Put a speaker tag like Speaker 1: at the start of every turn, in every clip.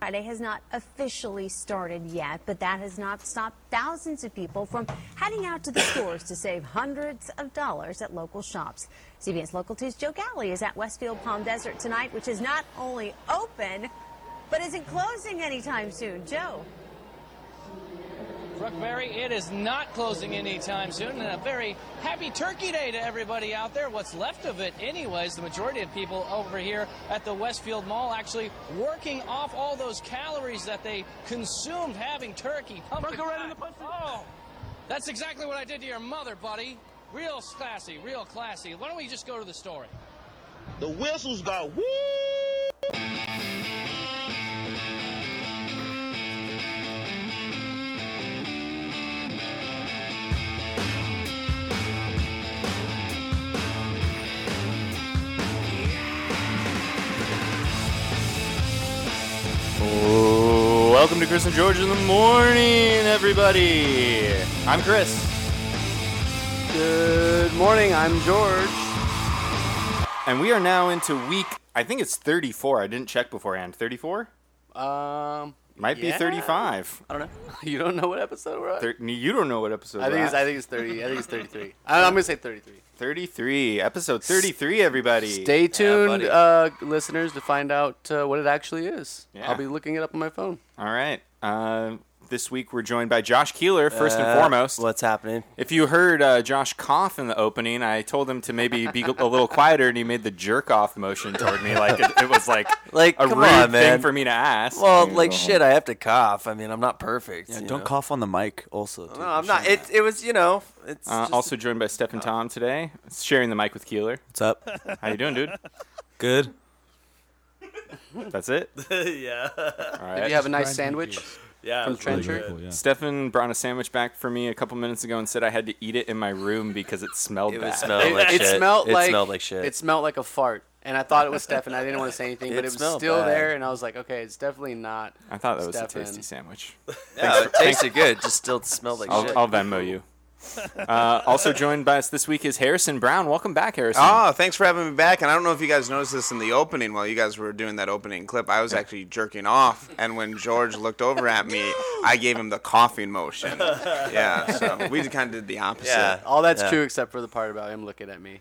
Speaker 1: Friday has not officially started yet, but that has not stopped thousands of people from heading out to the stores to save hundreds of dollars at local shops. CBS Local 2's Joe Galley is at Westfield Palm Desert tonight, which is not only open, but isn't closing anytime soon. Joe.
Speaker 2: Brookberry, it is not closing anytime soon, and a very happy Turkey Day to everybody out there. What's left of it, anyways. The majority of people over here at the Westfield Mall actually working off all those calories that they consumed having turkey. Pumpkin
Speaker 3: Bunker right
Speaker 2: pie.
Speaker 3: in the pussy.
Speaker 2: Oh, that's exactly what I did to your mother, buddy. Real classy, real classy. Why don't we just go to the story?
Speaker 3: The whistles go woo.
Speaker 4: Welcome to Chris and George in the morning, everybody. I'm Chris.
Speaker 5: Good morning, I'm George.
Speaker 4: And we are now into week, I think it's 34. I didn't check beforehand. 34?
Speaker 5: Um,
Speaker 4: Might be
Speaker 5: yeah.
Speaker 4: 35.
Speaker 5: I don't know. You don't know what episode we're on.
Speaker 4: Thir- you don't know what episode
Speaker 5: I think it's, I think it's thirty. I think it's thirty-three. I, I'm gonna say thirty-three.
Speaker 4: 33. Episode 33, everybody.
Speaker 5: Stay tuned,
Speaker 4: buddy.
Speaker 5: uh, listeners, to find out uh, what it actually is.
Speaker 4: Yeah.
Speaker 5: I'll be looking it up on my phone.
Speaker 4: All right. Uh, this week we're joined by Josh Keeler, first and foremost.
Speaker 6: Uh, What's happening?
Speaker 4: If you heard uh, Josh cough in the opening, I told him to maybe be a little quieter, and he made the jerk off motion toward me, like it, it was like
Speaker 6: Like,
Speaker 4: a
Speaker 6: come
Speaker 4: rude
Speaker 6: on,
Speaker 4: thing
Speaker 6: man.
Speaker 4: for me to ask.
Speaker 6: Well, like shit, I have to cough. I mean, I'm not perfect.
Speaker 7: Yeah,
Speaker 6: you
Speaker 7: don't
Speaker 6: know?
Speaker 7: cough on the mic. Also, dude.
Speaker 6: No, I'm not. It, it was, you know, it's
Speaker 4: Uh,
Speaker 6: just-
Speaker 4: also joined by Steph and Tom today, sharing the mic with Keeler.
Speaker 7: What's up?
Speaker 4: How you doing, dude?
Speaker 7: Good.
Speaker 4: That's it.
Speaker 6: yeah,
Speaker 4: All right.
Speaker 5: Did you have a nice sandwich?
Speaker 6: yeah.
Speaker 5: From
Speaker 6: it was really
Speaker 5: Trencher?
Speaker 6: good.
Speaker 7: yeah.
Speaker 4: Stefan brought a sandwich back for me a couple minutes ago and said I had to eat it in my room because it smelled
Speaker 6: It
Speaker 4: bad.
Speaker 6: was smelled like
Speaker 5: it
Speaker 6: shit.
Speaker 5: smelled like
Speaker 6: it smelled like shit.
Speaker 5: It smelled like a fart, and I thought it was Stefan. I didn't want to say anything, but
Speaker 6: It
Speaker 5: it was
Speaker 6: smelled
Speaker 5: still
Speaker 6: bad.
Speaker 5: there, and I was like, okay, it's definitely not.
Speaker 4: I thought that was
Speaker 5: Stefan.
Speaker 4: a tasty sandwich.
Speaker 6: yeah, it tasted good. Just still smelled like shit.
Speaker 4: I'll, I'll Venmo you. Uh, also joined by us this week is Harrison Brown. Welcome back, Harrison.
Speaker 8: Oh, thanks for having me back. And I don't know if you guys noticed this in the opening while you guys were doing that opening clip. I was actually jerking off, and when George looked over at me, I gave him the coughing motion. Yeah, so we kind of did the opposite.
Speaker 6: yeah,
Speaker 5: All that's
Speaker 6: Yeah.
Speaker 5: true except for the part about him looking at me.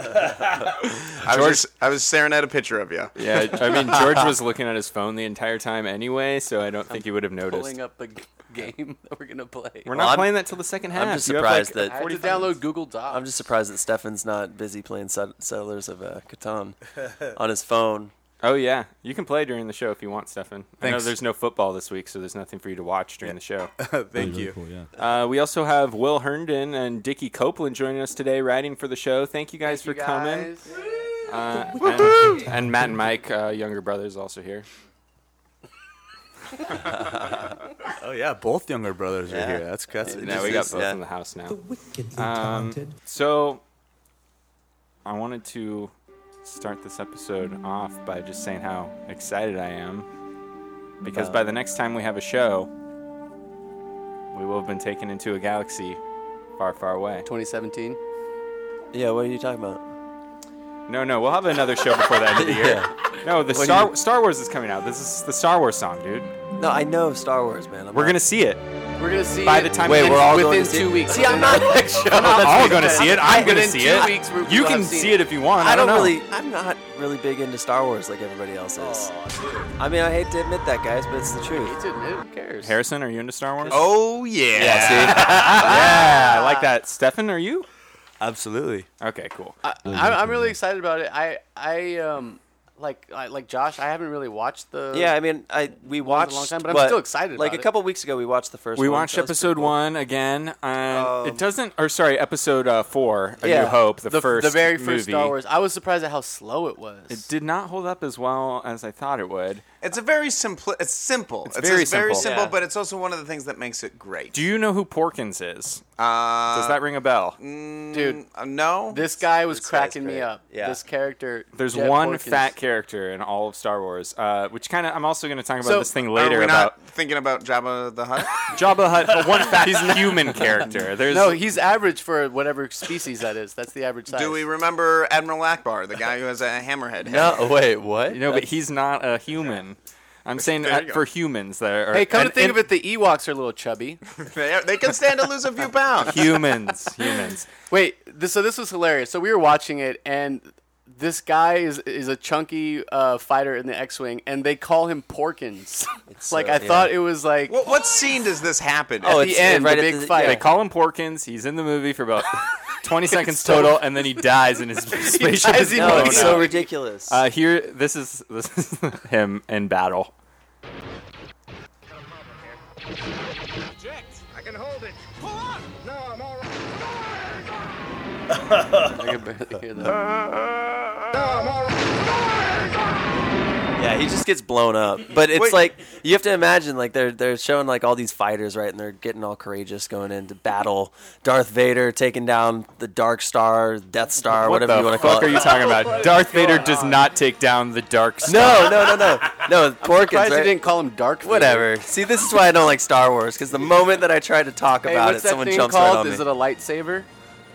Speaker 8: I was just, I was staring at a picture of you.
Speaker 4: Yeah, I mean George was looking at his phone the entire time anyway, so I don't think he would have noticed.
Speaker 5: Pulling up the g- game that we're gonna play.
Speaker 4: We're
Speaker 6: Well,
Speaker 4: not
Speaker 6: I'm-
Speaker 4: playing that till the second half.
Speaker 6: I'm just
Speaker 4: You have,
Speaker 6: surprised
Speaker 4: like,
Speaker 5: I
Speaker 6: that
Speaker 5: had to download Google Docs.
Speaker 6: I'm just surprised that Stefan's not busy playing Sett- Settlers of uh, Catan on his phone.
Speaker 4: Oh yeah, you can play during the show if you want, Stefan. I know
Speaker 6: Thanks.
Speaker 4: there's no football this week, so there's nothing for you to watch during the show.
Speaker 8: Thank you.
Speaker 7: yeah.
Speaker 4: Uh, we also have Will Herndon and Dickie Copeland joining us today, writing for the show. Thank you guys for
Speaker 5: You
Speaker 4: coming.
Speaker 5: guys.
Speaker 4: Uh, and, and Matt and Mike, uh, younger brothers, also here.
Speaker 7: Oh yeah, both younger brothers
Speaker 6: Yeah.
Speaker 7: are here. That's that's
Speaker 4: Now we
Speaker 6: This
Speaker 4: got
Speaker 6: is-
Speaker 4: both
Speaker 6: yeah.
Speaker 4: in the house now. Um, so I wanted to start this episode off by just saying how excited I am because by the next time we have a show, we will have been taken into a galaxy far, far away.
Speaker 5: 2017.
Speaker 6: Yeah, what are you talking about?
Speaker 4: No, no, we'll have another show before the end of the year.
Speaker 6: yeah.
Speaker 4: No, the Star Star Wars is coming out. This is the Star Wars song, dude.
Speaker 6: No, I know Star Wars, man. I'm
Speaker 4: We're
Speaker 6: not-
Speaker 4: gonna see it
Speaker 5: We're gonna see.
Speaker 4: by
Speaker 5: it
Speaker 4: the time.
Speaker 6: Wait,
Speaker 4: we
Speaker 6: we're all
Speaker 5: within
Speaker 6: going to see
Speaker 5: two
Speaker 6: it.
Speaker 5: weeks.
Speaker 6: See, I'm not.
Speaker 4: I'm not all
Speaker 5: what
Speaker 4: gonna
Speaker 5: he
Speaker 4: see it.
Speaker 5: said.
Speaker 4: I'm gonna
Speaker 5: Within
Speaker 4: see
Speaker 5: two
Speaker 4: it.
Speaker 5: weeks, we-
Speaker 4: you
Speaker 5: we'll
Speaker 4: can
Speaker 5: have seen
Speaker 4: see it
Speaker 5: it.
Speaker 4: if you want.
Speaker 6: I don't
Speaker 4: know.
Speaker 6: really. I'm not really big into Star Wars like everybody else is. I mean, I hate to admit that, guys, but it's the truth.
Speaker 5: Who cares?
Speaker 4: Harrison, are you into Star Wars?
Speaker 8: Oh yeah.
Speaker 4: yeah, I like that. Stefan, are you?
Speaker 7: absolutely.
Speaker 4: Okay, cool.
Speaker 5: I'm, I'm really excited about it. I I um like I, like Josh. I haven't really watched the.
Speaker 6: Yeah, I mean, I we watched
Speaker 5: long time, but I'm
Speaker 6: what-
Speaker 5: still excited
Speaker 6: Like
Speaker 5: about
Speaker 6: a
Speaker 5: it.
Speaker 6: couple weeks ago, we watched the first.
Speaker 4: we
Speaker 6: one.
Speaker 4: watched
Speaker 6: That was
Speaker 4: episode
Speaker 6: pretty cool.
Speaker 4: one again, and
Speaker 6: Um,
Speaker 4: it doesn't. Or sorry, episode uh, four, A
Speaker 6: Yeah,
Speaker 4: New Hope, the,
Speaker 5: the
Speaker 4: first,
Speaker 5: the very first
Speaker 4: movie.
Speaker 5: Star Wars. I was surprised at how slow it was.
Speaker 4: It did not hold up as well as I thought it would.
Speaker 8: It's a very simple. It's simple. It's,
Speaker 4: very
Speaker 8: a very
Speaker 4: simple.
Speaker 8: simple,
Speaker 6: Yeah.
Speaker 8: but it's also one of the things that makes it great.
Speaker 4: Do you know who Porkins is?
Speaker 8: uh,
Speaker 4: Does that ring a bell?
Speaker 5: dude.
Speaker 8: uh, no.
Speaker 5: This guy was
Speaker 6: This guy's
Speaker 5: cracking me
Speaker 6: great.
Speaker 5: up.
Speaker 6: Yeah.
Speaker 5: This character.
Speaker 4: There's
Speaker 5: Jet
Speaker 4: one
Speaker 5: Porkins.
Speaker 4: fat character in all of Star Wars, uh, which kind of I'm also going to talk about
Speaker 5: So,
Speaker 4: this thing
Speaker 8: Are
Speaker 4: later
Speaker 8: we
Speaker 4: about
Speaker 8: not thinking about Jabba the Hutt?
Speaker 4: Jabba the Hutt, but one fat human character. There's
Speaker 5: No, he's average for whatever species that is. That's the average size.
Speaker 8: Do we remember Admiral Akbar, the guy who has a hammerhead? head?
Speaker 6: No, wait, what?
Speaker 4: no, but he's not a human. I'm saying
Speaker 8: There you
Speaker 4: that
Speaker 8: go.
Speaker 4: for humans that are.
Speaker 5: Hey, come
Speaker 4: and-
Speaker 5: to think
Speaker 4: and
Speaker 5: of it, the Ewoks are a little chubby.
Speaker 8: They, they can stand to lose a few pounds.
Speaker 4: humans, humans.
Speaker 5: Wait, this, so this was hilarious. So we were watching it, and this guy is is a chunky uh, fighter in the X-wing, and they call him Porkins.
Speaker 6: It's,
Speaker 5: like
Speaker 6: uh,
Speaker 5: I
Speaker 6: yeah.
Speaker 5: thought it was like
Speaker 8: What, what scene does this happen?
Speaker 6: Oh,
Speaker 5: at
Speaker 6: it's-
Speaker 5: the end,
Speaker 6: right
Speaker 5: the
Speaker 6: at
Speaker 5: big
Speaker 6: the-
Speaker 5: fight.
Speaker 4: They call him Porkins. He's in the movie for about 20 seconds total, and then he dies in his spaceship.
Speaker 5: dies
Speaker 4: is
Speaker 5: in
Speaker 6: No,
Speaker 5: one
Speaker 4: blown
Speaker 6: it's
Speaker 4: up.
Speaker 6: so ridiculous.
Speaker 4: Uh, here, this is this is him in battle.
Speaker 9: I can hold it. Pull up! No, I'm all right.
Speaker 5: I could barely hear that.
Speaker 6: yeah, he just gets blown up. But it's
Speaker 8: Wait.
Speaker 6: like you have to imagine like they're they're showing like all these fighters, right? And they're getting all courageous going into battle. Darth Vader taking down the Dark Star, Death Star, whatever
Speaker 4: the
Speaker 6: you want to
Speaker 4: fuck
Speaker 6: call it.
Speaker 4: are you talking
Speaker 5: Oh
Speaker 4: about? Darth Vader does not take down the dark star.
Speaker 6: no, no, no, no, no. Porkins,
Speaker 5: Surprised
Speaker 6: right?
Speaker 5: you didn't call him Dark. Vader.
Speaker 6: Whatever. See, this is why I don't like Star Wars because the moment that I try to talk
Speaker 5: Hey,
Speaker 6: about
Speaker 5: what's
Speaker 6: it,
Speaker 5: that
Speaker 6: someone
Speaker 5: thing
Speaker 6: jumps right
Speaker 5: called?
Speaker 6: on me.
Speaker 5: Is it a lightsaber?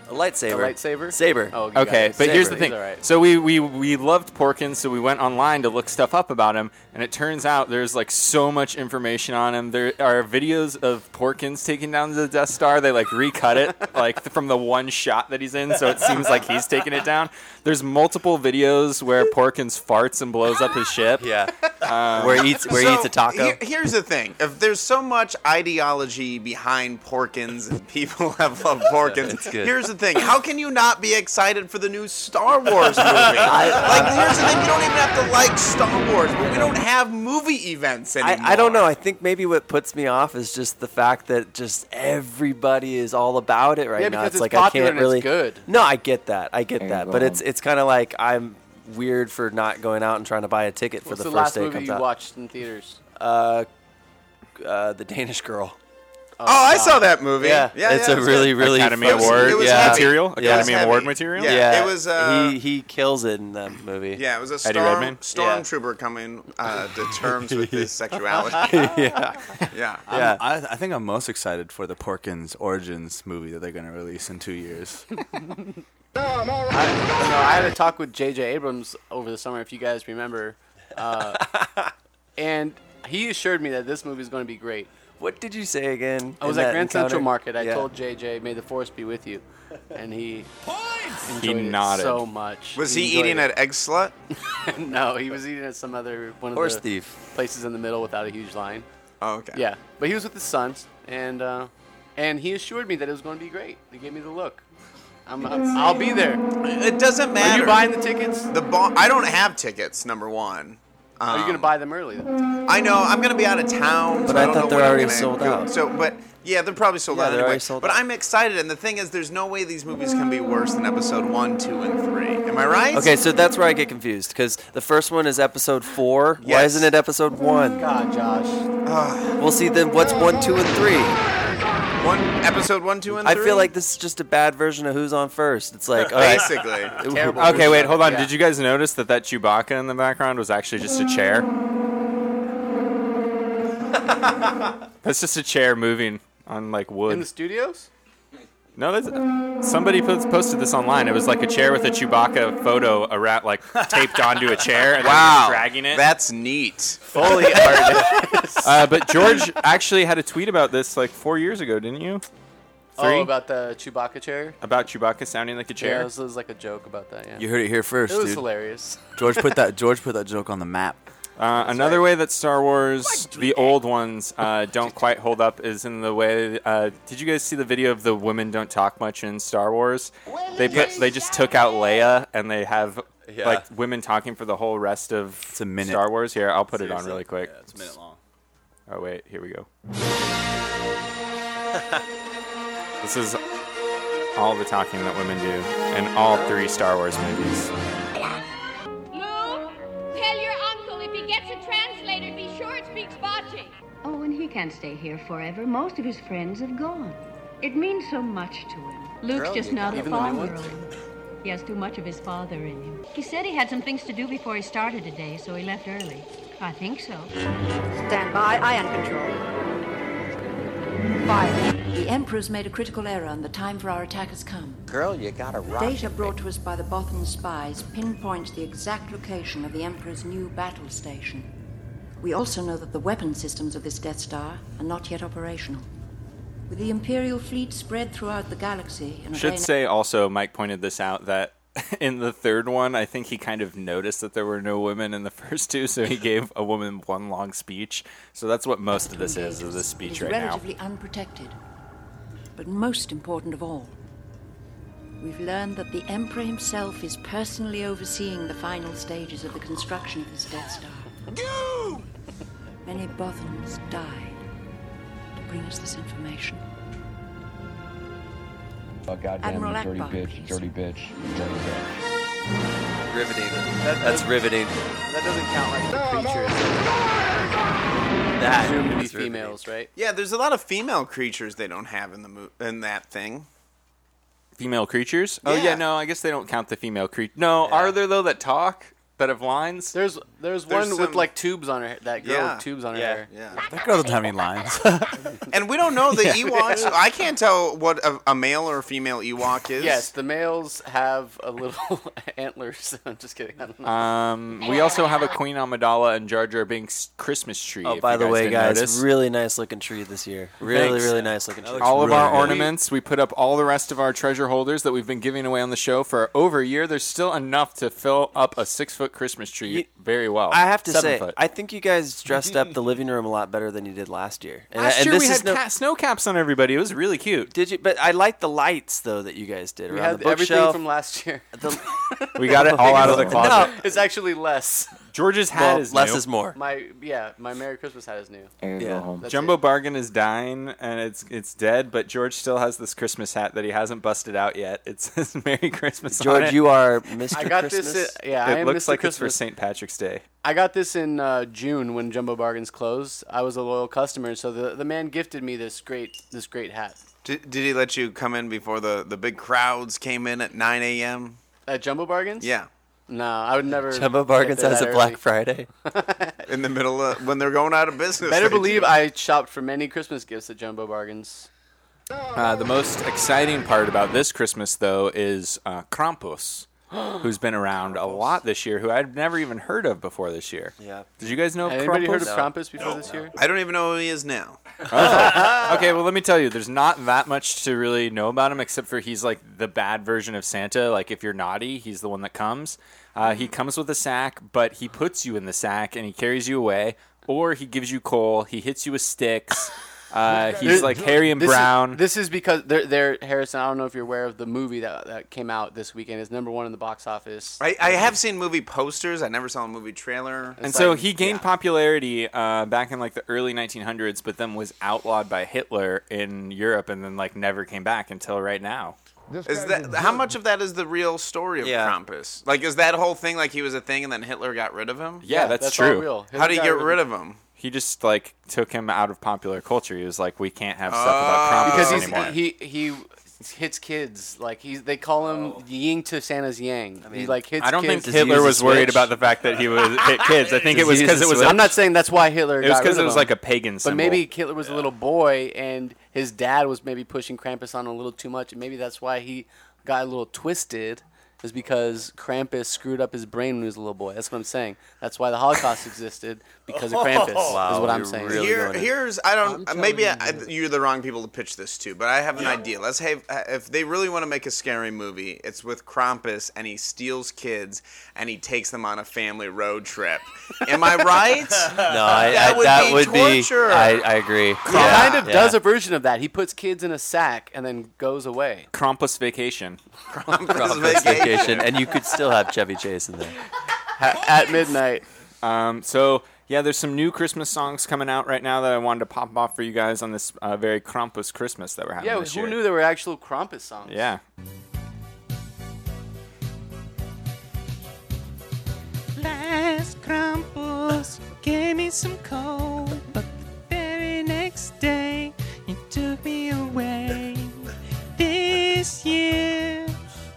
Speaker 6: a lightsaber.
Speaker 5: A lightsaber?
Speaker 6: Saber.
Speaker 5: Oh, you got
Speaker 4: Okay,
Speaker 5: it.
Speaker 4: but here's the
Speaker 5: Saber.
Speaker 4: thing.
Speaker 5: He's all right.
Speaker 4: So we, we we loved Porkins, so we went online to look stuff up about him, and it turns out there's like so much information on him. There are videos of Porkins taking down the Death Star. They like recut it like from the one shot that he's in, so it seems like he's taking it down. There's multiple videos where Porkins farts and blows up his ship. Um,
Speaker 6: Yeah.
Speaker 4: Uh,
Speaker 6: where he eats where he eats a taco.
Speaker 8: here- here's the thing: if there's so much ideology behind Porkins and people have loved Porkins,
Speaker 6: That's good.
Speaker 8: here's the thing: how can you not be excited for the new Star Wars movie? like, here's the thing: you don't even have to like Star Wars, but we don't have movie events anymore.
Speaker 6: I, I don't know. I think maybe what puts me off is just the fact that just everybody is all about it right
Speaker 5: Yeah,
Speaker 6: now.
Speaker 5: because
Speaker 6: it's
Speaker 5: it's
Speaker 6: like I
Speaker 5: popular
Speaker 6: can't
Speaker 5: and it's
Speaker 6: really
Speaker 5: good.
Speaker 6: No, I get that. I get that. But it's it's kind of like I'm weird for not going out and trying to buy a ticket for
Speaker 5: What's
Speaker 6: the,
Speaker 5: the,
Speaker 6: first
Speaker 5: last
Speaker 6: day it
Speaker 5: movie
Speaker 6: comes
Speaker 5: you
Speaker 6: out.
Speaker 5: watched in theaters?
Speaker 6: Uh, the Danish Girl.
Speaker 8: Oh, I saw that movie. Yeah, yeah,
Speaker 6: it's
Speaker 8: it
Speaker 6: a
Speaker 8: was
Speaker 6: really
Speaker 8: good.
Speaker 6: really
Speaker 4: Academy
Speaker 8: It was-
Speaker 6: fun-
Speaker 4: Award
Speaker 8: it was
Speaker 6: yeah.
Speaker 8: heavy.
Speaker 4: material,
Speaker 8: It was
Speaker 4: Academy
Speaker 8: heavy.
Speaker 4: Award material.
Speaker 8: Yeah.
Speaker 6: Yeah,
Speaker 8: it was, uh,
Speaker 6: he he kills it in that movie.
Speaker 8: Yeah, it was a
Speaker 4: Eddie
Speaker 8: storm,
Speaker 4: Redmayne?
Speaker 8: stormtrooper coming uh, to terms with his sexuality. yeah. yeah.
Speaker 6: Yeah.
Speaker 7: I, I think I'm most excited for the Porkins Origins movie that they're going to release in two years.
Speaker 5: You know, I had a talk with J.J. Abrams over the summer, if you guys remember, uh, and he assured me that this movie is going to be great.
Speaker 6: What did you say again?
Speaker 5: I was
Speaker 6: in
Speaker 5: at
Speaker 6: that
Speaker 5: Grand
Speaker 6: encounter?
Speaker 5: Central Market. I
Speaker 6: Yeah.
Speaker 5: told JJ, "May the force be with you," and he enjoyed
Speaker 4: He
Speaker 5: it
Speaker 4: nodded.
Speaker 5: so much.
Speaker 8: Was he,
Speaker 5: enjoyed
Speaker 8: eating
Speaker 5: it.
Speaker 8: at Egg Slut?
Speaker 5: no, he was eating at some other one of
Speaker 6: Horse
Speaker 5: the
Speaker 6: Thief.
Speaker 5: places in the middle without a huge line.
Speaker 8: Oh, okay.
Speaker 5: Yeah, but he was with his sons, and uh, and he assured me that it was going to be great. He gave me the look. I'm, I'm, I'll be there.
Speaker 8: It doesn't
Speaker 5: Are
Speaker 8: matter.
Speaker 5: you buying the tickets?
Speaker 8: the ball? I don't have tickets. Number one. Um,
Speaker 5: Are you going to buy them early? Then?
Speaker 8: I know I'm gonna be out of town.
Speaker 6: But
Speaker 8: so
Speaker 6: I
Speaker 8: don't
Speaker 6: thought
Speaker 8: know
Speaker 6: they're
Speaker 8: when I'm
Speaker 6: already
Speaker 8: gonna
Speaker 6: sold
Speaker 8: go.
Speaker 6: out.
Speaker 8: So, but yeah, they're probably sold
Speaker 6: Yeah,
Speaker 8: out
Speaker 6: they're
Speaker 8: anyway.
Speaker 6: already sold
Speaker 8: but
Speaker 6: out.
Speaker 8: I'm excited, and the thing is, there's no way these movies can be worse than Episode One, Two, and Three. Am I right?
Speaker 6: Okay, so that's where I get confused because the first one is episode four. Why
Speaker 8: Yes.
Speaker 6: isn't it episode one?
Speaker 8: uh,
Speaker 5: God, Josh.
Speaker 6: We'll see then what's one, two, and three.
Speaker 8: One Episode One, Two, and
Speaker 6: I
Speaker 8: Three.
Speaker 6: feel like this is just a bad version of Who's on First. It's like, all right,
Speaker 8: basically.
Speaker 5: Terrible.
Speaker 4: Okay, wait, hold on.
Speaker 5: Yeah.
Speaker 4: Did you guys notice that that Chewbacca in the background was actually just a chair? that's just a chair moving on like
Speaker 5: in the
Speaker 4: wood.
Speaker 5: studios?
Speaker 4: No, that's somebody pos- posted this online. It was like a chair with a Chewbacca photo around, like taped onto a chair, and wow,
Speaker 8: Wow,
Speaker 4: dragging it.
Speaker 8: that's neat.
Speaker 4: Fully art. uh, but George actually had a tweet about this like four years ago, didn't you? Three
Speaker 5: Oh, about the Chewbacca chair.
Speaker 4: about Chewbacca sounding like a
Speaker 5: Yeah,
Speaker 4: chair.
Speaker 5: this was like a joke about that. Yeah,
Speaker 7: You heard it here first,
Speaker 5: it was
Speaker 7: dude.
Speaker 5: hilarious.
Speaker 7: George put that George put that joke on the map.
Speaker 4: Uh, another way that Star Wars, the old ones, uh, don't quite hold up is in the way. Uh, did you guys see the video of the women don't talk much in Star Wars? They put, they just took out Leia and they have like women talking for the whole rest of
Speaker 7: a minute.
Speaker 4: Star Wars. Here, I'll put it on really quick.
Speaker 7: Yeah, it's a minute long.
Speaker 4: Oh wait, here we go. this is all the talking that women do in all three Star Wars movies.
Speaker 10: Lou, tell your uncle if he gets a translator, be sure it speaks Bocce.
Speaker 11: Oh, and he can't stay here forever. Most of his friends have gone. It means so much to him. Luke's just not a follower of him. He has too much of his father in him. He said he had some things to do before he started today, so he left early. I think so.
Speaker 10: Stand by, I am control.
Speaker 11: The Emperor's made a critical error, and the time for our attack has come.
Speaker 6: girl, you gotta rock.
Speaker 11: Data brought to us by the Bothan spies pinpoints the exact location of the Emperor's new battle station.
Speaker 12: We also know that the weapon systems of this Death Star are not yet operational. With the Imperial fleet spread throughout the galaxy in a way
Speaker 4: Should say also, Mike pointed this out that in the third one, I think he kind of noticed that there were no women in the first two, so he gave a woman one long speech. So that's what most of this is, is this
Speaker 12: that
Speaker 4: speech
Speaker 12: is
Speaker 4: right now.
Speaker 12: relatively unprotected. But most important of all, we've learned that the Emperor himself is personally overseeing the final stages of the construction of his Death Star. Many Bothans died to bring us this information.
Speaker 13: Oh, goddamn,
Speaker 12: Admiral
Speaker 13: you dirty
Speaker 12: Ackbar,
Speaker 13: bitch, dirty bitch, dirty bitch.
Speaker 6: Riveting. That's riveting.
Speaker 5: That doesn't count like the creatures.
Speaker 8: That
Speaker 5: Presumed to be
Speaker 8: is riveting.
Speaker 5: females, right?
Speaker 8: Yeah, there's a lot of female creatures they don't have in the mo- in that thing.
Speaker 4: Female creatures? Oh yeah.
Speaker 8: Yeah.
Speaker 4: no, I guess they don't count the female creature. No, are there though that talk that have lines?
Speaker 5: There's there's, one with like tubes on her. hair. That girl
Speaker 8: Yeah.
Speaker 5: with tubes on her
Speaker 8: Yeah.
Speaker 5: hair.
Speaker 8: Yeah.
Speaker 7: That girl doesn't have any lines.
Speaker 8: And we don't know the
Speaker 5: Yeah.
Speaker 8: Ewoks.
Speaker 5: Yeah.
Speaker 8: I can't tell what a, a male or a female Ewok is.
Speaker 5: Yes, the males have a little antlers. I'm just kidding. I don't know.
Speaker 4: Um, we also have a Queen Amidala and Jar Jar Binks Christmas tree.
Speaker 6: Oh,
Speaker 4: if
Speaker 6: by
Speaker 4: you
Speaker 6: the way,
Speaker 4: didn't
Speaker 6: guys,
Speaker 4: notice.
Speaker 6: really nice looking tree this year. Really,
Speaker 4: Thanks.
Speaker 6: really nice looking tree.
Speaker 4: All of our ornaments. We put up all the rest of our treasure holders that we've been giving away on the show for over a year. There's still enough to fill up a six foot Christmas tree very well.
Speaker 6: I have to
Speaker 4: Seven
Speaker 6: say,
Speaker 4: foot.
Speaker 6: I think you guys dressed up the living room a lot better than you did last year. And,
Speaker 4: Last
Speaker 6: and
Speaker 4: year
Speaker 6: this
Speaker 4: we
Speaker 6: is
Speaker 4: had
Speaker 6: no-
Speaker 4: ca- snow caps on everybody. It was really cute.
Speaker 6: Did you? But I like the lights though that you guys did
Speaker 5: we
Speaker 6: around
Speaker 5: had
Speaker 6: the
Speaker 5: everything
Speaker 6: bookshelf.
Speaker 5: from last year.
Speaker 4: We got it all out of the closet.
Speaker 5: No, it's actually less.
Speaker 4: George's hat
Speaker 6: Well,
Speaker 4: is
Speaker 6: less
Speaker 4: new.
Speaker 6: is more.
Speaker 5: My yeah, my Merry Christmas hat is new.
Speaker 4: Yeah.
Speaker 5: That's
Speaker 4: Jumbo Bargain is dying and it's it's dead, but George still has this Christmas hat that he hasn't busted out yet. It says Merry Christmas. on
Speaker 6: George,
Speaker 4: it.
Speaker 6: you are Mr.
Speaker 5: I got this, Christmas. uh, yeah, I
Speaker 4: it
Speaker 5: am
Speaker 4: looks
Speaker 5: Mr.
Speaker 4: like it's for
Speaker 5: Christmas.
Speaker 4: St. Patrick's Day.
Speaker 5: I got this in uh, June when Jumbo Bargains closed. I was a loyal customer, so the, the man gifted me this great this great hat
Speaker 8: Did, did he let you come in before the, the big crowds came in at 9 a.m.?
Speaker 5: at Jumbo Bargains.
Speaker 8: Yeah.
Speaker 5: No, I would never.
Speaker 8: Jumbo
Speaker 5: get
Speaker 8: Bargains
Speaker 5: there
Speaker 8: has
Speaker 5: that
Speaker 8: a Black
Speaker 5: early.
Speaker 6: Friday.
Speaker 8: In the middle of when they're going out of business.
Speaker 5: Better
Speaker 8: they do.
Speaker 5: believe I shopped for many Christmas gifts at Jumbo Bargains.
Speaker 4: Uh, the most exciting part about this Christmas, though, is uh, Krampus, who's been around a lot this year, who I'd never even heard of before this year.
Speaker 6: Yeah.
Speaker 4: Did you guys know
Speaker 5: Had anybody
Speaker 4: Krampus?
Speaker 5: heard of Krampus before this year?
Speaker 8: I don't even know who he is now.
Speaker 4: Oh. okay, well, let me tell you, there's not that much to really know about him, except for he's like the bad version of Santa. Like, if you're naughty, he's the one that comes. Uh,
Speaker 8: Mm-hmm.
Speaker 4: he comes with a sack, but he puts you in the sack and he carries you away, or he gives you coal, he hits you with sticks. Uh, he's
Speaker 5: This-
Speaker 4: like hairy and
Speaker 5: this is-
Speaker 4: brown.
Speaker 5: this is because they're, they're Harrison. I don't know if you're aware of the movie that, that came out this weekend. It's number one in the box office.
Speaker 8: I, I have seen movie posters. I never saw a movie trailer.
Speaker 4: and so he gained popularity uh, back in like the early 1900s, but then was outlawed by Hitler in Europe, and then like never came back until right now.
Speaker 8: Is that how much of that is the real story of Krampus? Like, is that whole thing like he was a thing and then Hitler got rid of him?
Speaker 4: Yeah, that's, true.
Speaker 8: How do you get rid of him?
Speaker 4: He just like took him out of popular culture. He was like, we can't have stuff
Speaker 5: Oh.
Speaker 4: about Krampus
Speaker 5: because he's,
Speaker 4: anymore.
Speaker 5: he he hits kids like he's they call him Ying to Santa's Yang. he like hits.
Speaker 4: I don't
Speaker 5: kids.
Speaker 4: think Hitler was worried about the fact that he was hit kids. I think it was because it was. a-
Speaker 5: I'm not saying that's why Hitler.
Speaker 4: It was
Speaker 5: got rid
Speaker 4: because it
Speaker 5: of
Speaker 4: was
Speaker 5: him.
Speaker 4: like a pagan symbol.
Speaker 5: But maybe Hitler was a little boy, and his dad was maybe pushing Krampus on a little too much, and maybe that's why he got a little twisted. Is because Krampus screwed up his brain when he was a little boy. That's what I'm saying. That's why the Holocaust existed because
Speaker 8: Oh,
Speaker 5: of Krampus. is what I'm saying.
Speaker 8: Here, here's I don't uh, maybe I, you're the wrong people to pitch this to, but I have an idea. Let's have uh, if they really want to make a scary movie, it's with Krampus and he steals kids and he takes them on a family road trip. Am I right?
Speaker 6: No, I, that I, would, that be, would
Speaker 8: torture.
Speaker 6: be. I, I agree.
Speaker 5: He kind of does a version of that. He puts kids in a sack and then goes away.
Speaker 4: Krampus vacation.
Speaker 6: Krampus vacation, and you could still have Chevy Chase in there.
Speaker 5: at midnight.
Speaker 4: Um, so yeah, there's some new Christmas songs coming out right now that I wanted to pop off for you guys on this uh, very Krampus Christmas that we're having.
Speaker 5: Yeah,
Speaker 4: this
Speaker 5: who
Speaker 4: year.
Speaker 5: knew there were actual Krampus songs?
Speaker 4: Yeah.
Speaker 14: Last Krampus gave me some coal, but the very next day you took me away. This year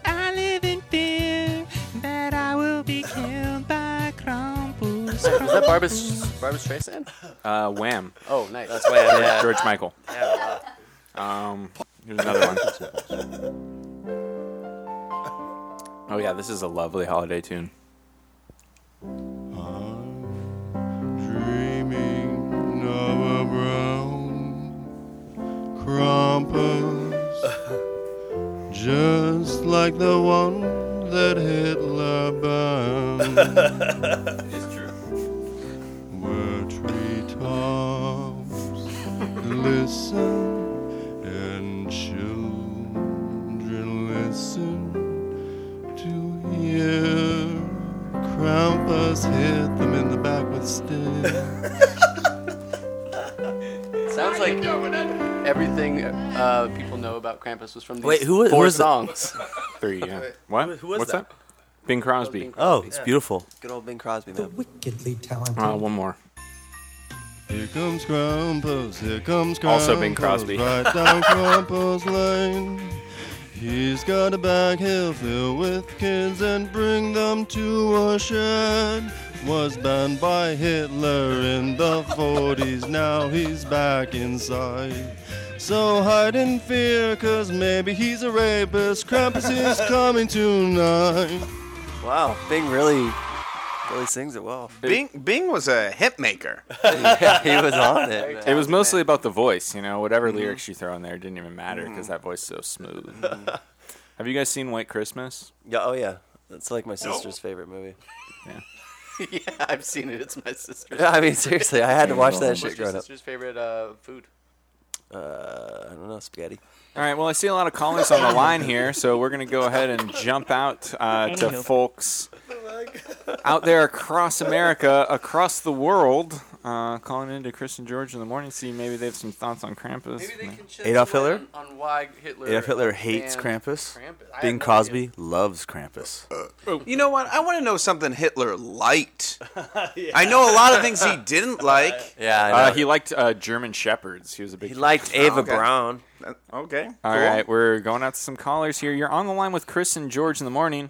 Speaker 14: I live in fear that I will be killed by Krampus. Is
Speaker 5: Is that Barbara, Barbara Streisand?
Speaker 4: Uh, Wham.
Speaker 5: Oh, nice.
Speaker 14: That's why I-
Speaker 4: George,
Speaker 14: yeah.
Speaker 4: George Michael.
Speaker 5: Yeah,
Speaker 4: Um, here's another one. Oh yeah, this is a lovely holiday tune.
Speaker 15: dream it's true.
Speaker 16: Where treetops glisten and children listen to hear Krampus hit them in the back with sticks.
Speaker 5: Sounds like everything uh, people know about Krampus was from these
Speaker 6: Wait, who was- who
Speaker 5: four
Speaker 6: was the-
Speaker 5: songs.
Speaker 4: Three, yeah. What?
Speaker 6: Who was
Speaker 4: What's
Speaker 6: that?
Speaker 4: up? Bing Crosby.
Speaker 6: Oh, it's
Speaker 4: Yeah.
Speaker 6: beautiful. Good old Bing Crosby, man.
Speaker 16: Wickedly talented.
Speaker 4: Uh, one more.
Speaker 16: Here comes Krampus, here comes Krampus.
Speaker 4: Also Bing Crosby.
Speaker 16: Right down Krampus Lane. He's got a bag he'll fill with kids and bring them to a shed. Was banned by Hitler in the 40s, now he's back inside. So hide in fear, cause maybe he's a rapist. Krampus is coming tonight.
Speaker 6: Wow, Bing really, really sings it well.
Speaker 8: Bing Bing was a hit maker.
Speaker 6: he was on it. man. Mm-hmm.
Speaker 4: It was mostly about the voice, you know. Whatever lyrics you throw in there didn't even matter because that voice is so smooth. Have you guys seen White Christmas?
Speaker 6: Yeah. Oh yeah. That's like my sister's favorite movie.
Speaker 4: Yeah.
Speaker 5: yeah, I've seen it. It's my sister's.
Speaker 6: Yeah, I mean, seriously, I had to watch that
Speaker 5: What's
Speaker 6: shit
Speaker 5: your
Speaker 6: growing up.
Speaker 5: sister's favorite uh, food?
Speaker 6: Uh, I don't know, spaghetti.
Speaker 4: All right. Well, I see a lot of callers on the line here, so we're gonna go ahead and jump out uh, to
Speaker 6: Anywho.
Speaker 4: folks out there across America, across the world, uh, calling into Chris and George in the morning. See, maybe they have some thoughts on Krampus.
Speaker 7: Adolf Hitler?
Speaker 5: On why Hitler?
Speaker 7: Adolf Hitler hates
Speaker 5: banned
Speaker 7: Krampus.
Speaker 5: Krampus. I
Speaker 7: Bing
Speaker 5: have no
Speaker 7: Crosby loves Krampus.
Speaker 8: You know what? I want to know something Hitler liked. I know a lot of things he didn't like.
Speaker 6: Yeah, I
Speaker 4: Uh,
Speaker 6: know.
Speaker 4: he liked uh, German shepherds. He was a big. He
Speaker 6: liked Ava Oh, okay. Braun.
Speaker 8: Uh, Okay.
Speaker 4: All right, we're going out to some callers here. You're on the line with Chris and George in the morning.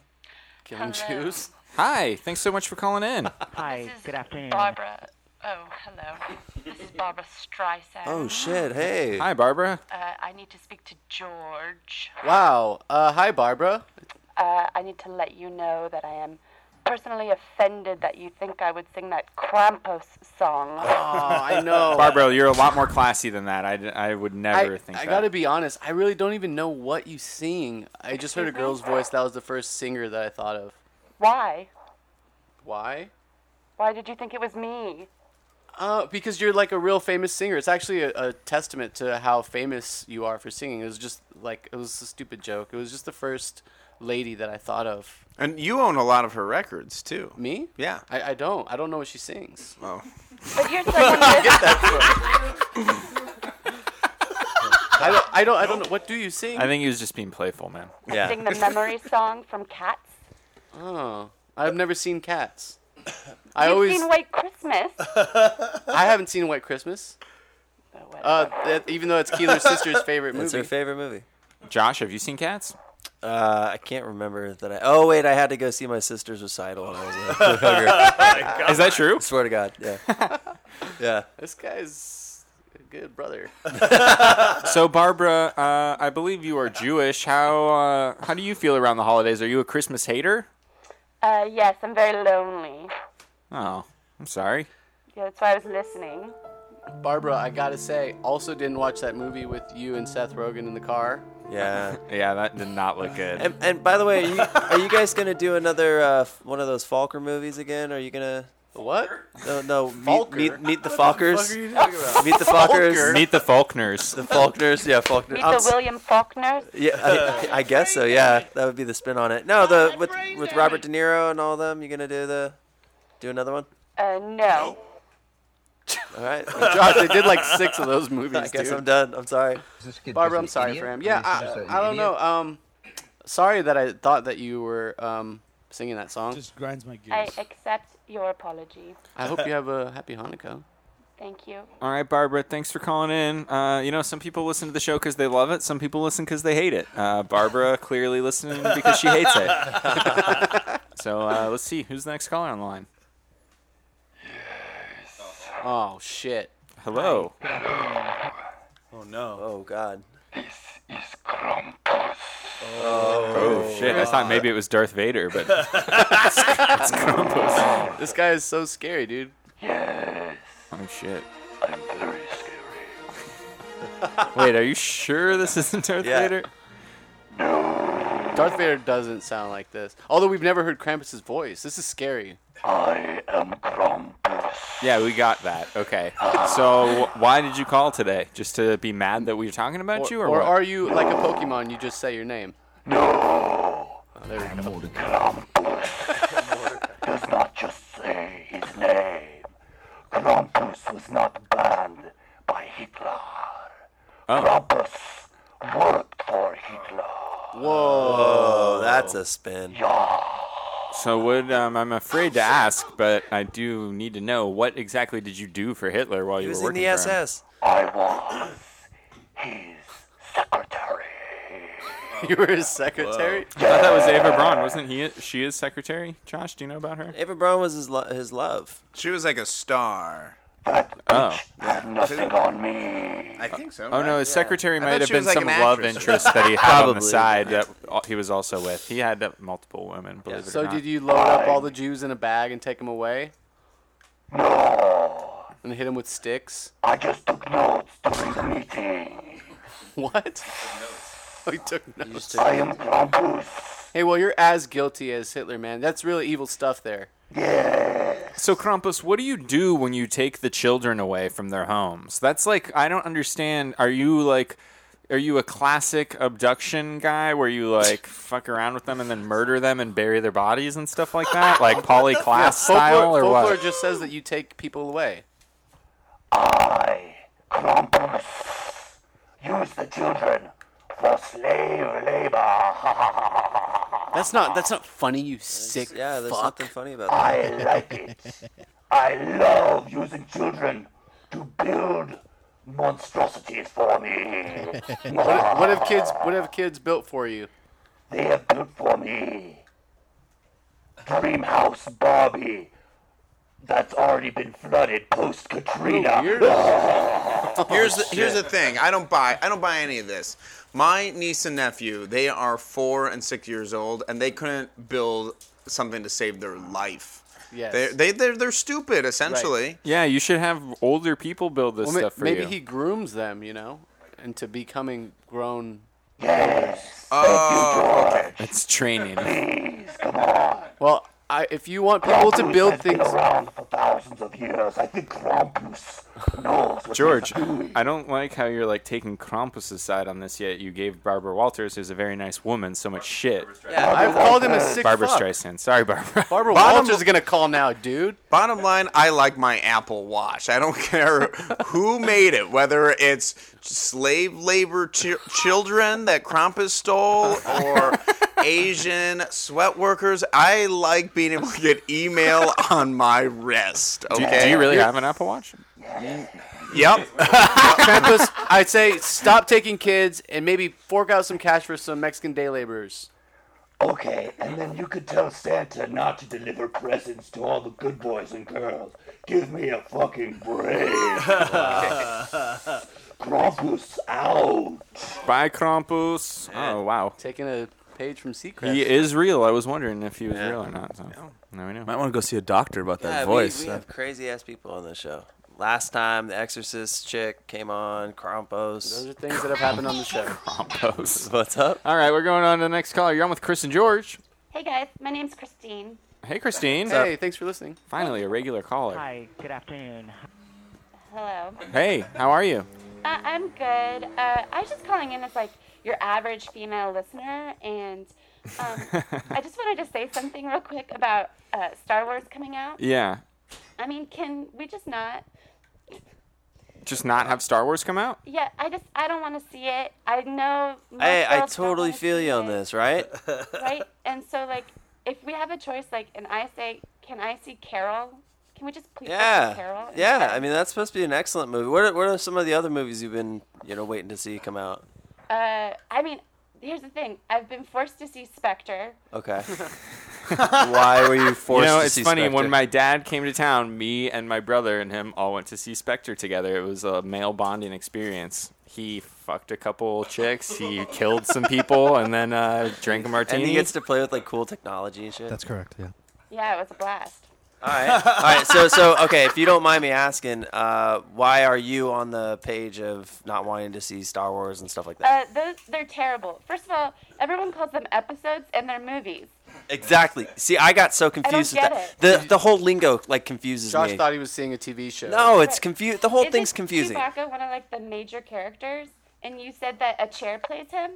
Speaker 5: Can we choose?
Speaker 4: Hi, thanks so much for calling in.
Speaker 17: Hi, good afternoon. Barbara. Oh, hello. This is Barbara Streisand.
Speaker 6: Oh shit! Hey.
Speaker 4: Hi, Barbara.
Speaker 17: Uh, I need to speak to George.
Speaker 5: Wow. Uh, hi, Barbara.
Speaker 17: Uh, I need to let you know that I am personally offended that you think I would sing that Krampus song.
Speaker 5: Oh, I know.
Speaker 4: Barbara, you're a lot more classy than that. I, d- I would never
Speaker 5: I,
Speaker 4: think
Speaker 5: I
Speaker 4: that.
Speaker 5: gotta be honest. I really don't even know what you sing. I just heard a girl's voice. That was the first singer that I thought of.
Speaker 17: Why?
Speaker 5: Why?
Speaker 17: Why did you think it was me?
Speaker 5: Uh, because you're like a real famous singer. It's actually a, a testament to how famous you are for singing. It was just like it was a stupid joke. It was just the first lady that I thought of.
Speaker 8: And you own a lot of her records too.
Speaker 5: Me?
Speaker 8: Yeah.
Speaker 5: I, I don't. I don't know what she sings.
Speaker 8: Oh.
Speaker 17: But you're someone that.
Speaker 5: I don't. I don't. I don't know. What do you sing?
Speaker 4: I think he was just being playful, man.
Speaker 17: Sing the memory song from Cats.
Speaker 5: Oh, I've never seen Cats. I
Speaker 17: You've
Speaker 5: always.
Speaker 17: seen White Christmas.
Speaker 5: I haven't seen White Christmas. Uh, that, even though it's Keeler's sister's favorite movie.
Speaker 6: It's her favorite movie.
Speaker 4: Josh, have you seen Cats?
Speaker 6: Uh, I can't remember that I. Oh wait, I had to go see my sister's recital when I was a
Speaker 4: Oh Is that true?
Speaker 6: Swear to God, yeah, yeah.
Speaker 5: This guy's a good brother.
Speaker 4: So, Barbara, uh, I believe you are Jewish. How uh, how do you feel around the holidays? Are you a Christmas hater?
Speaker 17: Uh, yes, I'm very lonely.
Speaker 4: Oh, I'm sorry.
Speaker 17: Yeah, that's why I was listening.
Speaker 5: Barbara, I gotta say, also didn't watch that movie with you and Seth Rogen in the car.
Speaker 6: Yeah.
Speaker 4: yeah, that did not look good.
Speaker 6: And, and by the way, are you, are you guys gonna do another uh, f- one of those Falker movies again? Are you gonna
Speaker 5: what?
Speaker 6: No, no. Meet,
Speaker 5: Falker?
Speaker 6: meet, meet the
Speaker 5: What the
Speaker 6: Falkers.
Speaker 5: fuck are you talking about?
Speaker 6: Meet the Falkers.
Speaker 4: Meet the Faulkners.
Speaker 6: The Faulkners. Yeah, Faulkners.
Speaker 17: Meet
Speaker 6: I'm
Speaker 17: the
Speaker 6: s-
Speaker 17: William Faulkner.
Speaker 6: Yeah, I, I guess so. Yeah, that would be the spin on it. No, the with with Robert De Niro and all them. You gonna do the do another one?
Speaker 17: Uh, no.
Speaker 6: All right,
Speaker 5: Josh, they did like six of those movies.
Speaker 6: I guess
Speaker 5: dude.
Speaker 6: I'm done. I'm sorry.
Speaker 5: Barbara, I'm sorry for him. Yeah, I, I don't know. Um, sorry that I thought that you were um singing that song. Just
Speaker 18: grinds my
Speaker 17: I accept your apology.
Speaker 5: I hope you have a happy Hanukkah.
Speaker 17: Thank you.
Speaker 4: All right, Barbara, thanks for calling in. Uh, you know, some people listen to the show because they love it. Some people listen because they hate it. Uh, Barbara clearly listening because she hates it. so uh, let's see who's the next caller on the line.
Speaker 5: Oh shit!
Speaker 4: Hello.
Speaker 6: Oh no. Oh god.
Speaker 4: Oh, shit! I thought maybe it was Darth Vader, but it's Krampus.
Speaker 5: This guy is so scary, dude. Yes.
Speaker 4: Oh shit! Wait, are you sure this isn't Darth
Speaker 5: Yeah.
Speaker 4: Vader?
Speaker 5: Darth Vader doesn't sound like this. Although we've never heard Krampus' voice. This is scary. I am Krampus.
Speaker 4: Yeah, we got that. Okay. So wh- why did you call today? Just to be mad that we were talking about you, or,
Speaker 5: or
Speaker 4: what?
Speaker 5: are you like a Pokemon? You just say your name. No. there we go.
Speaker 15: does not just say his name. Krampus was not banned by Hitler.
Speaker 5: Oh.
Speaker 15: Krampus worked for Hitler.
Speaker 6: Whoa, that's a spin.
Speaker 4: So would um, I'm afraid to ask, but I do need to know what exactly did you do for Hitler while you
Speaker 6: was
Speaker 4: were
Speaker 6: in
Speaker 4: working
Speaker 6: the
Speaker 4: for him?
Speaker 6: SS.
Speaker 15: I was his secretary.
Speaker 5: You were his secretary?
Speaker 4: I thought that was Ava Braun, wasn't he? She is secretary. Josh, do you know about her?
Speaker 6: Ava Braun was his, lo- his love.
Speaker 8: She was like a star.
Speaker 4: Oh.
Speaker 15: Nothing on me.
Speaker 8: I think so.
Speaker 4: Oh no, his secretary might have been some love interest that he had on the side that uh, he was also with. He had uh, multiple women, believe it or
Speaker 5: So
Speaker 4: not.
Speaker 5: did you load up all the Jews in a bag and take them away? No. And hit them with sticks? I just took notes during the meeting. What? Oh, you took notes.
Speaker 15: took I am
Speaker 5: Hey, well, you're as guilty as Hitler, man. That's really evil stuff there.
Speaker 4: So Krampus, what do you do when you take the children away from their homes? That's like I don't understand. Are you like are you a classic abduction guy where you like fuck around with them and then murder them and bury their bodies and stuff like that? Like Polly
Speaker 5: Yeah,
Speaker 4: Class
Speaker 5: folklore,
Speaker 4: style or
Speaker 5: folklore
Speaker 4: what?
Speaker 5: just says that you take people away.
Speaker 15: Use the children for slave labor.
Speaker 5: That's not that's not funny, you sick
Speaker 6: Yeah, there's
Speaker 5: fuck.
Speaker 6: nothing funny about
Speaker 15: I
Speaker 6: that.
Speaker 15: like it. I love using children to build monstrosities for me.
Speaker 5: what, what have kids what have kids built for you?
Speaker 15: They have built for me Dream House Barbie that's already been flooded post Katrina.
Speaker 8: here's
Speaker 4: Oh,
Speaker 15: Oh,
Speaker 8: the, here's the thing. I don't buy I don't buy any of this. My niece and nephew, they are four and six years old, and they couldn't build something to save their life.
Speaker 5: Yes.
Speaker 8: They're, they they're, they're stupid essentially.
Speaker 4: Yeah, you should have older people build this
Speaker 5: Well, ma-
Speaker 4: stuff for
Speaker 5: maybe
Speaker 4: you.
Speaker 5: he grooms them, you know, into becoming grown.
Speaker 15: Yes.
Speaker 8: Oh,
Speaker 4: It's training.
Speaker 5: Well, I, if you want people to build things,
Speaker 15: Thousands of years. I think Krampus knows what
Speaker 4: George,
Speaker 15: he's doing.
Speaker 4: I don't like how you're like taking Krampus's side on this yet. You gave Barbara Walters, who's a very nice woman, so much shit.
Speaker 5: Yeah, I've called him a sick
Speaker 4: Barbara
Speaker 5: fuck.
Speaker 4: Streisand. Sorry, Barbara.
Speaker 5: Barbara
Speaker 8: Bottom-
Speaker 5: Walters is gonna call now, dude.
Speaker 8: Bottom line, I like my Apple Watch. I don't care who made it, whether it's slave labor chi- children that Krampus stole or Asian sweat workers. I like being able to get email on my wrist.
Speaker 4: Do,
Speaker 8: Okay.
Speaker 4: do you really have an Apple Watch?
Speaker 8: Yep.
Speaker 5: Krampus, I'd say stop taking kids and maybe fork out some cash for some Mexican day laborers.
Speaker 15: Okay, and then you could tell Santa not to deliver presents to all the good boys and girls. Give me a fucking break. Krampus out.
Speaker 4: Bye, Krampus. Oh wow,
Speaker 5: taking a page from Secret.
Speaker 4: he is real. I was wondering if he was real or not. So now we know.
Speaker 7: Might want to go see a doctor about that
Speaker 6: Yeah, we-
Speaker 7: voice.
Speaker 6: We, have crazy ass people on this show. Last time, the Exorcist chick came on, Krampus.
Speaker 5: Those are things that have happened on the show.
Speaker 4: Krampus.
Speaker 6: What's up?
Speaker 4: All right, we're going on to the next caller. You're on with Chris and George.
Speaker 18: Hey guys, my name's Christine.
Speaker 4: Hey, Christine.
Speaker 5: Hey, thanks for listening.
Speaker 4: Finally, a regular caller.
Speaker 18: Hi, good afternoon. Hello.
Speaker 4: Hey, how are you?
Speaker 18: Uh, I'm good. Uh, I was just calling in as like your average female listener, and um, I just wanted to say something real quick about uh, Star Wars coming out.
Speaker 4: Yeah.
Speaker 18: I mean, can we just not?
Speaker 4: Just not have Star Wars come out?
Speaker 18: Yeah, I just I don't want to see it. I know. most
Speaker 6: Hey, I
Speaker 18: girls don't
Speaker 6: totally
Speaker 18: wanna
Speaker 6: feel
Speaker 18: see
Speaker 6: you
Speaker 18: it.
Speaker 6: on this, right?
Speaker 18: right? And so, like, if we have a choice, like, and I say, can I see Carol? Can we just please see Carol?
Speaker 6: Yeah, yeah.
Speaker 18: instead?
Speaker 6: I mean, that's supposed to be an excellent movie. What are, what are some of the other movies you've been, you know, waiting to see come out?
Speaker 18: Uh, I mean, here's the thing. I've been forced to see Spectre.
Speaker 6: Okay. Why were you forced?
Speaker 4: you know,
Speaker 6: to
Speaker 4: it's
Speaker 6: see
Speaker 4: funny when
Speaker 6: Spectre?
Speaker 4: my dad came to town. Me and my brother and him all went to see Spectre together. It was a male bonding experience. He fucked a couple chicks. He killed some people, and then uh, drank a martini.
Speaker 6: and he gets to play with like cool technology and shit.
Speaker 4: That's
Speaker 19: correct. Yeah.
Speaker 18: Yeah, it was a blast.
Speaker 6: All right. All right. So, so okay. If you don't mind me asking, uh, why are you on the page of not wanting to see Star Wars and stuff like that?
Speaker 18: Uh, those they're terrible. First of all, everyone calls them episodes, and they're movies.
Speaker 6: Exactly. See, I got so confused with
Speaker 18: get
Speaker 6: that. The the whole lingo like confuses
Speaker 5: Josh
Speaker 6: me.
Speaker 5: thought he was seeing a TV show.
Speaker 6: no, it's confused. The whole
Speaker 18: Isn't
Speaker 6: thing's confusing.
Speaker 18: Chewbacca, one of like the major characters, and you said that a chair plays him.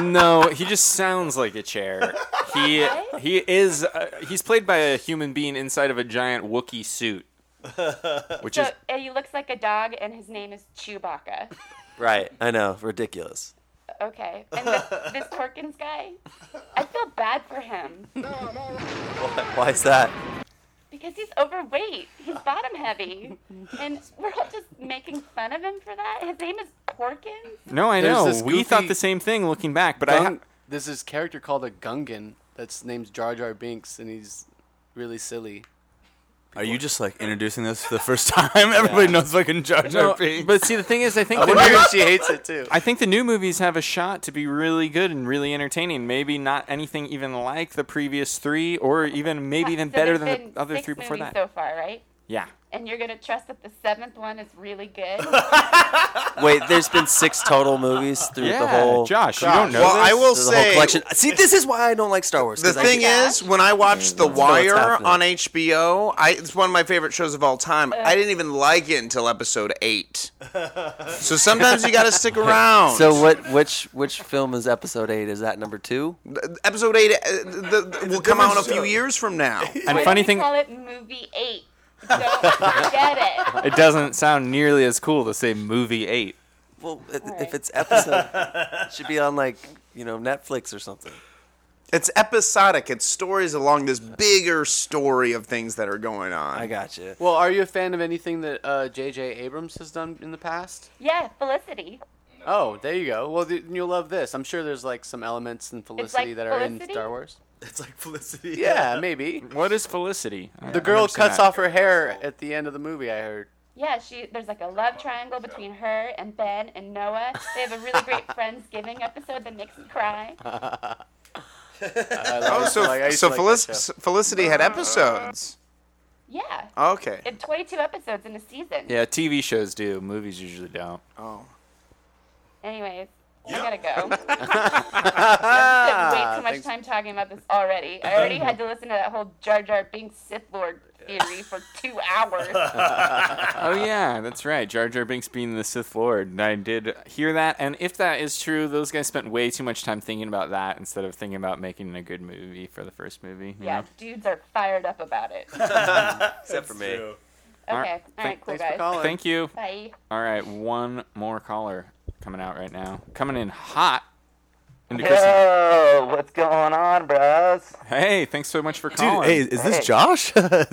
Speaker 4: no, he just sounds like a chair. He he is uh, he's played by a human being inside of a giant Wookiee suit, which
Speaker 18: so
Speaker 4: is
Speaker 18: uh, he looks like a dog, and his name is Chewbacca.
Speaker 6: Right. I know. Ridiculous.
Speaker 18: Okay. And this, this Perkins guy, I feel bad for him
Speaker 6: Why, why is that?
Speaker 18: because he's overweight. He's bottom heavy, and we're all just making fun of him for that. His name is Porkins.
Speaker 4: no, I
Speaker 5: There's
Speaker 4: know.
Speaker 5: this
Speaker 4: We thought
Speaker 5: goofy-
Speaker 4: the same thing looking back, but I ha-
Speaker 5: Gung- there's this character called a Gungan that's named Jar Jar Binks, and he's really silly.
Speaker 7: Are you just like introducing this for the first time? Everybody knows fucking Jar Jar
Speaker 4: No,
Speaker 7: Binks.
Speaker 4: But see, the thing is, I think
Speaker 7: I
Speaker 4: the
Speaker 7: wonder
Speaker 4: new-
Speaker 7: if she hates it, too.
Speaker 4: I think the new movies have a shot to be really good and really entertaining. Maybe not anything even like the previous three, or even maybe even
Speaker 18: Uh, So
Speaker 4: better
Speaker 18: there's
Speaker 4: than
Speaker 18: been
Speaker 4: the other
Speaker 18: six
Speaker 4: three before
Speaker 18: movies
Speaker 4: that.
Speaker 18: So far, right?
Speaker 4: yeah.
Speaker 18: And you're gonna trust that the seventh one is really good?
Speaker 6: Wait, there's been six total movies through the
Speaker 8: Yeah,
Speaker 6: whole.
Speaker 8: Josh, you don't know Well, this? I will
Speaker 6: through the whole
Speaker 8: say-
Speaker 6: collection. See, this is why I don't like Star Wars.
Speaker 8: The
Speaker 6: 'cause I
Speaker 8: thing
Speaker 6: get-
Speaker 8: is, when I watched The
Speaker 6: let's know what's
Speaker 8: Wire
Speaker 6: happening.
Speaker 8: on HBO, I, it's one of my favorite shows of all time. I didn't even like it until episode eight. so sometimes you got to stick around.
Speaker 6: So what? Which which film is episode eight? Is that number two?
Speaker 8: episode eight uh, the, will come out in a few years from now.
Speaker 4: And
Speaker 18: Why
Speaker 4: funny
Speaker 18: do we
Speaker 4: thing-
Speaker 18: Call it movie eight. Don't get it.
Speaker 4: It doesn't sound nearly as cool to say movie eight.
Speaker 6: Well, i- if it's episode, it should be on like you know Netflix or something.
Speaker 8: It's episodic. It's stories along this bigger story of things that are going on. I
Speaker 6: got you.
Speaker 5: Well, are you a fan of anything that uh, J.J. Abrams has done in the past?
Speaker 18: Yeah, Felicity.
Speaker 5: Oh, there you go. Well, th- you'll love this. I'm sure there's like some elements in Felicity that are in
Speaker 18: Felicity?
Speaker 5: Star Wars.
Speaker 7: It's like Felicity.
Speaker 5: Yeah, maybe.
Speaker 4: What is Felicity? I-
Speaker 5: The
Speaker 4: I've
Speaker 5: girl
Speaker 4: never seen
Speaker 5: cuts
Speaker 4: that.
Speaker 5: off her hair at the end of the movie. I heard.
Speaker 18: Yeah, she there's like a love triangle between her and Ben and Noah. They have a really great Friendsgiving episode that makes me cry.
Speaker 8: Oh, so, so Felic-
Speaker 5: Felicity.
Speaker 8: Felicity had episodes.
Speaker 18: Yeah.
Speaker 8: Okay.
Speaker 18: And 22 episodes in a season.
Speaker 4: Yeah, TV shows do. Movies usually don't.
Speaker 8: Oh.
Speaker 18: Anyways, I gotta go. I've spent way too
Speaker 4: Thanks.
Speaker 18: much time talking about this already. I already had to listen to that whole Jar Jar Binks Sith Lord theory for two hours.
Speaker 4: oh yeah, that's right. Jar Jar Binks being the Sith Lord. And I did hear that, and if that is true, those guys spent way too much time thinking about that instead of thinking about making a good movie for the first movie. you
Speaker 18: Yeah,
Speaker 4: know?
Speaker 18: dudes are fired up about it.
Speaker 6: Except for me.
Speaker 18: Okay. All
Speaker 4: right,
Speaker 18: right,
Speaker 4: thank-
Speaker 18: cool,
Speaker 4: thanks
Speaker 18: guys.
Speaker 4: for calling. Thank you.
Speaker 18: Bye.
Speaker 4: All right, one more caller coming out right now, coming in hot. Into Christmas.
Speaker 15: what's going on, bros?
Speaker 4: Hey, thanks so much for
Speaker 15: Dude,
Speaker 4: calling.
Speaker 15: hey, is this Hey. Josh?
Speaker 7: is this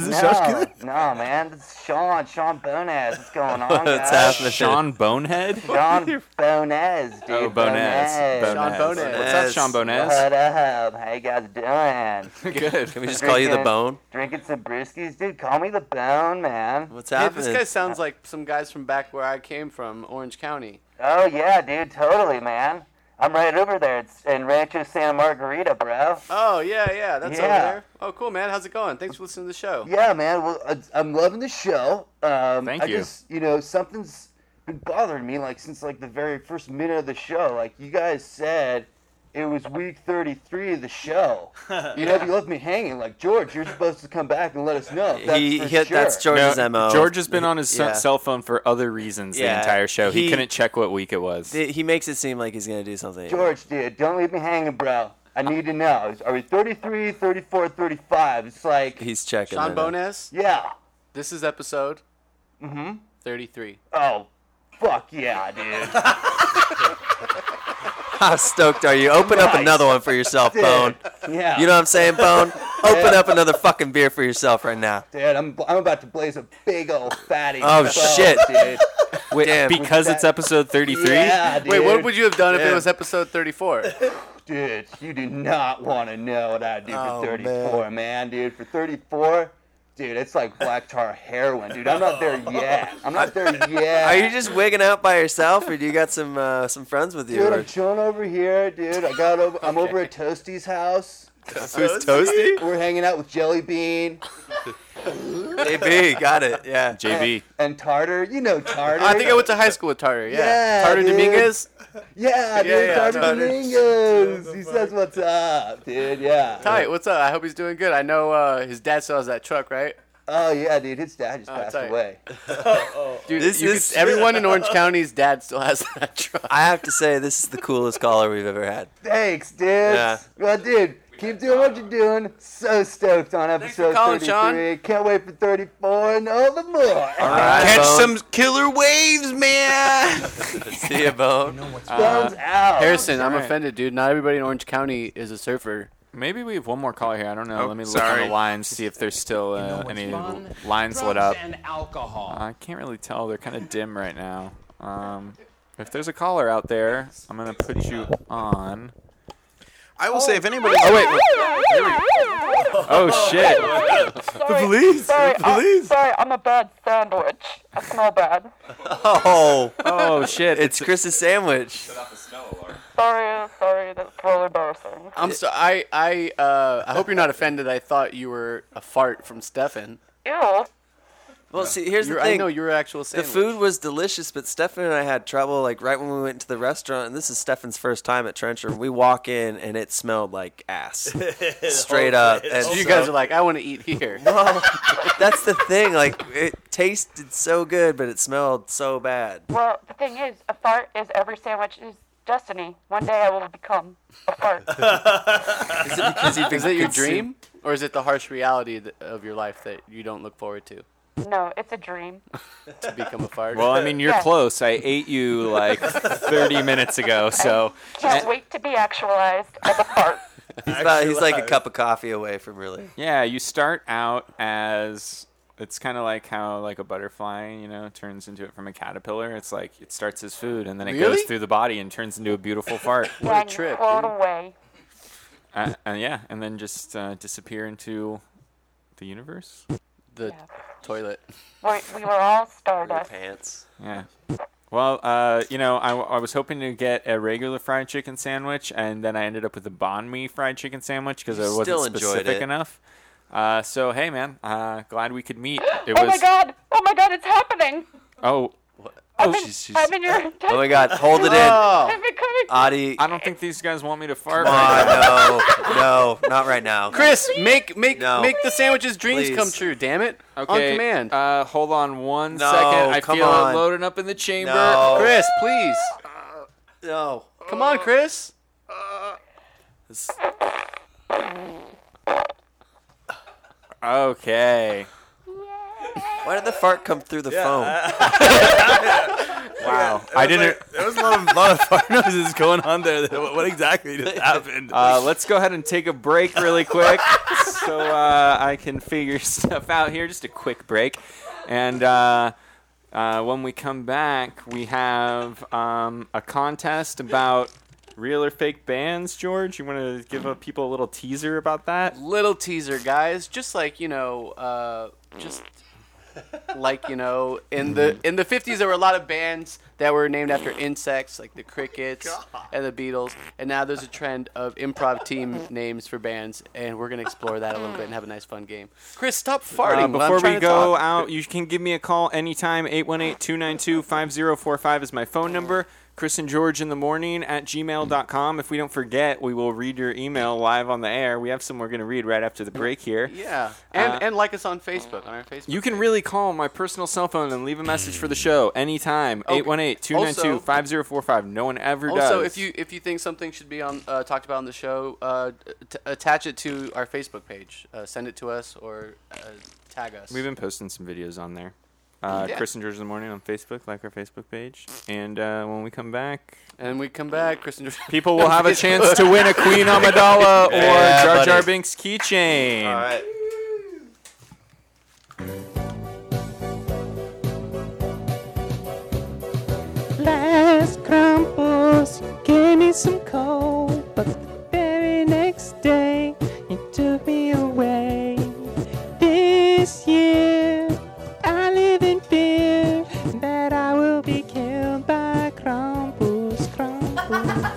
Speaker 15: no, no, man, it's Sean, Sean Bonez. What's going on,
Speaker 4: What's
Speaker 15: guys?
Speaker 4: happening? Sean Bonehead?
Speaker 15: Sean Bonez, dude.
Speaker 4: Oh, Bonez. Sean Bonez. What's up, Sean Bonez?
Speaker 15: What up? How you guys doing?
Speaker 4: Good.
Speaker 6: Can we just call you the
Speaker 15: Drinking-
Speaker 6: Bone?
Speaker 15: Drinking some brewskis, dude. Call me the Bone, man.
Speaker 6: What's
Speaker 5: Hey, this guy sounds like some guys from back where I came from, Orange County.
Speaker 15: Oh yeah, dude, totally, man. I'm right over there. It's in Rancho Santa Margarita, bro.
Speaker 5: Oh yeah, yeah, that's
Speaker 15: Yeah.
Speaker 5: over there. Oh cool, man. How's it going? Thanks for listening to the show.
Speaker 15: Yeah, man. Well, I- I'm loving the show. Um,
Speaker 5: Thank
Speaker 15: I
Speaker 5: you.
Speaker 15: Just, you know, something's been bothering me like since like the very first minute of the show. Like you guys said, it was week 33 of the show. You know, you left me hanging. Like George, you're supposed to come back and let us know. if That's
Speaker 6: He-
Speaker 15: for
Speaker 6: he-
Speaker 15: sure.
Speaker 6: that's George's MO.
Speaker 4: George has been on his
Speaker 6: Yeah.
Speaker 4: cell phone for other reasons the
Speaker 6: Yeah.
Speaker 4: entire show. He,
Speaker 6: He-
Speaker 4: couldn't check what week it was.
Speaker 6: Th- He makes it seem like he's gonna do something.
Speaker 15: George, dude, don't leave me hanging, bro. I need to know. Are we 33, 34, 35? It's like
Speaker 6: He's checking. it
Speaker 5: Sean
Speaker 6: out.
Speaker 5: Bonez.
Speaker 15: Yeah.
Speaker 5: This is episode. Mm-hmm. Thirty-three.
Speaker 15: Oh, fuck yeah, dude.
Speaker 6: How stoked are you? Open up
Speaker 15: Nice.
Speaker 6: another one for yourself,
Speaker 15: Dude,
Speaker 6: Bone.
Speaker 15: yeah.
Speaker 6: You know what I'm saying, Bone?
Speaker 15: Yeah.
Speaker 6: Open up another fucking beer for yourself right now.
Speaker 15: Dude, I'm, I'm about to blaze a big old fatty.
Speaker 6: Oh,
Speaker 15: bone,
Speaker 6: shit.
Speaker 15: dude.
Speaker 4: Wait,
Speaker 6: Damn.
Speaker 4: because it's episode 33?
Speaker 15: Yeah, dude.
Speaker 5: Wait, what would you have done if it
Speaker 15: Yeah.
Speaker 5: was episode thirty-four?
Speaker 15: Dude, you do not want to know what I do for
Speaker 5: Oh,
Speaker 15: 34, man. dude. For 34, dude, it's like black tar heroin, dude. I'm not there yet. I'm not there yet.
Speaker 6: Are you just wigging out by yourself, or do you got some uh, some friends with you?
Speaker 15: Dude,
Speaker 6: or-
Speaker 15: I'm chilling over here, dude. I got over. I'm over at Toasty's house.
Speaker 5: Who's Toasty?
Speaker 15: We're hanging out with Jelly Bean.
Speaker 5: JB, got it. Yeah.
Speaker 4: JB.
Speaker 15: And Tartar. You know Tartar.
Speaker 5: I think I went to high school with Tartar. Yeah.
Speaker 15: Yeah,
Speaker 5: Tartar
Speaker 15: dude.
Speaker 5: Dominguez.
Speaker 15: Yeah, dude,
Speaker 5: Yeah, yeah,
Speaker 15: Tartar
Speaker 5: Tartar.
Speaker 15: Dominguez. He says what's up, Uh, dude. Yeah.
Speaker 5: Tight. What's up? I hope he's doing good. I know uh, his dad sells that truck, right? Oh,
Speaker 15: Oh yeah, dude. His dad just passed away.
Speaker 5: Dude,
Speaker 6: This
Speaker 5: you could-
Speaker 6: is-
Speaker 5: everyone in Orange County's dad still has that truck.
Speaker 6: I have to say, this is the coolest caller we've ever had.
Speaker 15: Thanks, dude.
Speaker 6: Yeah.
Speaker 15: Well, dude, keep doing what you're doing. So stoked on episode
Speaker 6: calling,
Speaker 15: 33.
Speaker 6: Sean.
Speaker 15: Can't wait for 34 and all the more.
Speaker 8: Catch some killer waves, man. Uh,
Speaker 5: See you, Bone.
Speaker 15: Bones out.
Speaker 5: Uh, Harrison, I'm
Speaker 4: Alright.
Speaker 5: offended, dude. Not everybody in Orange County is a surfer.
Speaker 4: Maybe we have one more caller here. I don't know.
Speaker 5: Oh,
Speaker 4: Let me look
Speaker 5: sorry.
Speaker 4: on the lines, see if there's still uh, any
Speaker 2: fun?
Speaker 4: lines lit
Speaker 2: Drugs
Speaker 4: up.
Speaker 2: and alcohol.
Speaker 4: Uh, I can't really tell. They're kind of dim right now. Um, if there's a caller out there, I'm gonna put you on.
Speaker 8: I will say if anybody.
Speaker 4: Oh, wait, wait. Oh shit!
Speaker 8: The police,
Speaker 17: Sorry,
Speaker 8: the
Speaker 17: I'm, sorry, I'm a bad sandwich. I smell bad.
Speaker 6: Oh.
Speaker 4: Oh shit!
Speaker 6: It's Chris's sandwich.
Speaker 17: Sorry, sorry, that's probably embarrassing.
Speaker 5: I'm so I I uh, I hope you're not offended. I thought you were a fart from Stefan.
Speaker 17: Ew.
Speaker 6: Well, see, here's
Speaker 5: You're-
Speaker 6: the thing.
Speaker 5: I know you're actual
Speaker 6: the
Speaker 5: sandwich.
Speaker 6: food was delicious, but Stefan and I had trouble. Like right when we went to the restaurant, and this is Stefan's first time at Trencher. We walk in and it smelled like ass, straight up. And
Speaker 5: you
Speaker 6: so-
Speaker 5: guys are like, I want to eat here.
Speaker 6: Well, that's the thing. Like it tasted so good, but it smelled so bad.
Speaker 17: Well, the thing is, a fart is every sandwich is destiny. One day I will become a fart.
Speaker 5: Is it, because
Speaker 17: you've been
Speaker 5: is it your
Speaker 17: consumed-
Speaker 5: dream, or is it the harsh reality th- of your life that you don't look forward to
Speaker 17: No, it's a dream.
Speaker 5: to become a fart?
Speaker 4: Well, I mean, you're
Speaker 17: Yeah.
Speaker 4: close. I ate you like 30 minutes ago, so.
Speaker 17: Can't wait to be actualized as a fart.
Speaker 6: He's, about, he's like a cup of coffee away from really.
Speaker 4: Yeah, you start out as it's kind of like how like a butterfly, you know, turns into it from a caterpillar. It's like it starts as food and then it goes
Speaker 6: Really?
Speaker 4: through the body and turns into a beautiful fart.
Speaker 17: Then throw it away.
Speaker 4: Uh, and yeah, and then just uh, disappear into the universe.
Speaker 5: The toilet.
Speaker 17: We're, we were all stardust.
Speaker 6: Pants.
Speaker 4: Yeah. Well, uh, you know, I, I was hoping to get a regular fried chicken sandwich, and then I ended up with a banh mi fried chicken sandwich because I
Speaker 6: You
Speaker 4: wasn't
Speaker 6: still enjoyed
Speaker 4: specific
Speaker 6: it.
Speaker 4: enough. Uh, so hey, man, uh, glad we could meet. It
Speaker 17: oh
Speaker 4: was
Speaker 17: my god! Oh my god! It's happening.
Speaker 4: oh.
Speaker 17: I'm in, I'm in your.
Speaker 6: Oh my God! Hold it in,
Speaker 4: Oh.
Speaker 5: Oh.
Speaker 17: I'm becoming.
Speaker 4: Uh,
Speaker 6: Adi.
Speaker 4: I don't think these guys want me to fart. right now.
Speaker 6: Oh no, no, not right now.
Speaker 5: Chris, make make
Speaker 6: No.
Speaker 5: make the sandwiches dreams
Speaker 6: Please.
Speaker 5: come true. Damn it! On
Speaker 4: Okay,
Speaker 5: command,
Speaker 4: Uh, hold on one
Speaker 6: No,
Speaker 4: second. I
Speaker 6: come
Speaker 4: feel
Speaker 6: on.
Speaker 4: it loading up in the chamber.
Speaker 6: No.
Speaker 5: Chris, please.
Speaker 6: No.
Speaker 5: Come on, Chris.
Speaker 6: This-
Speaker 4: Okay.
Speaker 6: Why did the fart come through the phone?
Speaker 4: Wow. I didn't.
Speaker 7: There was a lot of, lot of fart noises going on there. What, what exactly just happened?
Speaker 4: Uh, let's go ahead and take a break really quick so uh, I can figure stuff out here. Just a quick break. And uh, uh, when we come back, we have um, a contest about real or fake bands. George, you want to give uh, people a little teaser about that?
Speaker 5: Little teaser, guys. Just like you know, uh, just like you know, in the in the fifties, there were a lot of bands that were named after insects, like the Crickets and the Beatles. And now there's a trend of improv team names for bands, and we're gonna explore that a little bit and have a nice fun game. Chris, stop farting.
Speaker 4: Uh,
Speaker 5: when Um, I'm
Speaker 4: before
Speaker 5: trying
Speaker 4: we
Speaker 5: to
Speaker 4: go
Speaker 5: talk.
Speaker 4: out, you can give me a call anytime. 818-292-5045 is my phone number. Chris and George in the morning at gmail.com. If we don't forget, we will read your email live on the air. We have some we're going to read right after the break here.
Speaker 5: Yeah, and
Speaker 4: Uh,
Speaker 5: and like us on Facebook on our Facebook.
Speaker 4: You can really call my personal cell phone and leave a message for the show anytime.
Speaker 5: Okay.
Speaker 4: 818-292-5045. No one ever does.
Speaker 5: Also, if you if you think something should be on uh, talked about on the show, uh, t- attach it to our Facebook page. Uh, send it to us or uh, tag us.
Speaker 4: We've been posting some videos on there. Uh,
Speaker 5: Yeah.
Speaker 4: Chris and George in the morning on Facebook, like our Facebook page. And uh, when we come back,
Speaker 5: and we come back, Kristen.
Speaker 4: People will have a chance to win a Queen Amidala or
Speaker 5: Yeah,
Speaker 4: Jar
Speaker 5: buddy.
Speaker 4: Jar Binks keychain.
Speaker 6: All right.
Speaker 14: Last crumples gave me some cold, but the very next day you took me away. This year I live in fear that I will be killed by crumples, crumples.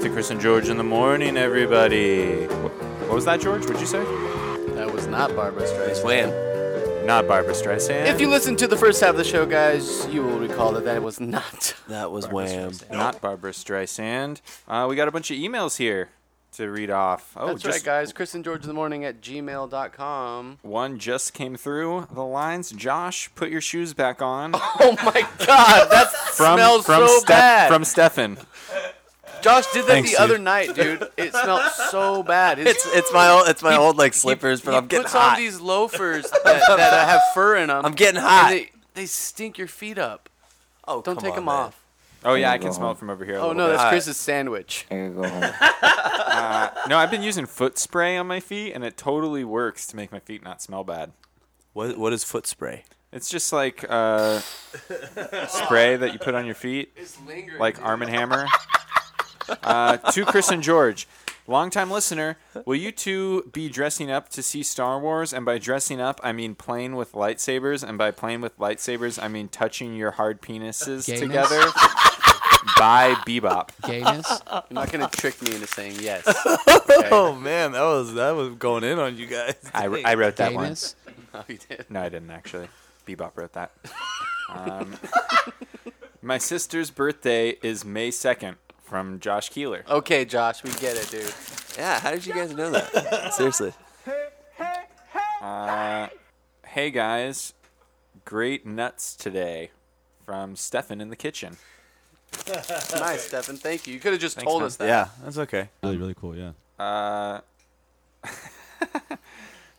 Speaker 4: to Chris and George in the morning, everybody. Wh- What was that, George? What'd you say?
Speaker 5: That was not Barbara Streisand.
Speaker 4: Not Barbara Streisand.
Speaker 5: If you listen to the first half of the show, guys, you will recall that that was not.
Speaker 4: That was Wham. Not Barbara Streisand. Uh, we got a bunch of emails here to read off. Oh,
Speaker 5: That's
Speaker 4: just
Speaker 5: right, guys. Chris and George in the morning at gmail.com.
Speaker 4: one just came through the lines. Josh, put your shoes back on.
Speaker 5: Oh my god, that smells
Speaker 4: from
Speaker 5: so
Speaker 4: Steph-
Speaker 5: bad.
Speaker 4: From Stefan.
Speaker 5: Josh did that
Speaker 4: Thanks,
Speaker 5: the
Speaker 4: dude.
Speaker 5: other night, dude. It smelled so bad. His-
Speaker 6: It's it's my old it's my old like slippers, but I'm getting
Speaker 5: puts
Speaker 6: hot.
Speaker 5: on these loafers that, that uh, have fur in them.
Speaker 6: I'm getting hot.
Speaker 5: They, they stink your feet up.
Speaker 6: Oh,
Speaker 5: don't
Speaker 6: come
Speaker 5: take
Speaker 6: on,
Speaker 5: them
Speaker 6: man.
Speaker 5: off.
Speaker 4: Oh yeah, I can smell it from over here. a
Speaker 5: Oh
Speaker 4: little
Speaker 5: no,
Speaker 4: bit.
Speaker 5: that's Chris's sandwich.
Speaker 4: Uh, no, I've been using foot spray on my feet, and it totally works to make my feet not smell bad.
Speaker 7: What What is foot spray?
Speaker 4: It's just like uh, spray that you put on your feet, like Arm and Hammer. Uh, to Chris and George, longtime listener, will you two be dressing up to see Star Wars? And by dressing up, I mean playing with lightsabers, and by playing with lightsabers, I mean touching your hard penises
Speaker 5: Gayness?
Speaker 4: together. by Bebop.
Speaker 5: Gayness? You're not gonna trick me into saying yes.
Speaker 7: Oh man, that was that was going in on you guys.
Speaker 4: I, I wrote that one.
Speaker 5: Oh, you did.
Speaker 4: No, I didn't actually. Bebop wrote that. Um, my sister's birthday is May 2nd from Josh Keeler.
Speaker 5: Okay, Josh, we get it, dude.
Speaker 6: Yeah, how did you guys know that? Seriously.
Speaker 4: Uh, hey guys, great nuts today from Stefan in the kitchen.
Speaker 5: nice, Stefan. Thank you. You could have just
Speaker 4: Thanks,
Speaker 5: told
Speaker 4: man.
Speaker 5: us that.
Speaker 7: that's okay.
Speaker 13: Really, really cool. Yeah.
Speaker 4: Uh,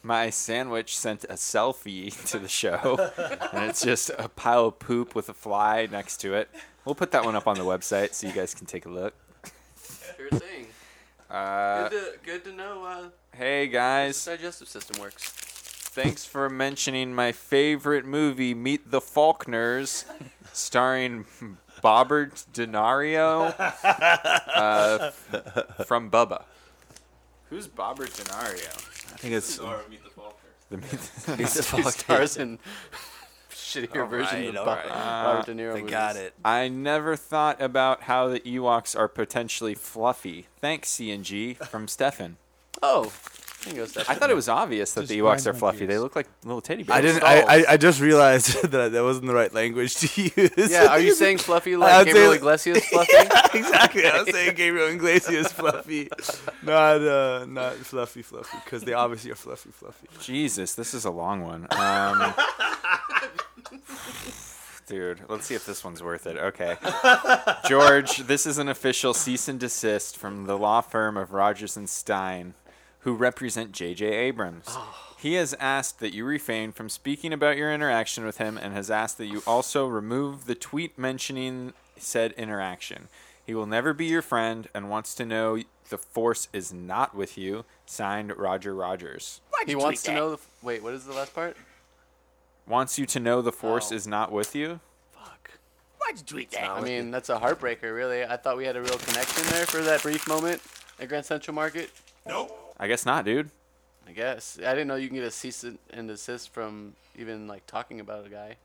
Speaker 4: my sandwich sent a selfie to the show, and it's just a pile of poop with a fly next to it. We'll put that one up on the website so you guys can take a look.
Speaker 5: Sure thing.
Speaker 4: Uh,
Speaker 5: good, to, good to know. Uh,
Speaker 4: hey guys,
Speaker 5: the digestive system works.
Speaker 4: Thanks for mentioning my favorite movie, Meet the Faulkners, starring Bobbert Denario uh, from Bubba. Who's Bobbert Denario?
Speaker 7: I think it's
Speaker 4: The Meet the,
Speaker 5: Meet the Faulkners. Stars in shittier version of Bob-
Speaker 4: Ah,
Speaker 5: Robert De Niro. movies.
Speaker 4: I never thought about how the Ewoks are potentially fluffy. Thanks, CNG, from Stefan.
Speaker 5: Oh, there goes that.
Speaker 4: I thought it was obvious that the Ewoks are fluffy. They look like little teddy bears. Oh.
Speaker 7: I didn't. I, I, I just realized that that wasn't the right language to use.
Speaker 5: Yeah, are you saying fluffy like
Speaker 7: I'd say-
Speaker 5: Gabriel Iglesias fluffy?
Speaker 7: exactly. I was saying Gabriel Iglesias fluffy, not uh, not fluffy fluffy, because they obviously are fluffy fluffy.
Speaker 4: Jesus, this is a long one. Um, dude, let's see if this one's worth it. Okay. George, this is an official cease and desist from the law firm of Rogers and Stein, who represent J.J. Abrams.
Speaker 5: Oh.
Speaker 4: He has asked that you refrain from speaking about your interaction with him and has asked that you also remove the tweet mentioning said interaction. He will never be your friend and wants to know the force is not with you. Signed, Roger Rogers
Speaker 5: he wants to know. The, f- wait, what is the last part?
Speaker 4: wants you to know the
Speaker 5: Oh.
Speaker 4: force is not with you.
Speaker 5: Why'd you tweet that? I mean, that's a heartbreaker, really. I thought we had a real connection there for that brief moment at Grand Central Market.
Speaker 4: I guess not, dude.
Speaker 5: I guess I didn't know you can get a cease and desist from even like talking about a guy.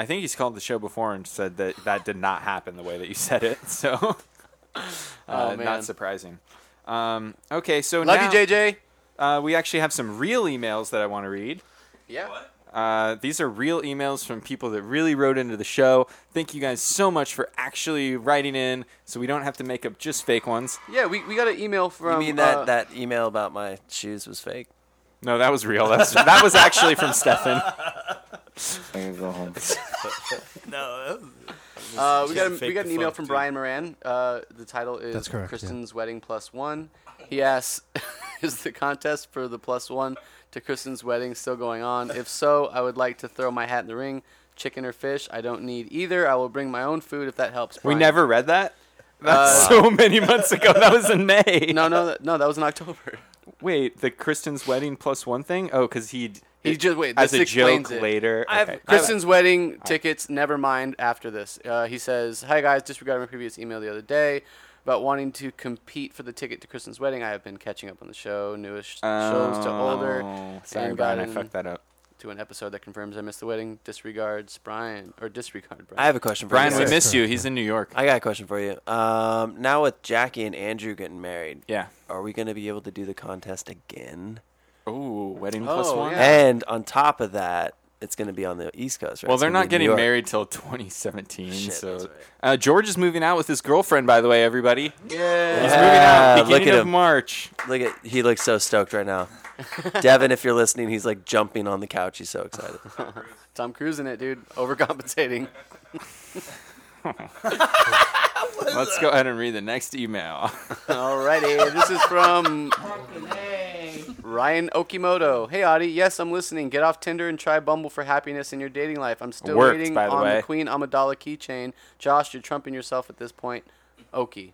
Speaker 4: I think he's called the show before and said that that did not happen the way that you said it. So, uh,
Speaker 5: Oh, man.
Speaker 4: not surprising. Um, okay, so
Speaker 5: Love you,
Speaker 4: now,
Speaker 5: JJ.
Speaker 4: Uh, we actually have some real emails that I want to read.
Speaker 5: Yeah.
Speaker 4: Uh, these are real emails from people that really wrote into the show. Thank you guys so much for actually writing in, so we don't have to make up just fake ones.
Speaker 5: Yeah, we, we got an email from.
Speaker 6: you mean that
Speaker 5: uh,
Speaker 6: that email about my shoes was fake?
Speaker 4: No, that was real. That's, that was actually from Stefan.
Speaker 7: no.
Speaker 5: Uh, we got a, we got an email from Brian Moran. Uh, the title is
Speaker 7: That's correct, yeah.
Speaker 5: Kristen's wedding plus one. He asks, "Is the contest for the plus one to Kristen's wedding still going on? If so, I would like to throw my hat in the ring. Chicken or fish? I don't need either. I will bring my own food if that helps."
Speaker 4: We
Speaker 5: Brian.
Speaker 4: never read that. That's
Speaker 5: Uh,
Speaker 4: so many months ago. That was in May.
Speaker 5: No, no, that- no. That was in October.
Speaker 4: Wait, the Kristen's wedding plus one thing? Oh, because he
Speaker 5: He just wait.
Speaker 4: as
Speaker 5: this
Speaker 4: a
Speaker 5: explains
Speaker 4: joke
Speaker 5: it.
Speaker 4: later. okay.
Speaker 5: Kristen's wedding tickets. Never mind. After this, uh, he says, "Hi guys, disregarding my previous email the other day about wanting to compete for the ticket to Kristen's wedding. I have been catching up on the show, newest shows to older,
Speaker 4: Oh, Sorry,
Speaker 5: and
Speaker 4: Brian, I
Speaker 5: gotten
Speaker 4: fucked that up.
Speaker 5: to an episode that confirms I missed the wedding. Disregards Brian or disregard Brian.
Speaker 6: I have a question for
Speaker 5: Brian.
Speaker 6: you.
Speaker 4: Brian, we miss you. He's in New York.
Speaker 6: I got a question for you. Um, now with Jackie and Andrew getting married,
Speaker 4: yeah,
Speaker 6: are we going to be able to do the contest again?
Speaker 4: Ooh, wedding plus Oh, one? yeah.
Speaker 6: And on top of that, it's going to be on the East Coast, right?
Speaker 4: Well,
Speaker 6: It's
Speaker 4: they're
Speaker 6: gonna
Speaker 4: not
Speaker 6: be in New
Speaker 4: getting
Speaker 6: York.
Speaker 4: married till 2017. so uh, George is moving out with his girlfriend, by the way, everybody. Yeah, he's moving
Speaker 6: Yeah,
Speaker 4: out
Speaker 6: look
Speaker 4: beginning
Speaker 6: at
Speaker 4: of
Speaker 6: him.
Speaker 4: March.
Speaker 6: Look at he looks so stoked right now. Devin, if you're listening, he's like jumping on the couch. He's so excited.
Speaker 5: Tom Cruise in it, dude. Overcompensating.
Speaker 4: Let's go ahead and read the next email.
Speaker 5: Alrighty, this is from Ryan Okimoto. Hey, Adi. Yes, I'm listening. Get off Tinder and try Bumble for happiness in your dating life. I'm still
Speaker 4: Worked,
Speaker 5: waiting
Speaker 4: by the
Speaker 5: on
Speaker 4: way.
Speaker 5: the Queen Amidala keychain. Josh, you're trumping yourself at this point. Okie.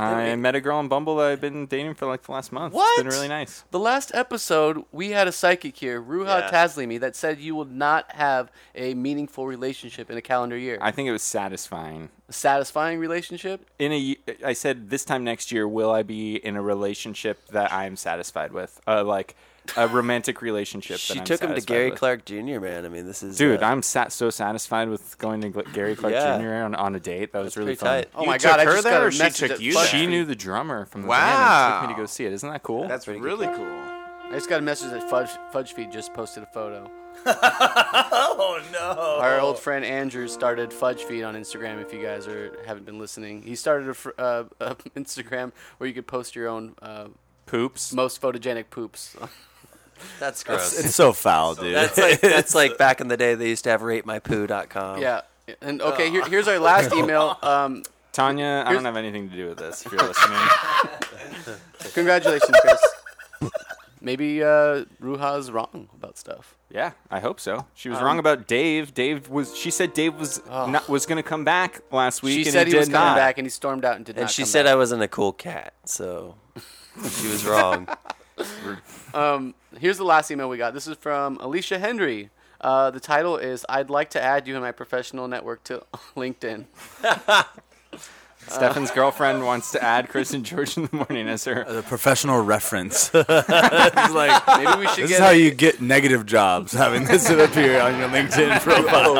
Speaker 4: I met a girl on Bumble that I've been dating for like the last month. It's been
Speaker 5: What?
Speaker 4: really nice.
Speaker 5: The last episode, we had a psychic here, Ruha
Speaker 4: Yeah.
Speaker 5: Taslimi, that said you will not have a meaningful relationship in a calendar year.
Speaker 4: I think it was satisfying.
Speaker 5: Satisfying relationship?
Speaker 4: In a, y- I said this time next year, will I be in a relationship that I'm satisfied with, uh, like a romantic relationship?
Speaker 6: She
Speaker 4: that I'm
Speaker 6: took him to
Speaker 4: satisfied
Speaker 6: Gary
Speaker 4: with.
Speaker 6: Clark Jr. Man, I mean, this is
Speaker 4: Dude,
Speaker 6: uh,
Speaker 4: I'm sat so satisfied with going to Gl- Gary Clark
Speaker 6: Yeah.
Speaker 4: Jr. On, on a date. That was really
Speaker 6: pretty
Speaker 4: fun.
Speaker 6: tight. Oh You my took God, I her just got there a or she
Speaker 5: message took at you Buzzfeed. there?
Speaker 4: She knew the drummer from the band and took me to go see it. Isn't that cool?
Speaker 5: That's
Speaker 4: Pretty
Speaker 5: really
Speaker 4: good.
Speaker 5: cool. I just got a message that Fudge, Fudge Feed just posted a photo.
Speaker 7: Oh no!
Speaker 5: Our old friend Andrew started Fudge Feed on Instagram. If you guys are haven't been listening, he started a, fr- uh, uh, Instagram where you could post your own uh,
Speaker 4: poops,
Speaker 5: most photogenic poops.
Speaker 6: That's gross.
Speaker 5: It's- it's
Speaker 7: so foul, dude.
Speaker 6: That's like that's like back in the day they used to have ratemypoo.com.
Speaker 5: yeah, and okay, here, here's our last email. Um,
Speaker 4: Tanya, Uh, I
Speaker 5: Here's-
Speaker 4: don't have anything to do with this. If you're listening,
Speaker 5: congratulations, Chris. Maybe uh, Ruha's wrong about stuff.
Speaker 4: yeah, I hope so. She was
Speaker 5: Um,
Speaker 4: wrong about Dave. Dave was. She said Dave was not, was going to come back last week.
Speaker 5: She
Speaker 4: and
Speaker 5: said
Speaker 4: he,
Speaker 5: he was
Speaker 4: did
Speaker 5: coming
Speaker 4: not.
Speaker 5: back, and he stormed out and did
Speaker 6: And
Speaker 5: not
Speaker 6: she
Speaker 5: come
Speaker 6: said
Speaker 5: back.
Speaker 6: I wasn't a cool cat, so she was wrong.
Speaker 5: um, here's the last email we got. This is from Alicia Henry. Uh, the title is "I'd like to add you in my professional network to LinkedIn." Uh,
Speaker 4: Stefan's girlfriend wants to add Chris and George in the morning as her.
Speaker 7: The professional reference. It's like
Speaker 5: maybe we should
Speaker 7: this
Speaker 5: get
Speaker 7: is how you get negative jobs. Having this appear on your LinkedIn profile.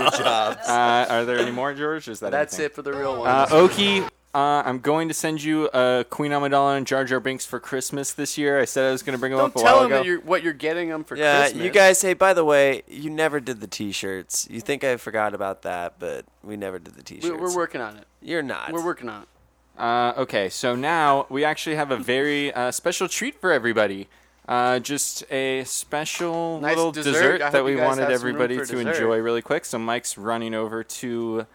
Speaker 4: Uh, are there any more, George? Is that
Speaker 5: That's
Speaker 4: everything?
Speaker 5: it for the real one.
Speaker 4: Uh, Oki, uh, I'm going to send you uh, Queen Amidala and Jar Jar Binks for Christmas this year. I said I was going to bring them
Speaker 5: Don't
Speaker 4: up a
Speaker 5: tell
Speaker 4: while
Speaker 5: them
Speaker 4: ago.
Speaker 5: that you're, what you're getting them for
Speaker 6: yeah,
Speaker 5: Christmas.
Speaker 6: Uh, you guys. Hey, by the way, you never did the T-shirts. You think I forgot about that, but we never did the
Speaker 5: We,
Speaker 6: T-shirts.
Speaker 5: we're working on it.
Speaker 6: You're not.
Speaker 5: We're working on it.
Speaker 4: Uh, okay, so now we actually have a very uh, special treat for everybody. Uh, just a special
Speaker 5: Nice
Speaker 4: little
Speaker 5: dessert.
Speaker 4: dessert,
Speaker 5: I hope
Speaker 4: that we
Speaker 5: you guys
Speaker 4: wanted
Speaker 5: have some room
Speaker 4: everybody to
Speaker 5: for dessert.
Speaker 4: enjoy really quick. So Mike's running over to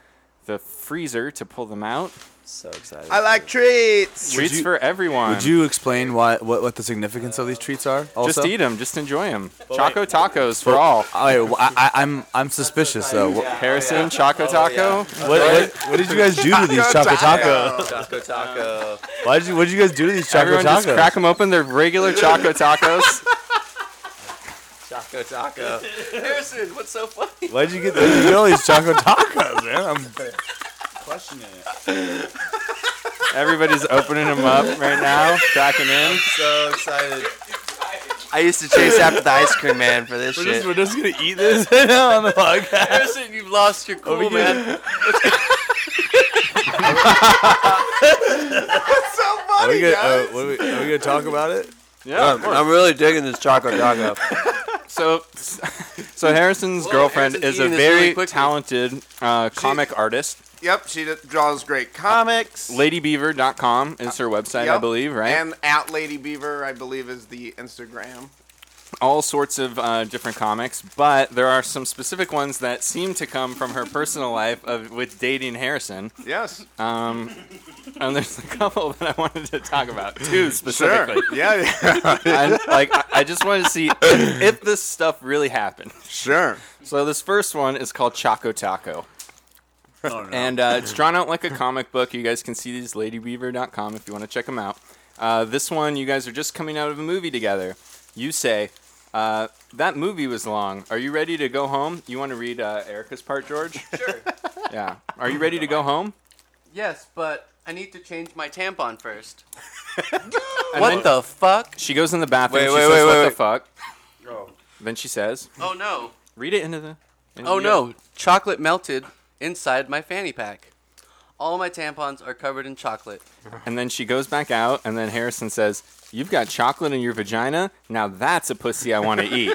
Speaker 4: the freezer to pull them out.
Speaker 6: So excited!
Speaker 8: I like treats.
Speaker 4: Treats for everyone.
Speaker 7: Would you explain why, what, what the significance of these treats are? Also?
Speaker 4: Just eat them. Just enjoy them. Choco tacos for all.
Speaker 7: I, I, I'm I'm suspicious though. What,
Speaker 4: Harrison, Choco Taco.
Speaker 7: Oh, what, what, what did you guys do to these choco tacos?
Speaker 6: Taco Taco.
Speaker 7: Why did you what did you guys do to these choco
Speaker 4: Everyone
Speaker 7: tacos?
Speaker 4: just crack them open. They're regular Choco Tacos.
Speaker 6: Taco Taco.
Speaker 5: Harrison, what's so funny?
Speaker 7: Why did you get, where did you get all these choco tacos, man? I'm,
Speaker 9: Questioning it.
Speaker 4: Everybody's opening them up right now, cracking in.
Speaker 6: so excited. I used to chase after the ice cream man for this
Speaker 7: we're,
Speaker 6: shit.
Speaker 7: just, we're just gonna eat this on the podcast.
Speaker 5: Harrison, you've lost your cool, man.
Speaker 9: That's so
Speaker 7: Are
Speaker 9: funny,
Speaker 7: we gonna, uh,
Speaker 9: guys.
Speaker 7: what are, we, are we gonna talk about it? Um,
Speaker 4: Yeah, of
Speaker 6: I'm, I'm really digging this Choco Taco.
Speaker 4: So, so Harrison's girlfriend
Speaker 8: Harrison's
Speaker 4: is a
Speaker 8: eating this
Speaker 4: very
Speaker 8: really quickly.
Speaker 4: talented uh, comic artist.
Speaker 8: Yep, she d- draws great comics.
Speaker 4: LadyBeaver.com is her website, I
Speaker 8: Yep.
Speaker 4: believe, right?
Speaker 8: And at Lady Beaver, I believe, is the Instagram.
Speaker 4: All sorts of uh, different comics, but there are some specific ones that seem to come from her personal life of with dating Harrison.
Speaker 8: Yes.
Speaker 4: Um, and there's a couple that I wanted to talk about too specifically.
Speaker 8: Sure. Yeah, yeah.
Speaker 4: I, like I, I just wanted to see if, if this stuff really happened.
Speaker 8: Sure.
Speaker 4: So this first one is called Choco Taco.
Speaker 6: Oh,
Speaker 4: And uh, it's drawn out like a comic book. You guys can see these ladybeaver.com if you want to check them out. Uh, this one, you guys are just coming out of a movie together. You say, uh, That movie was long. Are you ready to go home? You want to read uh, Erica's part, George? Sure. yeah. Are you ready to go home?
Speaker 5: Yes, but I need to change my tampon first.
Speaker 4: And
Speaker 5: what
Speaker 4: then-
Speaker 5: the fuck?
Speaker 4: She goes in the bathroom.
Speaker 6: Wait,
Speaker 4: she
Speaker 6: wait,
Speaker 4: says,
Speaker 6: wait, Oh.
Speaker 4: What
Speaker 6: wait,
Speaker 4: the
Speaker 6: wait.
Speaker 4: fuck? Then she says,
Speaker 5: Oh no.
Speaker 4: Read it into the. into
Speaker 5: Oh
Speaker 4: the-
Speaker 5: no, chocolate melted inside my fanny pack. All my tampons are covered in chocolate.
Speaker 4: And then she goes back out, and then Harrison says, You've got chocolate in your vagina? Now that's a pussy I want to eat.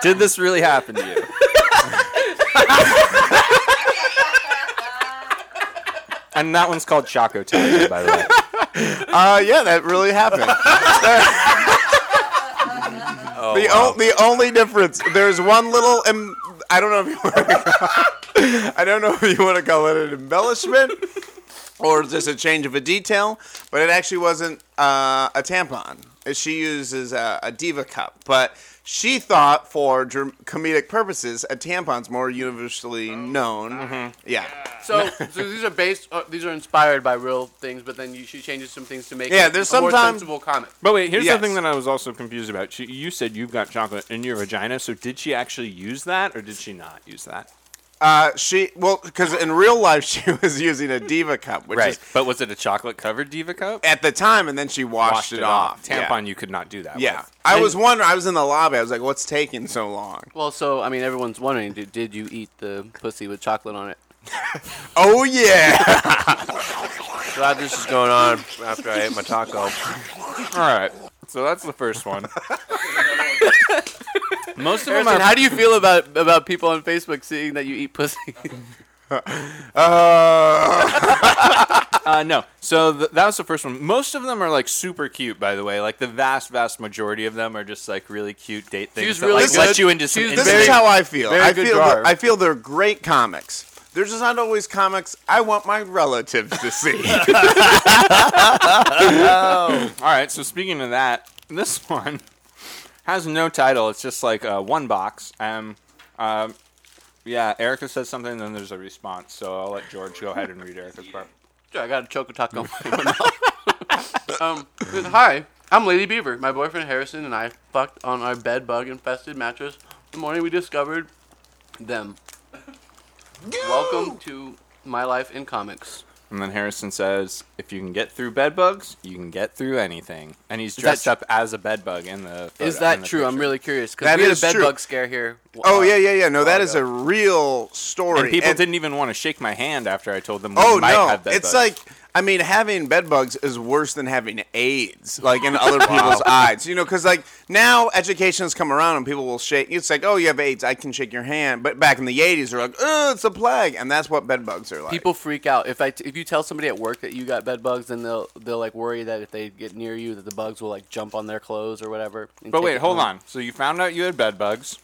Speaker 4: Did this really happen to you? and that one's called Choco Time, by the way.
Speaker 8: Uh, yeah, that really happened.
Speaker 5: Oh,
Speaker 8: the,
Speaker 4: Oh, wow.
Speaker 8: o- the only difference there's one little em- I don't know if you want to I don't know if you want to call it an embellishment or just a change of a detail, but it actually wasn't uh, a tampon. She uses a, a diva cup, but she thought for dr- comedic purposes a tampon's more
Speaker 4: Oh.
Speaker 8: universally known.
Speaker 4: Uh-huh.
Speaker 8: Yeah.
Speaker 5: So, so these are based, uh, these are inspired by real things, but then you, she changes some things to make
Speaker 8: Yeah,
Speaker 5: it
Speaker 8: there's
Speaker 5: a more
Speaker 8: sometime-
Speaker 5: sensible comment.
Speaker 4: But wait, here's
Speaker 5: Yes.
Speaker 4: the thing that I was also confused about. She, you said you've got chocolate in your vagina, so did she actually use that or did she not use that?
Speaker 8: Uh, she well, because in real life she was using a diva cup, which is
Speaker 4: But was it a chocolate covered diva cup?
Speaker 8: at the time, and then she washed,
Speaker 4: Washed
Speaker 8: it,
Speaker 4: it
Speaker 8: off.
Speaker 4: off. Tampon, you could not do that
Speaker 8: Yeah,
Speaker 4: with.
Speaker 8: I
Speaker 4: And-
Speaker 8: was wondering. I was in the lobby. I was like, "What's taking so long?"
Speaker 5: Well, so I mean, everyone's wondering, did, did you eat the pussy with chocolate on it?
Speaker 8: oh yeah.
Speaker 5: so I just
Speaker 13: This is going on after I ate my taco.
Speaker 4: All right. So that's the first one. Most of them
Speaker 5: Harrison,
Speaker 4: are-
Speaker 5: How do you feel about about people on Facebook seeing that you eat pussy?
Speaker 4: uh, no. So th- that was the first one. Most of them are like super cute, by the way. Like the vast, vast majority of them are just like really cute date things
Speaker 8: She's
Speaker 4: that like, let you into some.
Speaker 8: This
Speaker 4: intimate-
Speaker 8: is how I feel. I feel.
Speaker 4: drawer.
Speaker 8: I feel they're great comics. They're just not always comics I want my relatives to see.
Speaker 5: Oh.
Speaker 4: All right. So speaking of that, this one has no title. It's just like uh, one box. Um, um, yeah. Erica says something, and then there's a response. So I'll let George go ahead and read Erica's part.
Speaker 5: Sure, I got a choco taco. um, it was, hi, I'm Lady Beaver. My boyfriend Harrison and I fucked on our bed bug infested mattress. The morning we discovered them. Welcome to my life in comics.
Speaker 4: And then Harrison says, "If you can get through bed bugs, you can get through anything." And he's
Speaker 5: Is that
Speaker 4: dressed
Speaker 5: tr-
Speaker 4: up as a bed bug in the. photo-
Speaker 5: Is
Speaker 4: in
Speaker 5: that
Speaker 4: the
Speaker 5: true? I'm
Speaker 4: picture.
Speaker 5: really curious because
Speaker 4: That
Speaker 5: we had a
Speaker 4: is
Speaker 5: bed
Speaker 4: true.
Speaker 5: bug scare here.
Speaker 8: oh yeah, yeah, yeah. No, that is a real story.
Speaker 4: And people
Speaker 8: And-
Speaker 4: didn't even want to shake my hand after I told them. We
Speaker 8: Oh
Speaker 4: might
Speaker 8: no!
Speaker 4: have bed
Speaker 8: it's
Speaker 4: bugs.
Speaker 8: like I mean, having bed bugs is worse than having AIDS, like in other people's
Speaker 4: Wow.
Speaker 8: eyes. You know, because like now education has come around and people will shake. It's like, oh, you have AIDS, I can shake your hand. But back in the '80s, they're like, oh, it's a plague, and that's what bed bugs are like.
Speaker 5: People freak out if I t- if you tell somebody at work that you got bed bugs, then they'll they'll like worry that if they get near you, that the bugs will like jump on their clothes or whatever. and
Speaker 4: But
Speaker 5: take
Speaker 4: wait,
Speaker 5: it
Speaker 4: hold
Speaker 5: home.
Speaker 4: on. So you found out you had bed bugs.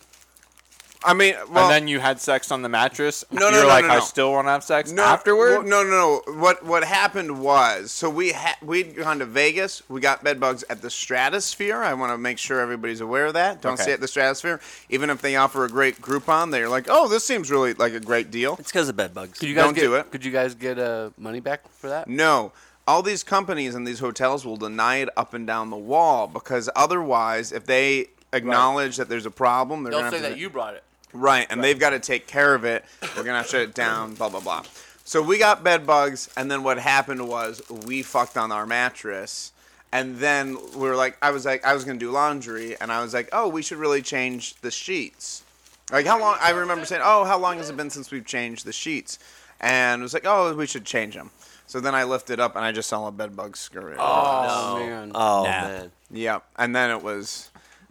Speaker 8: I mean,
Speaker 4: and
Speaker 8: well-
Speaker 4: then you had sex on the mattress.
Speaker 8: No,
Speaker 4: you
Speaker 8: no,
Speaker 4: were
Speaker 8: no,
Speaker 4: like,
Speaker 8: no, no.
Speaker 4: I still want to have sex
Speaker 8: no,
Speaker 4: afterward.
Speaker 8: well, no, no, no. What what happened was, so we ha- we'd gone to Vegas. We got bed bugs at the Stratosphere. I want to make sure everybody's aware of that. Don't
Speaker 6: Okay.
Speaker 8: stay at the Stratosphere, even if they offer a great Groupon. They're like, oh, this seems really like a great deal. It's
Speaker 6: because of bed bugs.
Speaker 5: Could you guys
Speaker 8: Don't
Speaker 5: get,
Speaker 8: do it.
Speaker 5: Could you guys get uh, money back for that?
Speaker 8: No. All these companies and these hotels will deny it up and down the wall because otherwise, if they acknowledge that there's a problem, they're
Speaker 5: They'll
Speaker 8: going to
Speaker 5: say that you brought it.
Speaker 8: Right, and they've got to take care of it. We're going to have to shut it down, blah, blah, blah. So we got bed bugs, and then what happened was we fucked on our mattress. And then we were like, I was like, I was going to do laundry, and I was like, oh, we should really change the sheets. Like, how long? I remember saying, oh, how long has it been since we've changed the sheets? And it was like, oh, we should change them. So then I lifted up and I just saw a bed bug scurry.
Speaker 6: Oh, No. man. Oh,
Speaker 8: Nah.
Speaker 6: man.
Speaker 8: Yep. And then it was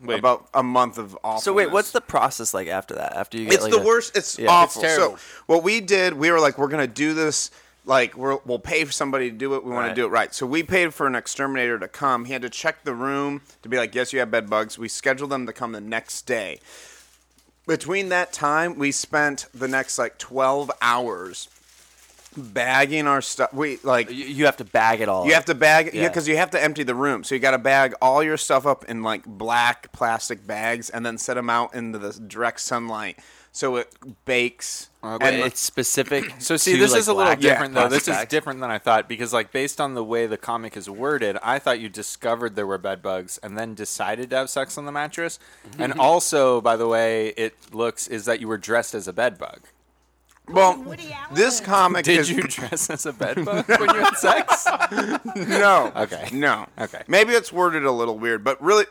Speaker 8: about a month of awfulness.
Speaker 6: So wait, what's the process like after that? After you get
Speaker 8: It's
Speaker 6: like
Speaker 8: the
Speaker 6: a-
Speaker 8: worst. It's
Speaker 6: Yeah.
Speaker 8: awful. so what we did, we were like, we're gonna do this. Like we're, we'll pay for somebody to do it. We want to
Speaker 6: Right.
Speaker 8: do it right. So we paid for an exterminator to come. He had to check the room to be like, yes, you have bed bugs. We scheduled them to come the next day. Between that time, we spent the next like twelve hours bagging our stuff. We like
Speaker 6: you, you have to bag it all.
Speaker 8: you
Speaker 6: up.
Speaker 8: have to bag yeah
Speaker 6: Yeah.
Speaker 8: because you have to empty the room so you got to bag all your stuff up in like black plastic bags and then set them out into the direct sunlight so it bakes
Speaker 4: Okay.
Speaker 8: and
Speaker 4: It's
Speaker 6: Uh, specific
Speaker 4: So see, this is a little different though. This is
Speaker 8: different.
Speaker 4: different than I thought because, like, based on the way the comic is worded, I thought you discovered there were bed bugs and then decided to have sex on the mattress. and also, by the way, it looks is that you were dressed as a bed bug.
Speaker 8: well this comic
Speaker 4: Did
Speaker 8: is-
Speaker 4: you dress as a bed bug when you had sex?
Speaker 8: no
Speaker 4: Okay.
Speaker 8: no
Speaker 4: Okay.
Speaker 8: maybe it's worded a little weird but really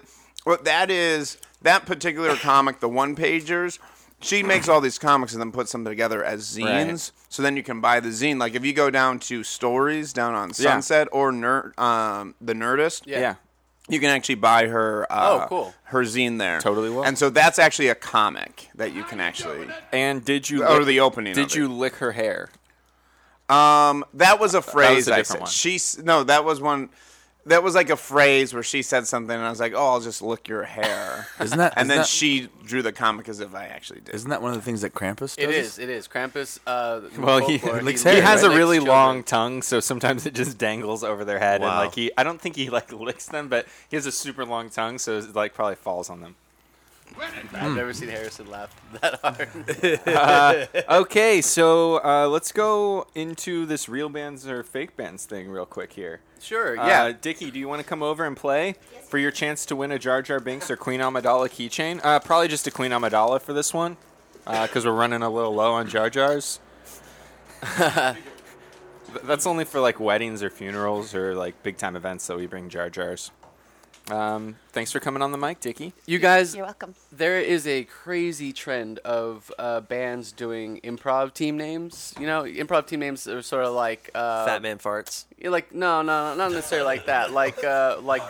Speaker 8: Well, that is that particular comic, the one pagers. She makes all these comics and then puts them together as zines. So then you can buy the zine. Like if you go down to Stories down on
Speaker 4: Yeah.
Speaker 8: Sunset or Nerd, um, the Nerdist.
Speaker 4: Yeah. Yeah.
Speaker 8: You can actually buy her. Uh,
Speaker 4: Oh, cool.
Speaker 8: Her zine there.
Speaker 4: Totally will.
Speaker 8: And so that's actually a comic that you can actually.
Speaker 4: And did you
Speaker 8: or
Speaker 4: lick-
Speaker 8: the opening?
Speaker 4: Did
Speaker 8: of
Speaker 4: you lick her hair?
Speaker 8: It. Um, that was a phrase
Speaker 4: a
Speaker 8: I
Speaker 4: different
Speaker 8: said.
Speaker 4: one.
Speaker 8: She s- no, that was one. That was like a phrase where she said something, and I was like, "Oh, I'll just lick your hair."
Speaker 13: Isn't that-
Speaker 8: And
Speaker 13: isn't
Speaker 8: then
Speaker 13: that-
Speaker 8: she drew the comic as if I actually did.
Speaker 13: Isn't that one of the things that Krampus does?
Speaker 5: It is. It is. Krampus. Uh,
Speaker 4: Well, he,
Speaker 5: folklore,
Speaker 4: he has
Speaker 5: licks
Speaker 4: a really
Speaker 5: children.
Speaker 4: long tongue, so sometimes it just dangles over their head, and
Speaker 5: Wow.
Speaker 4: like he, I don't think he like licks them, but he has a super long tongue, so it like probably falls on them.
Speaker 5: I've never seen Harrison laugh that hard.
Speaker 4: Uh,
Speaker 5: oh,
Speaker 4: okay, so uh, let's go into this real bands or fake bands thing real quick here.
Speaker 5: Sure,
Speaker 4: Uh,
Speaker 5: yeah.
Speaker 4: Dickie, do you want to come over and play for your chance to win a Jar Jar Binks or Queen Amidala keychain? Uh, probably just a Queen Amidala for this one, because we're running a little low on Jar Jars. Th- That's only for like weddings or funerals or like big time events that we bring Jar Jars. Um, thanks for coming on the mic, Dickie.
Speaker 5: You guys,
Speaker 17: You're welcome.
Speaker 5: There is a crazy trend of uh, bands doing improv team names. You know, improv team names are sort of like uh,
Speaker 6: Fat man farts.
Speaker 5: You're like no, no, not necessarily like that. Like uh, like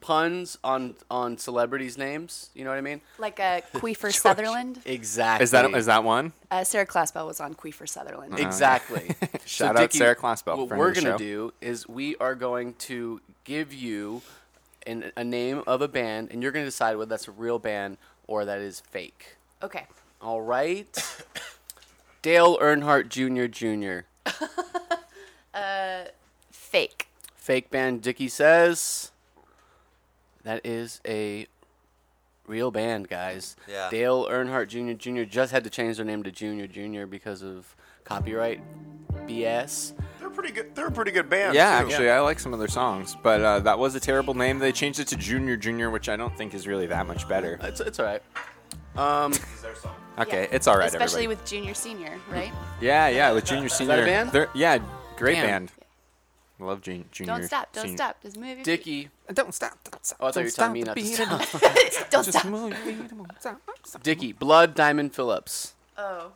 Speaker 5: puns on on celebrities' names. You know what I mean?
Speaker 19: Like a Queefer Sutherland.
Speaker 5: Exactly.
Speaker 4: Is that is that one?
Speaker 19: Uh, Sarah Claspel was on Queefer Sutherland.
Speaker 4: Uh,
Speaker 5: Exactly.
Speaker 4: Shout out Sarah Klossbaum,
Speaker 5: What
Speaker 4: friend
Speaker 5: we're
Speaker 4: of the
Speaker 5: gonna
Speaker 4: show.
Speaker 5: do is we are going to give you an, a name of a band, and you're going to decide whether that's a real band or that is fake.
Speaker 19: Okay.
Speaker 5: All right. Dale Earnhardt Jr. Jr.
Speaker 19: Uh, fake.
Speaker 5: Fake band Dickie says that is a real band, guys.
Speaker 6: Yeah.
Speaker 5: Dale Earnhardt Jr. Jr. just had to change their name to Junior Jr. because of copyright BS.
Speaker 8: They're pretty good. They're a pretty good band.
Speaker 4: Yeah,
Speaker 8: too.
Speaker 4: actually, I like some of their songs, but uh, that was a terrible name. They changed it to Junior Junior, which I don't think is really that much better.
Speaker 5: It's, it's all right. Um,
Speaker 4: Okay, it's all right,
Speaker 19: Especially
Speaker 4: everybody.
Speaker 19: with junior senior, right?
Speaker 4: yeah, yeah, with Junior
Speaker 5: that a
Speaker 4: Senior.
Speaker 5: band?
Speaker 4: They're- yeah, great
Speaker 5: Damn.
Speaker 4: band. Love Jun- Junior.
Speaker 19: don't stop. Don't
Speaker 4: Senior.
Speaker 19: stop. Just move your feet.
Speaker 5: Dickie.
Speaker 4: Don't stop. Don't stop.
Speaker 5: Oh, I thought you were telling me not to stop.
Speaker 19: don't
Speaker 4: Just
Speaker 19: stop.
Speaker 4: move your feet, come on, stop.
Speaker 5: Dickie Blood Diamond Phillips.
Speaker 19: Oh.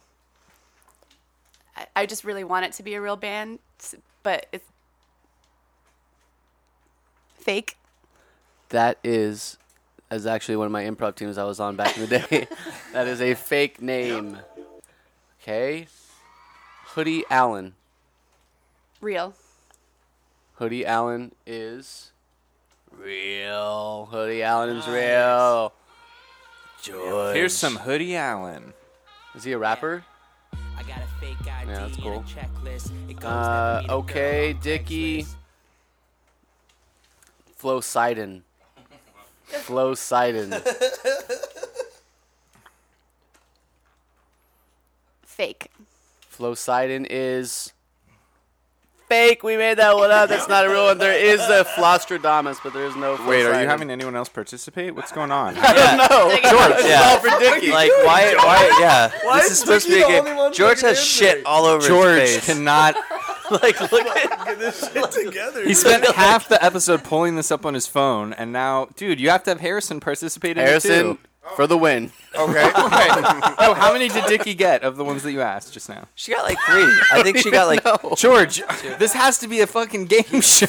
Speaker 19: I, I just really want it to be a real band, s- but it's fake.
Speaker 5: That is, is actually one of my improv teams I was on back in the day. that is a fake name. Okay. Hoodie Allen.
Speaker 19: Real.
Speaker 5: Hoodie Allen is real. Hoodie Allen is real. George.
Speaker 4: Here's some Hoodie Allen.
Speaker 5: Is he a rapper?
Speaker 20: I got a fake ID
Speaker 5: Yeah, that's cool.
Speaker 20: and a checklist. It goes never
Speaker 5: Uh,
Speaker 20: meet a
Speaker 5: okay,
Speaker 20: girl on
Speaker 5: Dickie.
Speaker 20: Craigslist.
Speaker 5: Flo Sidon. Flo Sidon.
Speaker 19: Fake.
Speaker 5: Flo Sidon is fake. We made that one up. That's not a real one. There is a Flostradamus, but there is no. Flo
Speaker 4: Wait, are you
Speaker 5: Sidon.
Speaker 4: having anyone else participate? What's going on?
Speaker 5: No,
Speaker 6: George, yeah.
Speaker 5: Not for Dickie.
Speaker 6: Like, why, why, yeah. this is supposed to be a
Speaker 5: Dickie the only
Speaker 6: game. George has shit all over
Speaker 4: George
Speaker 6: his face.
Speaker 4: cannot.
Speaker 6: like, look at
Speaker 7: Get this shit together.
Speaker 4: He spent half the episode pulling this up on his phone, and now, dude, you have to have Harrison participate in it too.
Speaker 5: Harrison for the win.
Speaker 4: Okay. right. Oh, how many did Dickie get of the ones that you asked just now?
Speaker 6: She got like three. I think she got like
Speaker 4: George. This has to be a fucking game show.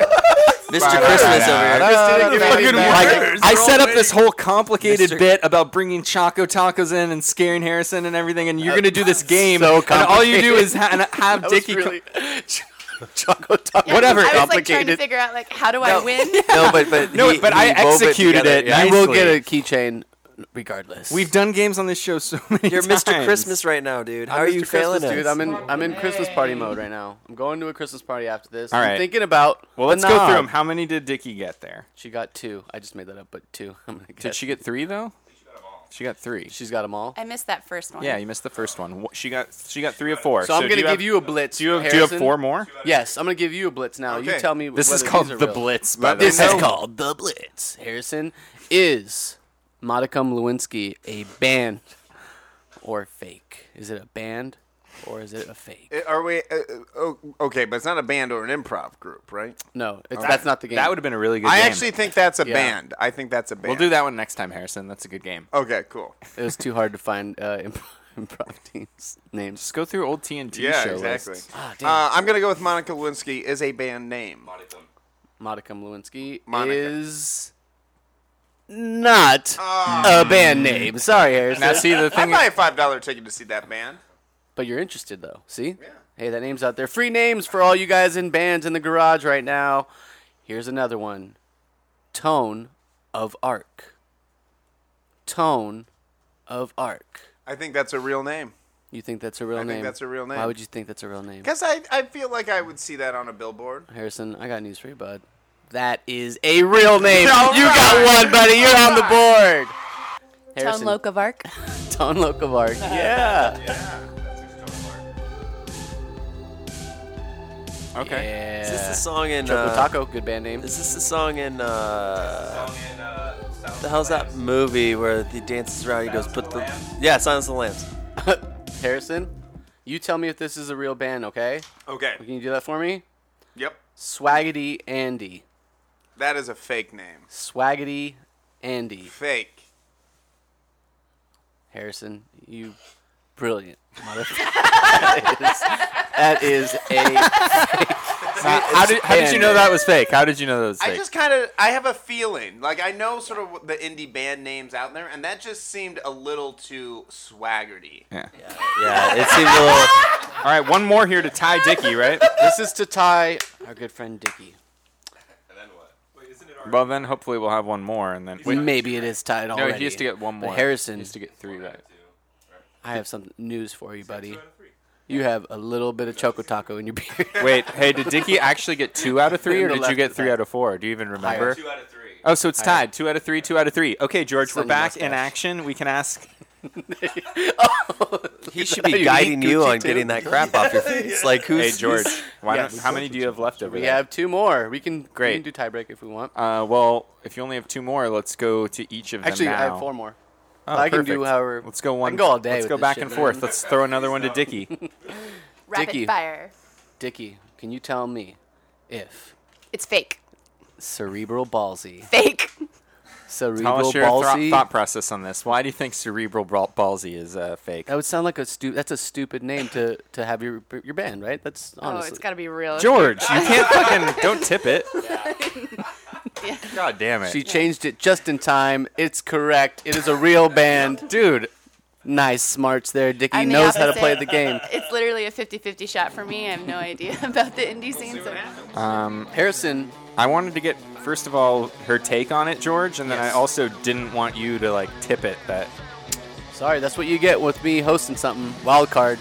Speaker 6: Mr. Christmas over here.
Speaker 4: Fucking weird. I set up this whole complicated
Speaker 6: Mr.
Speaker 4: bit about bringing Choco Tacos in and scaring Harrison and everything, and you're gonna do this game,
Speaker 5: so
Speaker 4: and all you do
Speaker 5: complicated.
Speaker 4: is ha- and have
Speaker 5: That was
Speaker 4: Dickie. co-
Speaker 5: really- Choco
Speaker 4: Uh,
Speaker 5: Taco.
Speaker 19: Yeah, I was like trying to figure out like how do I win?
Speaker 6: No, but but
Speaker 4: No,
Speaker 6: he-
Speaker 4: but
Speaker 6: he
Speaker 4: I
Speaker 6: wove
Speaker 4: executed
Speaker 6: together,
Speaker 4: it
Speaker 6: yeah.
Speaker 5: You will get a keychain regardless.
Speaker 4: We've done games on this show so many
Speaker 6: You're Mr.
Speaker 4: times.
Speaker 6: Christmas right now, dude. How
Speaker 5: I'm
Speaker 6: are
Speaker 5: Mr.
Speaker 6: you
Speaker 5: Christmas,
Speaker 6: failing us?
Speaker 5: dude? I'm in I'm in Christmas party mode right now. I'm going to a Christmas party after this.
Speaker 4: All
Speaker 5: I'm
Speaker 4: right.
Speaker 5: thinking about.
Speaker 4: Well,
Speaker 5: the
Speaker 4: let's go through
Speaker 5: knob.
Speaker 4: them. How many did Dickie get there?
Speaker 5: She got two. I just made that up, but two. I'm gonna
Speaker 4: Did she get three though? She got three.
Speaker 5: She's got them all.
Speaker 19: I missed that first one.
Speaker 4: Yeah, you missed the first one. Wh- She got she got three of four.
Speaker 5: So, I'm
Speaker 4: do
Speaker 5: gonna give
Speaker 4: have-
Speaker 5: you a blitz.
Speaker 4: Do you have, do you have
Speaker 5: Harrison.
Speaker 4: four more?
Speaker 5: Yes, I'm gonna give you a blitz now. You
Speaker 4: Okay.
Speaker 5: tell me.
Speaker 4: This is
Speaker 5: whether
Speaker 4: called
Speaker 5: these are
Speaker 4: the
Speaker 5: real.
Speaker 4: blitz, by the
Speaker 5: this
Speaker 4: way.
Speaker 5: is called the blitz. Harrison is Modicum Lewinsky a band or fake? Is it a band or is it a fake?
Speaker 8: Uh, Are we uh, uh, okay? But it's not a band or an improv group, right?
Speaker 5: No, it's, that's not the game.
Speaker 4: That would have been a really good
Speaker 8: I
Speaker 4: game.
Speaker 8: actually think that's a band. I think that's a band.
Speaker 4: We'll do that one next time, Harrison. That's a good game.
Speaker 8: Okay, cool.
Speaker 5: It was too hard to find uh, improv, improv teams names.
Speaker 4: Just go through old TNT
Speaker 8: yeah,
Speaker 4: show
Speaker 8: exactly.
Speaker 4: lists.
Speaker 5: Ah,
Speaker 8: uh, I'm gonna go with Monica Lewinsky is a band name.
Speaker 5: Modicum Lewinsky
Speaker 8: Monica.
Speaker 5: is not a band name. Sorry, Harrison.
Speaker 8: Now, Mm. see, the thing- I'd buy a $5 ticket to see that band.
Speaker 5: But you're interested though. See? Hey, that name's out there. Free names for all you guys in bands in the garage right now. Here's another one. Tone of Arc. Tone of Arc.
Speaker 8: I think that's a real name.
Speaker 5: You think that's a real
Speaker 8: I
Speaker 5: name?
Speaker 8: think that's a real name.
Speaker 5: Why would you think that's a real name?
Speaker 8: Because I, I feel like I would see that on a billboard.
Speaker 5: Harrison, I got news for you, bud. That is a real name.
Speaker 8: All
Speaker 5: you
Speaker 8: right.
Speaker 5: got one, buddy. You're on the board.
Speaker 19: Tone
Speaker 5: Harrison.
Speaker 19: Locovark.
Speaker 5: Tone Locovark. Yeah.
Speaker 4: Okay.
Speaker 6: Is this the song in
Speaker 5: Choco
Speaker 6: uh,
Speaker 5: Taco? Good band name.
Speaker 6: Is this the song in uh, the hell's that movie where he dances around? He goes, "Put the, yeah, Silence of the Lambs."
Speaker 5: Harrison, you tell me if this is a real band, okay?
Speaker 8: Okay.
Speaker 5: Can you do that for me?
Speaker 8: Yep.
Speaker 5: Swaggity Andy.
Speaker 8: That is a fake name.
Speaker 5: Swaggity Andy.
Speaker 8: Fake.
Speaker 5: Harrison, you brilliant motherfucker. that is a.
Speaker 4: Now, how did, how did you know that was fake? How did you know that was
Speaker 8: I
Speaker 4: fake?
Speaker 8: just kind of I have a feeling like I know sort of the indie band names out there, and that just seemed a little too swaggerty.
Speaker 4: yeah.
Speaker 8: Yeah, it seemed
Speaker 4: a little. All right, one more here to tie Dicky, right?
Speaker 5: This is to tie our good friend Dicky.
Speaker 4: Well, then hopefully we'll have one more, and then
Speaker 5: Maybe it is tied
Speaker 4: No,
Speaker 5: already.
Speaker 4: he has to get one
Speaker 5: But
Speaker 4: more.
Speaker 5: Harrison-
Speaker 4: he has to get three right.
Speaker 5: I have some news for you, buddy. You have a little bit of Choco Taco in your beard.
Speaker 4: Wait, hey, did Dicky actually get two out of three, or
Speaker 5: The
Speaker 4: did you
Speaker 5: left
Speaker 4: get
Speaker 5: is
Speaker 4: three out of four? Do you even remember?
Speaker 5: Two out of
Speaker 4: three. Oh, so it's
Speaker 5: Higher.
Speaker 4: tied. Two out of three, two out of three. Okay, George,
Speaker 5: Son
Speaker 4: we're
Speaker 5: of a
Speaker 4: back in
Speaker 5: mustache.
Speaker 4: action. We can ask.
Speaker 5: Oh.
Speaker 6: He should be guiding you on getting that crap off your face. Like who's
Speaker 4: Hey, George,
Speaker 6: who's-
Speaker 4: why don't, how many do you have left over
Speaker 5: We
Speaker 4: there?
Speaker 5: have two more. We can
Speaker 4: Great.
Speaker 5: We can do tiebreak if we want.
Speaker 4: Uh, well, if you only have two more, let's go to each of
Speaker 5: Actually,
Speaker 4: them now.
Speaker 5: I have four more.
Speaker 4: Oh,
Speaker 5: I can do
Speaker 4: perfect.
Speaker 5: however-
Speaker 4: Let's go
Speaker 5: I
Speaker 4: one.
Speaker 5: can go all day
Speaker 4: Let's
Speaker 5: with
Speaker 4: go
Speaker 5: this
Speaker 4: back
Speaker 5: shit,
Speaker 4: and
Speaker 5: man.
Speaker 4: forth. Let's throw another one to Dicky.
Speaker 19: Rapid
Speaker 5: Dicky.
Speaker 19: fire.
Speaker 5: Dicky, can you tell me if
Speaker 19: It's fake.
Speaker 5: cerebral ballsy?
Speaker 19: Fake.
Speaker 5: Cerebral
Speaker 4: Tell us your thro-
Speaker 5: ballsy.
Speaker 4: thought process on this. Why do you think cerebral bal- palsy is uh, fake?
Speaker 5: that would sound like a stu- That's a stupid name to, to have your your band, right? That's
Speaker 19: Oh,
Speaker 5: honestly.
Speaker 19: it's got to be real.
Speaker 4: George, you can't fucking don't tip it.
Speaker 19: Yeah.
Speaker 4: God damn it.
Speaker 5: She changed it just in time. It's correct. It is a real band,
Speaker 4: dude.
Speaker 5: Nice smarts there, Dicky.
Speaker 19: I'm the
Speaker 5: knows how to play
Speaker 19: opposite.
Speaker 5: the game.
Speaker 19: It's literally a 50-50 shot for me. I have no idea about the indie scene. so-
Speaker 4: Um,
Speaker 5: Harrison,
Speaker 4: I wanted to get first of all her take on it, George, and then I also didn't want you to like tip it that
Speaker 5: Sorry, that's what you get with me hosting something. Wild card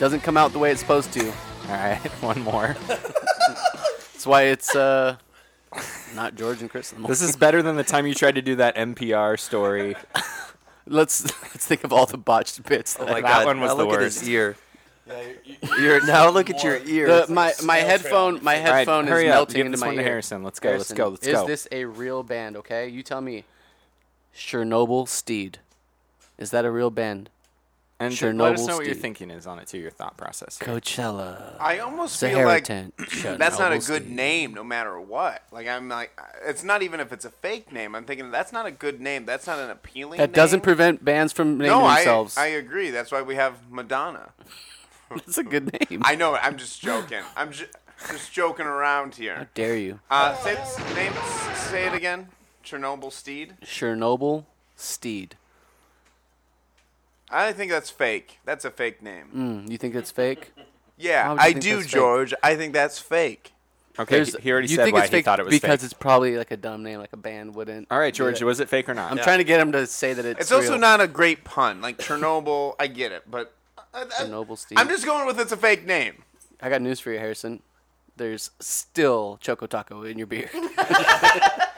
Speaker 5: doesn't come out the way it's supposed to.
Speaker 4: All right, one more.
Speaker 5: that's why it's uh, not George and Chris. anymore.
Speaker 4: this is better than the time you tried to do that NPR story.
Speaker 5: let's let's think of all the botched bits.
Speaker 4: Oh
Speaker 5: that
Speaker 4: my
Speaker 5: I've
Speaker 4: God,
Speaker 5: done.
Speaker 4: that one was Now the look at his worst. ear.
Speaker 5: You're- now look at your ear. The-
Speaker 6: It's
Speaker 5: my-
Speaker 6: like a
Speaker 5: my
Speaker 6: snail
Speaker 5: headphone-
Speaker 6: trail.
Speaker 5: my
Speaker 4: All right,
Speaker 5: headphone is
Speaker 4: hurry up.
Speaker 5: melting
Speaker 4: Give
Speaker 5: into
Speaker 4: this
Speaker 5: my
Speaker 4: one to
Speaker 5: ear.
Speaker 4: Harrison. Let's go, let's
Speaker 5: Harrison,
Speaker 4: go, let's
Speaker 5: is
Speaker 4: go.
Speaker 5: this a real band? Okay, you tell me. Chernobyl Steed. Is that a real band?
Speaker 4: And
Speaker 5: Chernobyl
Speaker 4: let us know what your
Speaker 5: Steed.
Speaker 4: thinking is on it too, your thought process. here.
Speaker 5: Coachella.
Speaker 8: I almost
Speaker 5: Sahara
Speaker 8: feel like
Speaker 5: tent.
Speaker 8: that's not a
Speaker 5: Chernobyl
Speaker 8: good
Speaker 5: Steed.
Speaker 8: name, no matter what. Like I'm like, it's not even if it's a fake name. I'm thinking that's not a good name. That's not an appealing.
Speaker 5: That doesn't
Speaker 8: name.
Speaker 5: prevent bands from naming
Speaker 8: no,
Speaker 5: themselves.
Speaker 8: I, I agree. That's why we have Madonna.
Speaker 5: That's a good name.
Speaker 8: I know. it. I'm just joking. I'm ju- just joking around here.
Speaker 5: Dare you?
Speaker 8: Uh, say this name. Say it again. Chernobyl Steed.
Speaker 5: Chernobyl Steed.
Speaker 8: I think that's fake. That's a fake name.
Speaker 5: Mm, you think it's fake? Why
Speaker 8: Yeah,
Speaker 5: would you
Speaker 8: I
Speaker 5: think
Speaker 8: do,
Speaker 5: that's fake?
Speaker 8: George. I think that's fake.
Speaker 4: Okay,
Speaker 5: There's-
Speaker 4: he already
Speaker 5: you
Speaker 4: said
Speaker 5: think
Speaker 4: why
Speaker 5: it's
Speaker 4: he
Speaker 5: fake
Speaker 4: thought it was
Speaker 5: because
Speaker 4: fake.
Speaker 5: it's probably like a dumb name, like a band wouldn't.
Speaker 4: All right,
Speaker 5: do
Speaker 4: George,
Speaker 5: that.
Speaker 4: was it fake or not?
Speaker 5: I'm trying to get him to say that it's.
Speaker 8: It's also
Speaker 5: real.
Speaker 8: not a great pun. Like Chernobyl, I get it, but I, I,
Speaker 5: Chernobyl Steve.
Speaker 8: I'm just going with it's a fake name.
Speaker 5: I got news for you, Harrison. There's still Choco Taco in your beer.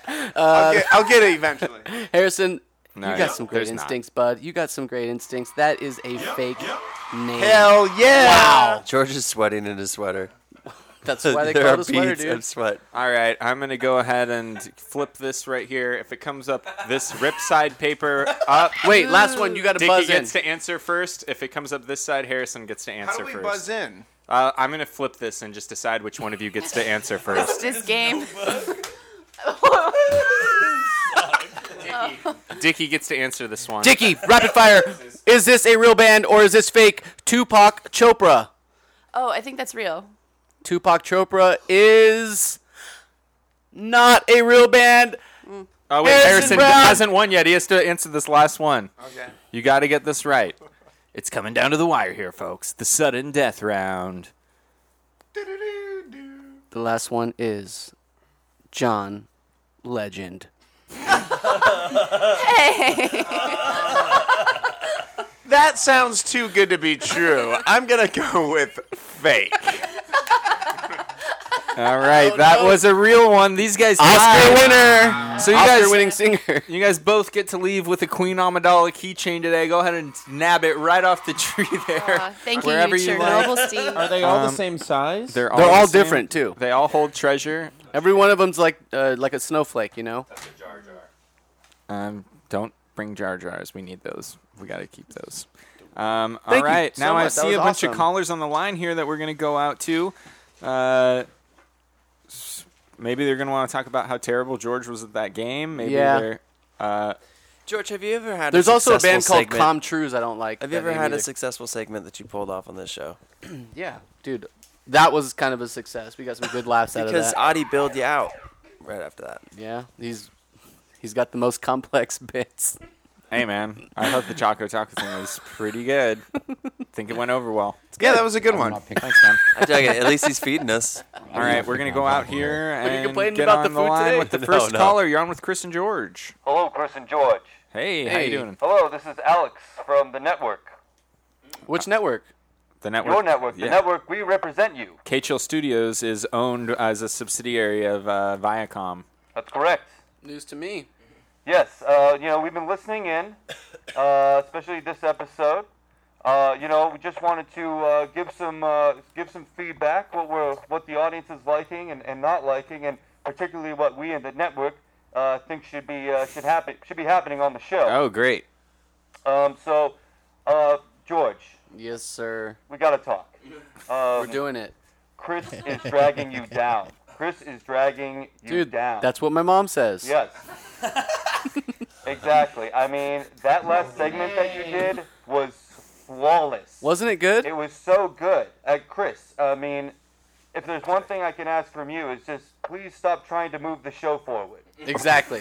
Speaker 5: Uh,
Speaker 8: I'll, get, I'll get it eventually.
Speaker 5: Harrison,
Speaker 8: No,
Speaker 5: you
Speaker 8: no,
Speaker 5: got some great
Speaker 8: there's not.
Speaker 5: instincts, bud. You got some great instincts. That is a fake name.
Speaker 8: Hell yeah!
Speaker 6: George is sweating in his sweater.
Speaker 5: That's why they call it a sweater, dude.
Speaker 4: All right, I'm gonna go ahead and flip this right here. If it comes up, this rip side paper up.
Speaker 5: Wait, last one, you gotta
Speaker 4: Dickey
Speaker 5: buzz in.
Speaker 4: gets to answer first. If it comes up this side, Harrison gets to answer
Speaker 8: we
Speaker 4: first.
Speaker 8: buzz in?
Speaker 4: Uh, I'm gonna flip this and just decide which one of you gets to answer
Speaker 19: It's
Speaker 4: first.
Speaker 19: this game.
Speaker 4: Dicky gets to answer this one.
Speaker 5: Dicky, rapid fire. Is this a real band or is this fake? Tupac Chopra.
Speaker 19: oh, I think that's real.
Speaker 5: Tupac Chopra is not a real band.
Speaker 4: Oh wait,
Speaker 5: Harrison
Speaker 4: Harrison,
Speaker 5: Brown.
Speaker 4: hasn't won yet. He has to answer this last one.
Speaker 5: Okay.
Speaker 4: You got to get this right. It's coming down to the wire here, folks. The sudden death round.
Speaker 5: The last one is John Legend.
Speaker 19: Hey.
Speaker 8: That sounds too good to be true. I'm gonna go with fake.
Speaker 4: All right, that
Speaker 5: Oh,
Speaker 8: no.
Speaker 4: was a real one. These guys
Speaker 8: Oscar
Speaker 4: tied.
Speaker 8: winner.
Speaker 4: So you
Speaker 8: Oscar
Speaker 4: guys
Speaker 5: Ah. winning singer.
Speaker 4: You guys both get to leave with a Queen Amidala keychain today. Go ahead and nab it right off the tree there.
Speaker 19: thank you,
Speaker 4: Wherever
Speaker 19: you
Speaker 4: you
Speaker 19: noble
Speaker 4: like.
Speaker 19: Steve.
Speaker 5: Are they
Speaker 4: all the
Speaker 5: same
Speaker 4: size? Um, They're all,
Speaker 5: They're
Speaker 4: the
Speaker 5: all
Speaker 4: same.
Speaker 5: different too.
Speaker 4: They all hold treasure.
Speaker 5: Every one of them's like uh, like a snowflake, you know.
Speaker 4: Um, don't bring Jar Jars. We need those. We got to keep those. Um, all
Speaker 5: Thank you
Speaker 4: right.
Speaker 5: so
Speaker 4: now I
Speaker 5: much. That
Speaker 4: see
Speaker 5: was
Speaker 4: a bunch of
Speaker 5: awesome.
Speaker 4: callers on the line here that we're going to go out to. Uh, s- maybe they're going to want to talk about how terrible George was at that game. Maybe
Speaker 5: Yeah.
Speaker 4: they're. Uh,
Speaker 6: George, have you ever had?
Speaker 5: There's
Speaker 6: a
Speaker 5: also a
Speaker 6: successful
Speaker 5: band called
Speaker 6: segment?
Speaker 5: Com Trues I don't like.
Speaker 6: Have you
Speaker 5: that
Speaker 6: ever
Speaker 5: name
Speaker 6: had a
Speaker 5: either.
Speaker 6: successful segment that you pulled off on this show?
Speaker 5: yeah, dude, that was kind of a success. We got some good laughs out of
Speaker 6: Because
Speaker 5: that.
Speaker 6: Adi bailed you out right after that.
Speaker 5: yeah, he's he's got the most complex bits.
Speaker 4: hey, man. I thought the Choco Taco thing was pretty good. think it went over well.
Speaker 8: Yeah, that was a good
Speaker 4: I'm
Speaker 8: one.
Speaker 4: not picking- Thanks, man.
Speaker 6: I dug it. At least he's feeding us.
Speaker 4: All right, we're gonna go out here and
Speaker 6: complaining
Speaker 4: get
Speaker 6: about
Speaker 4: on
Speaker 6: the
Speaker 4: the,
Speaker 6: food
Speaker 4: line
Speaker 6: today?
Speaker 4: with the
Speaker 6: No,
Speaker 4: first
Speaker 6: no.
Speaker 4: caller. You're on with Chris and George.
Speaker 21: Hello, Chris and George.
Speaker 4: Hey, how you doing?
Speaker 21: Hello, this is Alex from the network.
Speaker 5: Which network?
Speaker 4: The network.
Speaker 21: Your network, the
Speaker 4: yeah.
Speaker 21: network we represent you.
Speaker 4: KHL Studios is owned as a subsidiary of uh, Viacom.
Speaker 21: That's correct.
Speaker 5: News to me.
Speaker 21: Yes, uh, you know we've been listening in, uh, especially this episode. Uh, you know, we just wanted to uh, give some uh, give some feedback what we're what the audience is liking and, and not liking, and particularly what we in the network uh, think should be uh, should happen should be happening on the show.
Speaker 4: Oh, great.
Speaker 21: Um, so, uh, George,
Speaker 5: Yes, sir.
Speaker 21: we got to talk. Um,
Speaker 5: We're doing it.
Speaker 21: Chris is dragging you down. Chris is dragging you
Speaker 5: Dude,
Speaker 21: down.
Speaker 5: that's what my mom says.
Speaker 21: Yes. exactly. I mean, that last segment that you did was flawless.
Speaker 5: Wasn't it good?
Speaker 21: It was so good. Uh, Chris, I mean, if there's one thing I can ask from you is just please stop trying to move the show forward.
Speaker 5: Exactly.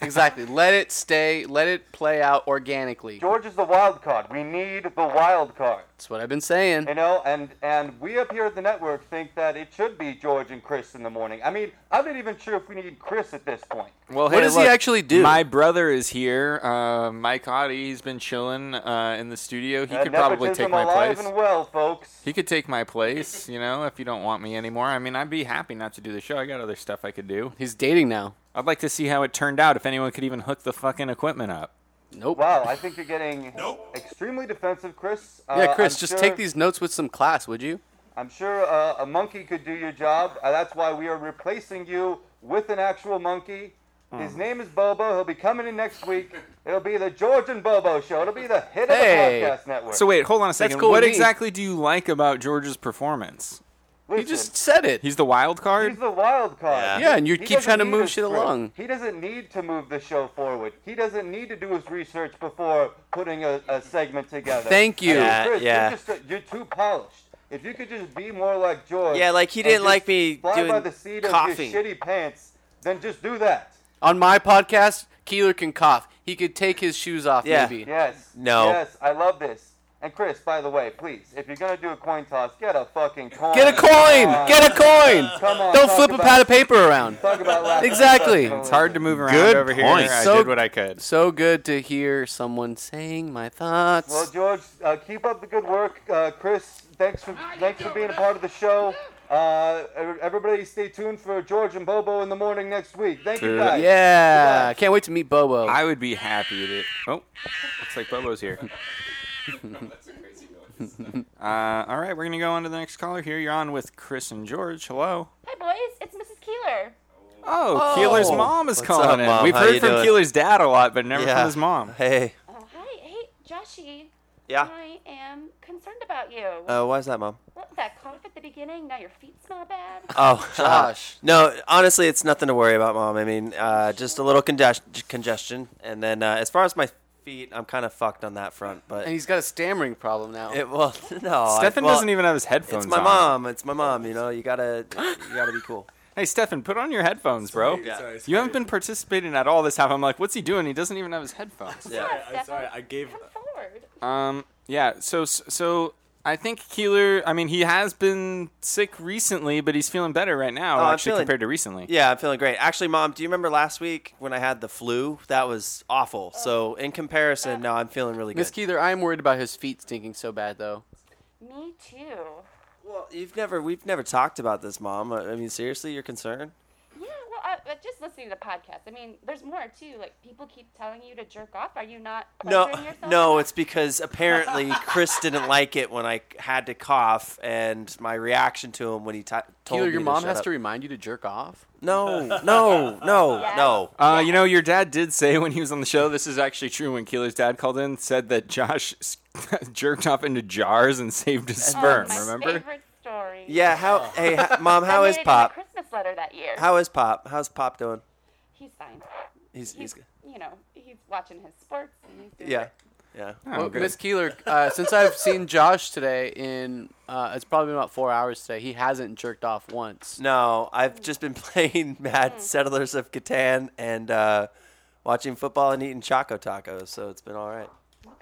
Speaker 5: exactly. Let it stay. Let it play out organically.
Speaker 21: George is the wild card. We need the wild card.
Speaker 5: That's what I've been saying.
Speaker 21: You know, and and we up here at the network think that it should be George and Chris in the morning. I mean, I'm not even sure if we need Chris at this point.
Speaker 4: Well,
Speaker 5: What
Speaker 4: hey,
Speaker 5: does he
Speaker 4: look,
Speaker 5: actually do?
Speaker 4: My brother is here. Uh, Mike Oddie, he's been chilling uh, in the studio. He
Speaker 21: Uh,
Speaker 4: could probably take
Speaker 21: nepotism
Speaker 4: my
Speaker 21: alive
Speaker 4: place.
Speaker 21: and well, folks.
Speaker 4: He could take my place, you know, if you don't want me anymore. I mean, I'd be happy not to do the show. I got other stuff I could do.
Speaker 5: He's dating now.
Speaker 4: I'd like to see how it turned out. If anyone could even hook the fucking equipment up.
Speaker 5: Nope.
Speaker 21: Wow, I think you're getting extremely defensive, Chris. Uh,
Speaker 5: yeah, Chris,
Speaker 21: I'm
Speaker 5: just
Speaker 21: sure-
Speaker 5: take these notes with some class, would you?
Speaker 21: I'm sure uh, a monkey could do your job. Uh, that's why we are replacing you with an actual monkey.
Speaker 4: Hmm.
Speaker 21: His name is Bobo. He'll be coming in next week. It'll be the George and Bobo show. It'll be the hit
Speaker 4: Hey.
Speaker 21: of the podcast network.
Speaker 4: So wait, hold on a second.
Speaker 21: cool
Speaker 4: what
Speaker 21: with me.
Speaker 4: exactly do you like about George's performance?
Speaker 21: Listen,
Speaker 5: said it.
Speaker 4: He's the wild card.
Speaker 21: He's the wild card.
Speaker 4: Yeah. Yeah, and you keep
Speaker 21: doesn't
Speaker 4: trying to
Speaker 21: need
Speaker 4: move
Speaker 21: a
Speaker 4: shit
Speaker 21: script.
Speaker 4: along.
Speaker 21: He doesn't need to move the show forward. He doesn't need to do his research before putting a, a segment together.
Speaker 5: Thank you.
Speaker 21: I mean,
Speaker 5: Yeah,
Speaker 21: Chris,
Speaker 5: yeah.
Speaker 21: You're, just, you're too polished. If you could just be more like George.
Speaker 6: Yeah, like he
Speaker 21: and
Speaker 6: didn't
Speaker 21: just
Speaker 6: like me
Speaker 21: fly by
Speaker 6: doing
Speaker 21: the seat of
Speaker 6: coughing.
Speaker 21: your shitty pants, then just do that.
Speaker 5: On my podcast, Keeler can cough. He could take his shoes off, maybe.
Speaker 21: Yes. Yes, I love this. And Chris, by the way, please, if you're gonna do a coin toss, get a fucking coin.
Speaker 5: Get a coin!
Speaker 21: Come on.
Speaker 5: Get a coin!
Speaker 21: Uh, Come on,
Speaker 5: Don't
Speaker 21: talk
Speaker 5: flip a
Speaker 21: about-
Speaker 5: pad of paper around.
Speaker 21: Talk about laughing.
Speaker 5: Exactly.
Speaker 4: It's hard to move around over here. I did what I could.
Speaker 5: So good to hear someone saying my thoughts.
Speaker 21: Well, George, uh, keep up the good work. Uh, Chris, thanks for thanks for being a part of the show. Uh, ev- everybody, stay tuned for George and Bobo in the morning next week. Thank you guys.
Speaker 5: Yeah, can't wait to meet Bobo.
Speaker 4: I would be happy to. Oh, looks like Bobo's here. Uh, all right, we're gonna go on to the next caller here. You're on with Chris and George. Hello.
Speaker 18: Hi, boys. It's Mrs. Keeler.
Speaker 4: Oh, Keeler's mom is
Speaker 6: What's
Speaker 4: calling
Speaker 6: up,
Speaker 4: in.
Speaker 6: Mom?
Speaker 4: We've
Speaker 6: How
Speaker 4: heard
Speaker 6: you
Speaker 4: from
Speaker 6: doing?
Speaker 4: Keeler's dad a lot, but never
Speaker 6: Yeah.
Speaker 4: from his mom.
Speaker 6: Hey.
Speaker 18: Oh, hi. Hey, Joshy.
Speaker 6: Yeah.
Speaker 18: I am concerned about you.
Speaker 6: Uh, why is that, Mom?
Speaker 18: What, that cough at the beginning? Now your feet smell bad?
Speaker 6: Oh,
Speaker 5: Josh.
Speaker 6: uh, no, honestly, it's nothing to worry about, Mom. I mean, uh, just a little conges- congestion. And then uh, as far as my feet, I'm kind of fucked on that front. But
Speaker 5: And he's got a stammering problem now.
Speaker 6: It well, no. I-
Speaker 4: Stefan
Speaker 6: well,
Speaker 4: doesn't even have his headphones.
Speaker 6: It's my
Speaker 4: on.
Speaker 6: mom. It's my mom. You know, you gotta, you gotta be cool.
Speaker 4: Hey, Stefan, put on your headphones, bro.
Speaker 6: Sorry, sorry,
Speaker 4: You haven't been participating at all this half. I'm like, what's he doing? He doesn't even have his headphones.
Speaker 18: Stefan,
Speaker 21: I gave.
Speaker 4: Um. Yeah. So. So. I think Keeler. I mean, he has been sick recently, but he's feeling better right now.
Speaker 6: Oh, I'm
Speaker 4: actually,
Speaker 6: feeling-
Speaker 4: compared to recently.
Speaker 6: Yeah, I'm feeling great. Actually, Mom, do you remember last week when I had the flu? That was awful. So in comparison, no, I'm feeling really good.
Speaker 5: Miss Keeler, I am worried about his feet stinking so bad, though.
Speaker 18: Me too.
Speaker 6: Well, you've never, we've never talked about this, Mom. I I mean, seriously, you're concerned?
Speaker 18: Yeah, well, uh, but just listening to the podcast, I mean, there's more too. Like, people keep telling you to jerk off. Are you not
Speaker 6: No,
Speaker 18: pleasuring yourself?
Speaker 6: no, it's because apparently Chris didn't like it when I had to cough, and my reaction to him when he t- told
Speaker 5: Keeler,
Speaker 6: me
Speaker 5: your
Speaker 6: to
Speaker 5: mom
Speaker 6: shut
Speaker 5: has
Speaker 6: up.
Speaker 5: to remind you to jerk off.
Speaker 6: No, no, no, no.
Speaker 4: Uh, you know, your dad did say when he was on the show, this is actually true. When Keeler's dad called in, said that Josh s- jerked off into jars and saved his
Speaker 18: Oh,
Speaker 4: sperm.
Speaker 18: my
Speaker 4: remember?
Speaker 18: Favorite story.
Speaker 6: Yeah, how?
Speaker 4: Oh.
Speaker 6: Hey, ha- Mom,
Speaker 18: I
Speaker 6: how
Speaker 18: made
Speaker 6: is
Speaker 18: it in my
Speaker 6: Pop?
Speaker 18: Christmas letter that year.
Speaker 6: How is Pop? How's Pop doing?
Speaker 18: He's fine.
Speaker 6: He's he's,
Speaker 18: You know, he's watching his sports. And he's doing
Speaker 6: yeah,
Speaker 18: great.
Speaker 6: yeah.
Speaker 5: Well, Miss Keeler, uh, since I've seen Josh today, in uh, it's probably been about four hours today, he hasn't jerked off once.
Speaker 6: No, I've just been playing
Speaker 5: Hmm.
Speaker 6: Mad Settlers of Catan and uh, watching football and eating Choco Tacos, so it's been all right.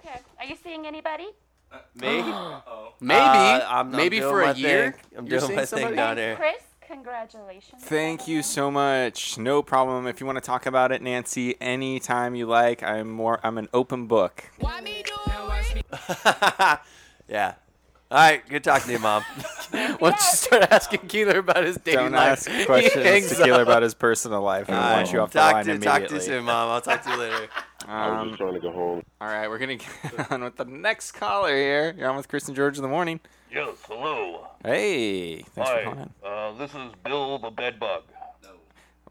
Speaker 18: Okay. Are you seeing anybody?
Speaker 6: Me?
Speaker 5: Maybe.
Speaker 6: Uh, I'm- I'm
Speaker 5: Maybe
Speaker 6: doing
Speaker 5: for
Speaker 6: my
Speaker 5: a year.
Speaker 6: thing. I'm
Speaker 5: You're
Speaker 6: doing
Speaker 5: seeing
Speaker 6: my thing
Speaker 5: somebody?
Speaker 6: down here.
Speaker 18: Chris, congratulations.
Speaker 4: Thank you so much. No problem. If you want to talk about it, Nancy, anytime you like. I'm more. I'm an open book.
Speaker 6: yeah. All right. Good talking to you, Mom.
Speaker 5: Once you start asking Keeler about his dating
Speaker 4: Don't
Speaker 5: life,
Speaker 4: ask
Speaker 5: he
Speaker 4: questions
Speaker 5: hangs
Speaker 4: to Keeler
Speaker 5: up.
Speaker 4: about his personal life. and
Speaker 6: All
Speaker 4: I want
Speaker 6: right.
Speaker 4: you off
Speaker 6: talk
Speaker 4: the line
Speaker 6: to, talk to you
Speaker 4: immediately.
Speaker 6: soon, Mom. I'll talk to you later.
Speaker 4: I was just
Speaker 22: trying to go home.
Speaker 4: All right, we're gonna get on with the next caller here. You're on with Chris and George in the morning.
Speaker 15: Yes, hello.
Speaker 4: Hey, thanks
Speaker 15: Hi,
Speaker 4: for calling.
Speaker 15: Uh, this is Bill the Bedbug.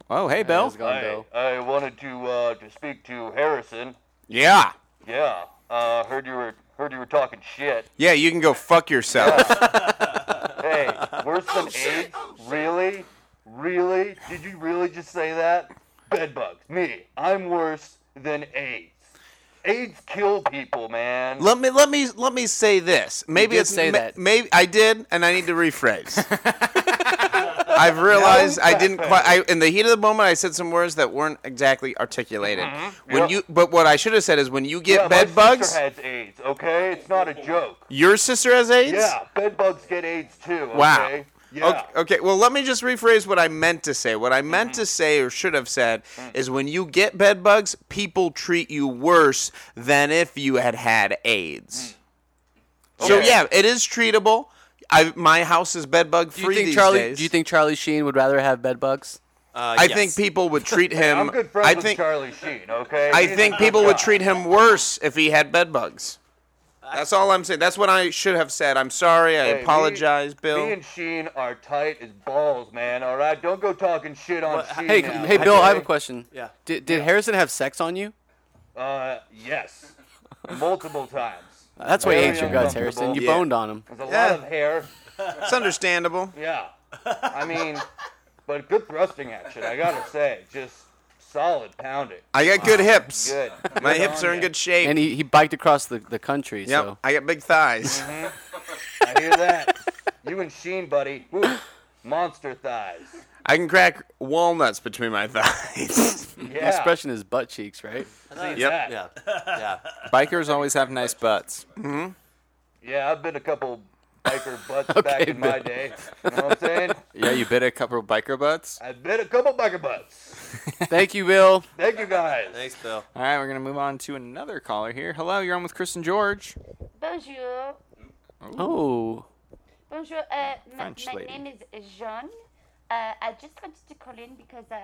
Speaker 4: Oh, hey, Bill.
Speaker 15: I, I wanted to uh, to speak to Harrison.
Speaker 8: Yeah.
Speaker 15: Yeah, uh, heard you were heard you were talking shit.
Speaker 8: Yeah, you can go fuck yourself.
Speaker 15: hey, worse than
Speaker 4: Oh,
Speaker 15: AIDS?
Speaker 23: Really? Really? Did you really just say that? Bedbugs. Me. I'm worse than AIDS. AIDS kill people, man.
Speaker 8: Let me let me let me say this. Maybe
Speaker 23: did
Speaker 8: it's
Speaker 23: say
Speaker 8: ma-
Speaker 23: that.
Speaker 8: Maybe I did, and I need to rephrase. I've realized I didn't quite. I, in the heat of the moment, I said some words that weren't exactly articulated.
Speaker 15: Mhm.
Speaker 8: When
Speaker 15: Yep.
Speaker 8: you, but what I should have said is, when you get
Speaker 15: yeah,
Speaker 8: bed
Speaker 15: my
Speaker 8: bugs,
Speaker 15: Sister has AIDS. Okay, it's not a joke.
Speaker 8: your sister has AIDS.
Speaker 15: Yeah, bedbugs get AIDS too.
Speaker 8: Wow.
Speaker 15: Okay? Yeah. Mm-hmm.
Speaker 8: Okay, okay, well, let me just rephrase what I meant to say. What I meant to say or should have said
Speaker 15: Mm.
Speaker 8: is when you get bed bugs, people treat you worse than if you had had AIDS.
Speaker 15: Mm.
Speaker 8: So,
Speaker 5: Okay.
Speaker 8: yeah, it is treatable. I, my house is bed bug
Speaker 5: Do you
Speaker 8: free
Speaker 5: think
Speaker 8: these
Speaker 5: Charlie?
Speaker 8: days.
Speaker 5: Do you think Charlie Sheen would rather have bed bugs?
Speaker 6: Uh,
Speaker 8: I think people would treat him.
Speaker 15: I'm good friends
Speaker 8: I
Speaker 15: with
Speaker 8: think,
Speaker 15: Charlie Sheen. Okay.
Speaker 8: I
Speaker 15: He's a
Speaker 8: think
Speaker 15: good
Speaker 8: people would
Speaker 15: guy.
Speaker 8: treat him worse if he had bed bugs. That's all I'm saying. That's what I should have said. I'm sorry. I
Speaker 15: Hey, me-
Speaker 8: apologize, Bill.
Speaker 15: Me and Sheen are tight as balls, man. All right, don't go talking shit on Sheen.
Speaker 5: Hey,
Speaker 15: now,
Speaker 5: hey, Bill, I have a
Speaker 15: okay?
Speaker 5: question.
Speaker 15: Yeah.
Speaker 5: Did, did Harrison have sex on you?
Speaker 15: Uh, yes, multiple times.
Speaker 5: That's why you
Speaker 15: Very
Speaker 5: ate your guts,
Speaker 15: uncomfortable.
Speaker 5: Harrison. You
Speaker 8: Yeah.
Speaker 5: boned on him.
Speaker 15: There's a
Speaker 8: Yeah.
Speaker 15: lot of hair.
Speaker 8: It's understandable.
Speaker 15: Yeah. I mean, but good thrusting action, I gotta say. Just solid pounding.
Speaker 8: I got good hips.
Speaker 15: Ah, Good.
Speaker 8: My
Speaker 15: Good
Speaker 8: hips
Speaker 15: on
Speaker 8: are in
Speaker 15: ya.
Speaker 8: good shape.
Speaker 5: And he, he biked across the, the country.
Speaker 8: Yep,
Speaker 5: So
Speaker 8: I got big thighs.
Speaker 15: Mhm. I hear that. You and Sheen, buddy. Woo. Monster thighs.
Speaker 8: I can crack walnuts between my thighs.
Speaker 5: The
Speaker 15: Yeah.
Speaker 5: expression is butt cheeks, right?
Speaker 15: See
Speaker 4: Yep.
Speaker 15: that?
Speaker 6: Yeah.
Speaker 4: Bikers always have nice butts.
Speaker 8: Mm-hmm.
Speaker 15: Yeah, I've been a couple biker butts back
Speaker 4: Okay,
Speaker 15: in my
Speaker 4: Bill.
Speaker 15: day. You know what I'm saying?
Speaker 4: Yeah, you bit a couple of biker butts.
Speaker 15: I've been a couple biker butts.
Speaker 5: Thank you, Bill.
Speaker 15: Thank you guys.
Speaker 6: Thanks, Bill.
Speaker 4: All right, we're gonna move on to another caller here. Hello, you're on with Chris and George.
Speaker 18: Bonjour.
Speaker 5: Oh,
Speaker 18: Bonjour. Uh, my,
Speaker 5: Hmm,
Speaker 4: French
Speaker 18: my
Speaker 4: lady.
Speaker 18: name is Jean. Uh, I just wanted to call in because uh,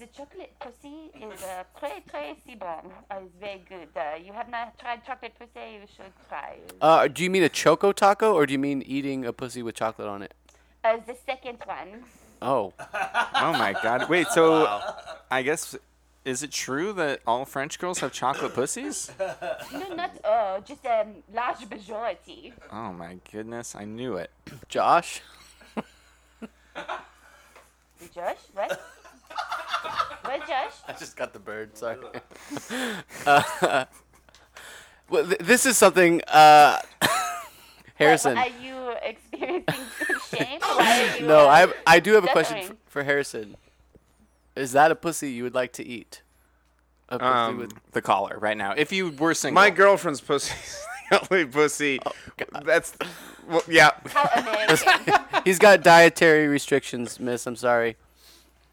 Speaker 18: The chocolate pussy is uh, très très si bon. Uh, it's very good. Uh, you have not tried chocolate pussy, you should try.
Speaker 5: Uh, do you mean a choco taco, or do you mean eating a pussy with chocolate on it?
Speaker 18: Uh, the second one.
Speaker 5: Oh.
Speaker 4: oh my god. Wait, so I guess is it true that all French girls have chocolate pussies?
Speaker 18: No, not all. Just a um, large majority.
Speaker 4: Oh my goodness, I knew it.
Speaker 5: Josh?
Speaker 18: Josh, what? what, Josh?
Speaker 5: I just got the bird. Sorry. uh, well, th- this is something, uh, Harrison.
Speaker 18: What, are you experiencing shame? Why are you,
Speaker 5: no,
Speaker 18: uh,
Speaker 5: I I do have a question
Speaker 18: stuttering?
Speaker 5: for, for Harrison. Is that a pussy you would like to eat? A pussy
Speaker 4: Um,
Speaker 5: with
Speaker 4: the collar right now. If you were single, Oh,
Speaker 8: My girlfriend's pussy is the only pussy. That's, well, yeah.
Speaker 5: He's got dietary restrictions, miss. I'm sorry.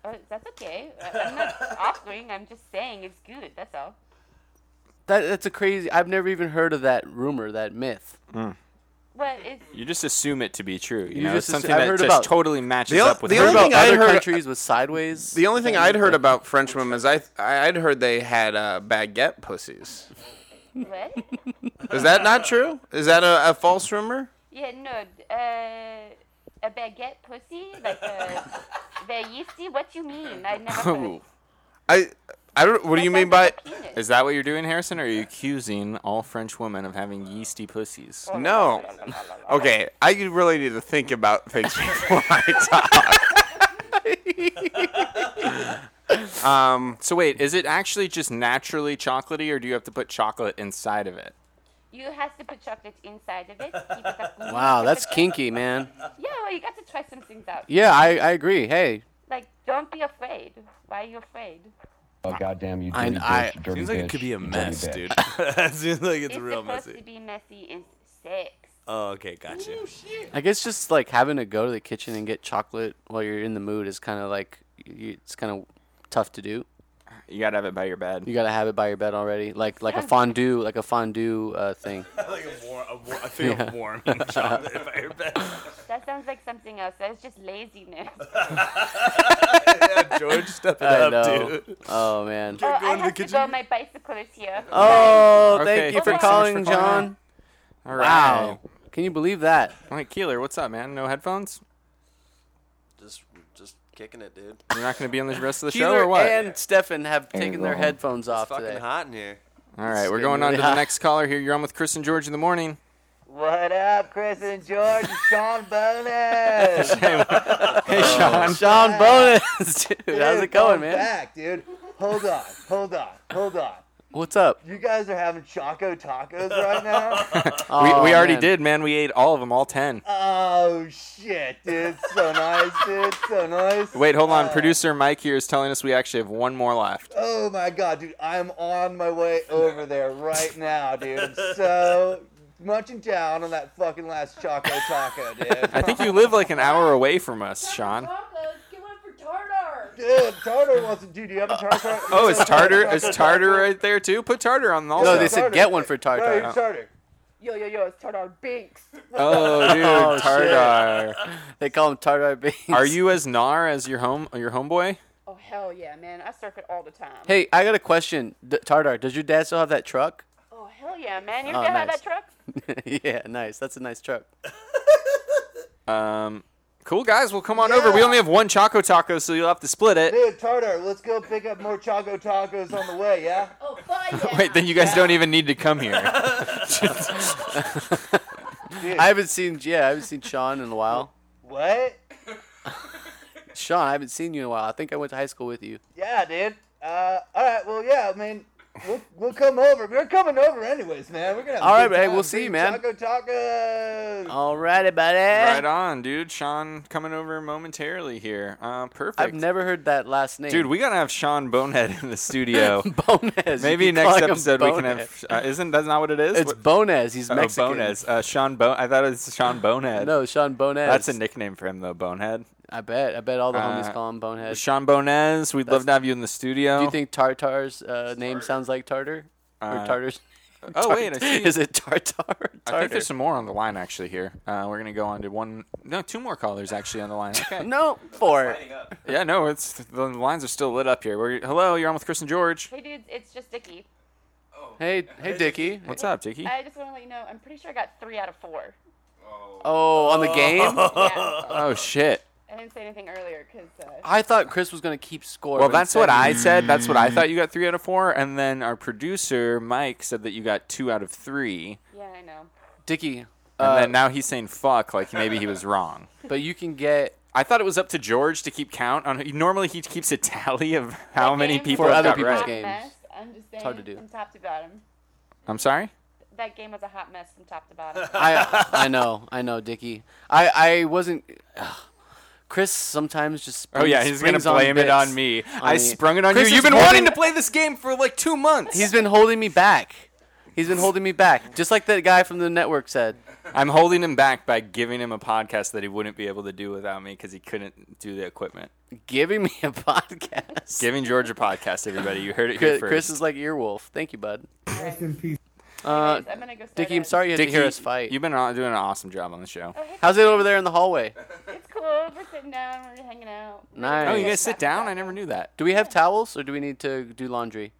Speaker 18: Oh, that's okay. I- I'm not offering. I'm just saying it's good. That's all.
Speaker 5: That that's a crazy. I've never even heard of that rumor, that myth.
Speaker 18: Well, it's
Speaker 4: you just assume it to be true. You,
Speaker 5: You
Speaker 4: know,
Speaker 5: just
Speaker 4: it's something
Speaker 5: assu- I've
Speaker 4: that
Speaker 5: heard
Speaker 4: just
Speaker 5: about-
Speaker 4: totally matches
Speaker 8: The o-
Speaker 4: up with
Speaker 8: the
Speaker 4: her.
Speaker 8: only thing I'd heard-
Speaker 5: countries with sideways.
Speaker 8: The only thing I'd heard about French women is I I- I'd heard they had uh, baguette pussies.
Speaker 18: what?
Speaker 8: Is that not true? Is that a, a false rumor?
Speaker 18: Yeah, no. d- Uh, a baguette pussy, like a very yeasty. What you mean? I never. Heard.
Speaker 8: I I don't. What do you mean by?
Speaker 4: Is that what you're doing, Harrison? Or are you accusing all French women of having yeasty pussies?
Speaker 8: No. Okay, I really need to think about things before I talk. um.
Speaker 4: So wait, is it actually just naturally chocolatey, or do you have to put chocolate inside of it?
Speaker 18: You have to put chocolate inside of it. Keep it up.
Speaker 5: Wow, that's kinky, man.
Speaker 18: Yeah, well, you got to try some things out.
Speaker 5: Yeah, I, I agree. Hey,
Speaker 18: Like, don't be afraid. Why are you afraid?
Speaker 24: Oh goddamn you!
Speaker 5: I-
Speaker 24: Dirty
Speaker 5: I-
Speaker 24: bitch, dirty
Speaker 7: Seems like it
Speaker 24: bitch,
Speaker 7: could be a
Speaker 24: dirty
Speaker 7: mess,
Speaker 24: bitch.
Speaker 7: dude. That seems like it's, real
Speaker 18: supposed
Speaker 7: messy.
Speaker 18: to be messy and sick.
Speaker 7: Oh, okay, gotcha.
Speaker 5: I guess just like having to go to the kitchen and get chocolate while you're in the mood is kind of like y it's kind of tough to do.
Speaker 4: You gotta have it by your bed.
Speaker 5: You gotta have it by your bed already, like like a fondue, like a fondue uh, thing.
Speaker 7: like a warm, a, war- a thing
Speaker 5: Yeah.
Speaker 7: of warm chocolate if I heard that.
Speaker 18: That sounds like something else. That's just laziness.
Speaker 7: yeah, George, step it
Speaker 5: I
Speaker 7: up,
Speaker 5: know.
Speaker 7: dude.
Speaker 5: Oh man.
Speaker 18: oh, I have to go. My bicycle is here.
Speaker 5: Oh,
Speaker 4: Okay,
Speaker 5: thank you for
Speaker 4: thanks so much
Speaker 5: calling,
Speaker 4: for calling.
Speaker 5: John.
Speaker 4: All right.
Speaker 5: Wow. Can you believe that?
Speaker 4: All right, Keeler, what's up, man? No headphones?
Speaker 5: Just just kicking it, dude.
Speaker 4: You're not gonna be on the rest of the show,
Speaker 5: Keeler
Speaker 4: or what?
Speaker 5: and Stefan have
Speaker 4: Ain't
Speaker 5: taken their
Speaker 4: wrong.
Speaker 5: headphones off
Speaker 25: fucking
Speaker 5: today.
Speaker 25: hot in here.
Speaker 4: All right, we're
Speaker 5: getting
Speaker 4: going on
Speaker 5: really
Speaker 4: to
Speaker 5: hot.
Speaker 4: the next caller here. You're on with Chris and George in the morning.
Speaker 15: What up, Chris and George? It's Sean Bonus. Oh,
Speaker 4: hey, Sean.
Speaker 5: Sean Bonus, dude. How's it going,
Speaker 15: I'm
Speaker 5: man?
Speaker 15: Back, dude. Hold on, hold on, hold on.
Speaker 5: What's up?
Speaker 15: You guys are having choco tacos right now.
Speaker 4: we we
Speaker 15: Oh,
Speaker 4: already
Speaker 15: man.
Speaker 4: did, man. We ate all of them, all ten.
Speaker 15: oh shit, dude. So nice, dude. So nice.
Speaker 4: Wait, hold on.
Speaker 15: Uh,
Speaker 4: Producer Mike here is telling us we actually have one more left.
Speaker 15: Oh my god, dude, I'm on my way over there right now, dude. I'm so munching down on that fucking last Choco Taco, dude.
Speaker 4: I think you live like an hour away from us, Sean.
Speaker 15: Dude, Tartar wants to do. Do you have a Tartar?
Speaker 4: Oh, is Tartar is Tartar right there too? Put Tartar on also.
Speaker 5: No, they said get one for Tartar.
Speaker 15: No, you're Tartar.
Speaker 18: Yo, yo, yo, it's Tartar Binks.
Speaker 4: Oh, dude,
Speaker 5: Oh, shit.
Speaker 4: Tartar.
Speaker 5: They call him Tartar Beans.
Speaker 4: Are you as gnar as your home your homeboy?
Speaker 18: Oh, hell yeah, man. I circuit all the time.
Speaker 5: Hey, I got a question. D- Tartar, does your dad still have that truck?
Speaker 18: Oh, hell yeah, man. You
Speaker 5: Oh,
Speaker 18: oh, have
Speaker 5: nice.
Speaker 18: that truck?
Speaker 5: yeah, nice. That's a nice truck.
Speaker 4: Um, cool guys, well come on over. We only have one Choco Taco, so you'll have to split it.
Speaker 15: Dude, Tartar, let's go pick up more Choco Tacos on the way, yeah? Oh,
Speaker 4: Wait, then you guys don't even need to come here.
Speaker 5: I haven't seen yeah, I haven't seen Sean in a while.
Speaker 15: What?
Speaker 5: Sean, I haven't seen you in a while. I think I went to high school with you.
Speaker 15: Yeah, dude. Uh, all right, well, yeah, I mean, we'll, we'll come over. We're coming over anyways, man. We're going to
Speaker 5: All right, but hey, we'll see, man.
Speaker 15: Choco Tacos.
Speaker 5: Alrighty, buddy.
Speaker 4: right on, dude. Sean coming over momentarily here. Uh, perfect.
Speaker 5: I've never heard that last name.
Speaker 4: Dude, we gotta have Sean Bonehead in the studio.
Speaker 5: Bonehead.
Speaker 4: Maybe
Speaker 5: You keep
Speaker 4: next
Speaker 5: calling him
Speaker 4: episode we can
Speaker 5: Bonehead.
Speaker 4: have. Uh, isn't that's not what it is?
Speaker 5: It's
Speaker 4: What-
Speaker 5: Bonez. He's
Speaker 4: Oh,
Speaker 5: Mexican.
Speaker 4: Bonez. Uh, Sean Bone. I thought it was Sean Bonehead.
Speaker 5: No, Sean Bonez.
Speaker 4: That's a nickname for him though. Bonehead.
Speaker 5: I bet. I bet all the homies
Speaker 4: Uh,
Speaker 5: call him Bonehead.
Speaker 4: Sean Bonez. We'd love to have you in the studio.
Speaker 5: Do you think Tartar's uh, name sounds like Tartar? Or
Speaker 4: Uh,
Speaker 5: Tartar's
Speaker 4: Oh wait, I see.
Speaker 5: Is it Tartar?
Speaker 4: I think there's some more on the line actually here. Uh, we're gonna go on to one, no, two more callers actually on the line. Okay.
Speaker 5: no, four.
Speaker 4: yeah, no, it's the lines are still lit up here. We're, hello, you're on with Chris and George.
Speaker 17: Hey, dudes, it's just Dickie.
Speaker 5: Hey, hey, Dicky.
Speaker 4: What's up, Dicky?
Speaker 17: I just want to let you know, I'm pretty sure I got three out of four.
Speaker 5: Oh, on the game.
Speaker 17: Yeah.
Speaker 4: Oh shit.
Speaker 17: I didn't say anything earlier because uh,
Speaker 5: I thought Chris was gonna keep score.
Speaker 4: Well,
Speaker 5: but
Speaker 4: that's what
Speaker 5: instead-
Speaker 4: I said. That's what I thought. You got three out of four, and then our producer Mike said that you got two out of three,
Speaker 17: yeah, I know.
Speaker 5: Dicky. And
Speaker 4: and then now he's saying fuck, like maybe he was wrong.
Speaker 5: uh, But you can get.
Speaker 4: I thought it was up to George to keep count on. Normally he keeps a tally of how many people
Speaker 5: For
Speaker 4: have
Speaker 5: other
Speaker 4: got
Speaker 5: people's
Speaker 4: right.
Speaker 5: games.
Speaker 17: Mess. I'm just saying.
Speaker 5: hard to do.
Speaker 17: From top to bottom,
Speaker 4: I'm sorry.
Speaker 17: that game was a hot mess from top to bottom.
Speaker 5: I I know I know Dicky. I I wasn't. ugh. Chris sometimes just.
Speaker 4: Oh yeah, he's gonna
Speaker 5: springs on
Speaker 4: blame it
Speaker 5: bits
Speaker 4: on me. I
Speaker 5: me.
Speaker 4: sprung it on
Speaker 5: Chris
Speaker 4: you. You've
Speaker 5: is
Speaker 4: been
Speaker 5: holding-
Speaker 4: wanting to play this game for like two months.
Speaker 5: He's been holding me back. He's been holding me back, just like that guy from the network said.
Speaker 4: I'm holding him back by giving him a podcast that he wouldn't be able to do without me because he couldn't do the equipment.
Speaker 5: Giving me a podcast.
Speaker 4: Giving George a podcast, everybody. You heard it here
Speaker 5: Chris,
Speaker 4: first.
Speaker 5: Chris is like earwolf. Thank you, bud.
Speaker 17: Rest in
Speaker 5: peace. Uh,
Speaker 17: I'm gonna go start
Speaker 5: Dickie, I'm
Speaker 17: a-
Speaker 5: sorry you had to hear
Speaker 4: Dickie,
Speaker 5: us fight.
Speaker 4: You've been on- doing an awesome job on the show.
Speaker 5: How's it over there in the hallway?
Speaker 17: It's cool. We're sitting down. We're hanging out.
Speaker 5: Nice.
Speaker 4: Oh, you guys sit down? I never knew that.
Speaker 5: Do we have towels or do we need to do laundry?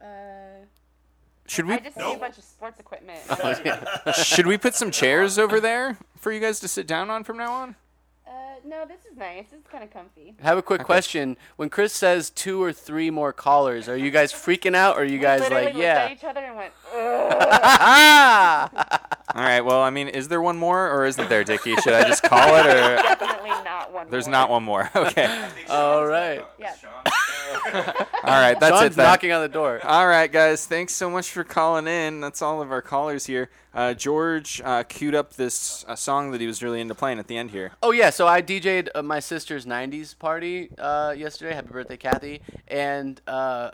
Speaker 17: Uh,
Speaker 4: Should we?
Speaker 17: I just need a bunch of sports equipment.
Speaker 4: Should we put some chairs over there for you guys to sit down on from now on?
Speaker 17: Uh, no, this is nice. This is kind of comfy.
Speaker 5: Have a quick question. When Chris says two or three more callers, are you guys freaking out or are you guys
Speaker 17: Literally
Speaker 5: like,
Speaker 17: looked at
Speaker 5: yeah?
Speaker 17: each other and went.
Speaker 4: All right. Well, I mean, is there one more or isn't there, Dickie? Should I just call it or?
Speaker 17: Definitely not one.
Speaker 4: There's
Speaker 17: more.
Speaker 4: not one more. Okay.
Speaker 5: All right.
Speaker 17: Yeah.
Speaker 4: All right, that's
Speaker 5: Sean's
Speaker 4: it. Then.
Speaker 5: knocking on the door.
Speaker 4: All right, guys, thanks so much for calling in. That's all of our callers here. Uh, George uh, queued up this uh, song that he was really into playing at the end here.
Speaker 5: Oh yeah, so I DJ'd uh, my sister's '90s party uh, yesterday. Happy birthday, Kathy! And uh,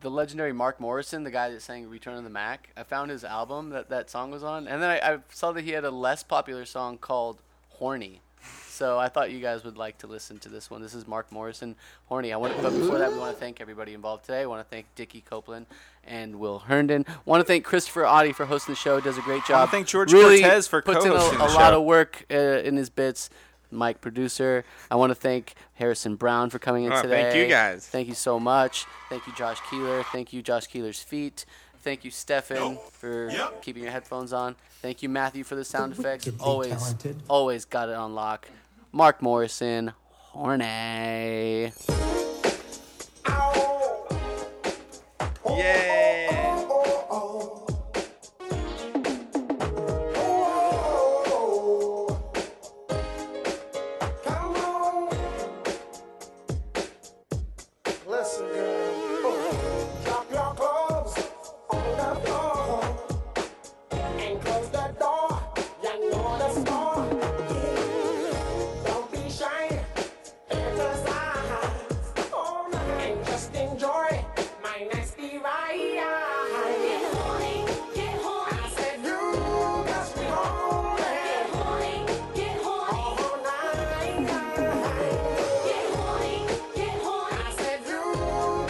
Speaker 5: the legendary Mark Morrison, the guy that sang "Return of the Mac," I found his album that that song was on, and then I, I saw that he had a less popular song called "Horny." So I thought you guys would like to listen to this one. This is Mark Morrison, "Horny." I want, but before that, we want to thank everybody involved today. I want to thank Dickie Copeland and Will Herndon. Want to thank Christopher Audi for hosting the show. Does a great job.
Speaker 4: wanna thank George
Speaker 5: really
Speaker 4: Cortez for
Speaker 5: puts in a,
Speaker 4: co-hosting
Speaker 5: a
Speaker 4: the
Speaker 5: lot
Speaker 4: show.
Speaker 5: of work uh, in his bits. Mike, producer. I want to thank Harrison Brown for coming in
Speaker 8: Oh,
Speaker 5: today.
Speaker 8: thank you guys.
Speaker 5: Thank you so much. Thank you, Josh Keeler. Thank you, Josh Keeler's feet. Thank you, Stefan, for keeping your headphones on. Thank you, Matthew, for the sound effects. Always, always got it on lock. Mark Morrison, Hornay.
Speaker 8: Yeah.
Speaker 9: Listen, girl. Drop your clothes on the floor and close the door. You know the score. Yeah. Don't be shy. Fantasize. Oh, no. And just enjoy my nasty ride. Get horny, get horny. I said you must be horny. Get horny, get horny. All night. Get horny, get horny. I said you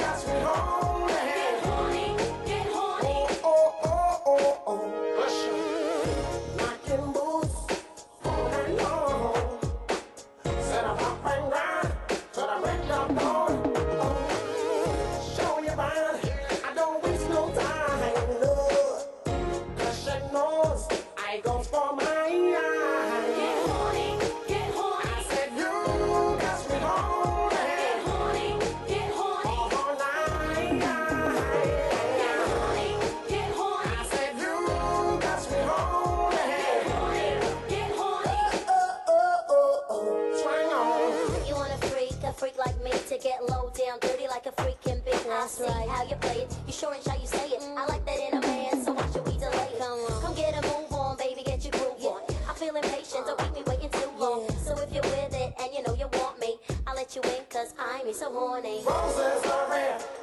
Speaker 9: must be horny. Get horny, get horny. Oh, oh, oh, oh, oh. Usher. Knocking boots all night long. Set a rock and grind to the break of dawn. Show your mind. I don't waste no time. Look, cause she knows I goes for mine. Get horny, get horny. I said you got me horny. Get horny, get horny. All night. Get horny, get horny. I said you got me horny. Get horny, get horny. Oh, oh, oh, oh, swing on.
Speaker 3: You want a freak, a freak like me to get low down, dirty like a freaking big. That's I see how you play it. You sure and shy you say it. I like that in a man, so why should we delay it? Come, on. Come get a move on, baby, get your groove on. I feel impatient, don't keep me waiting too long. So if you're with it and you know you want me, I'll let you in, cause I'm so horny.
Speaker 9: Roses are red,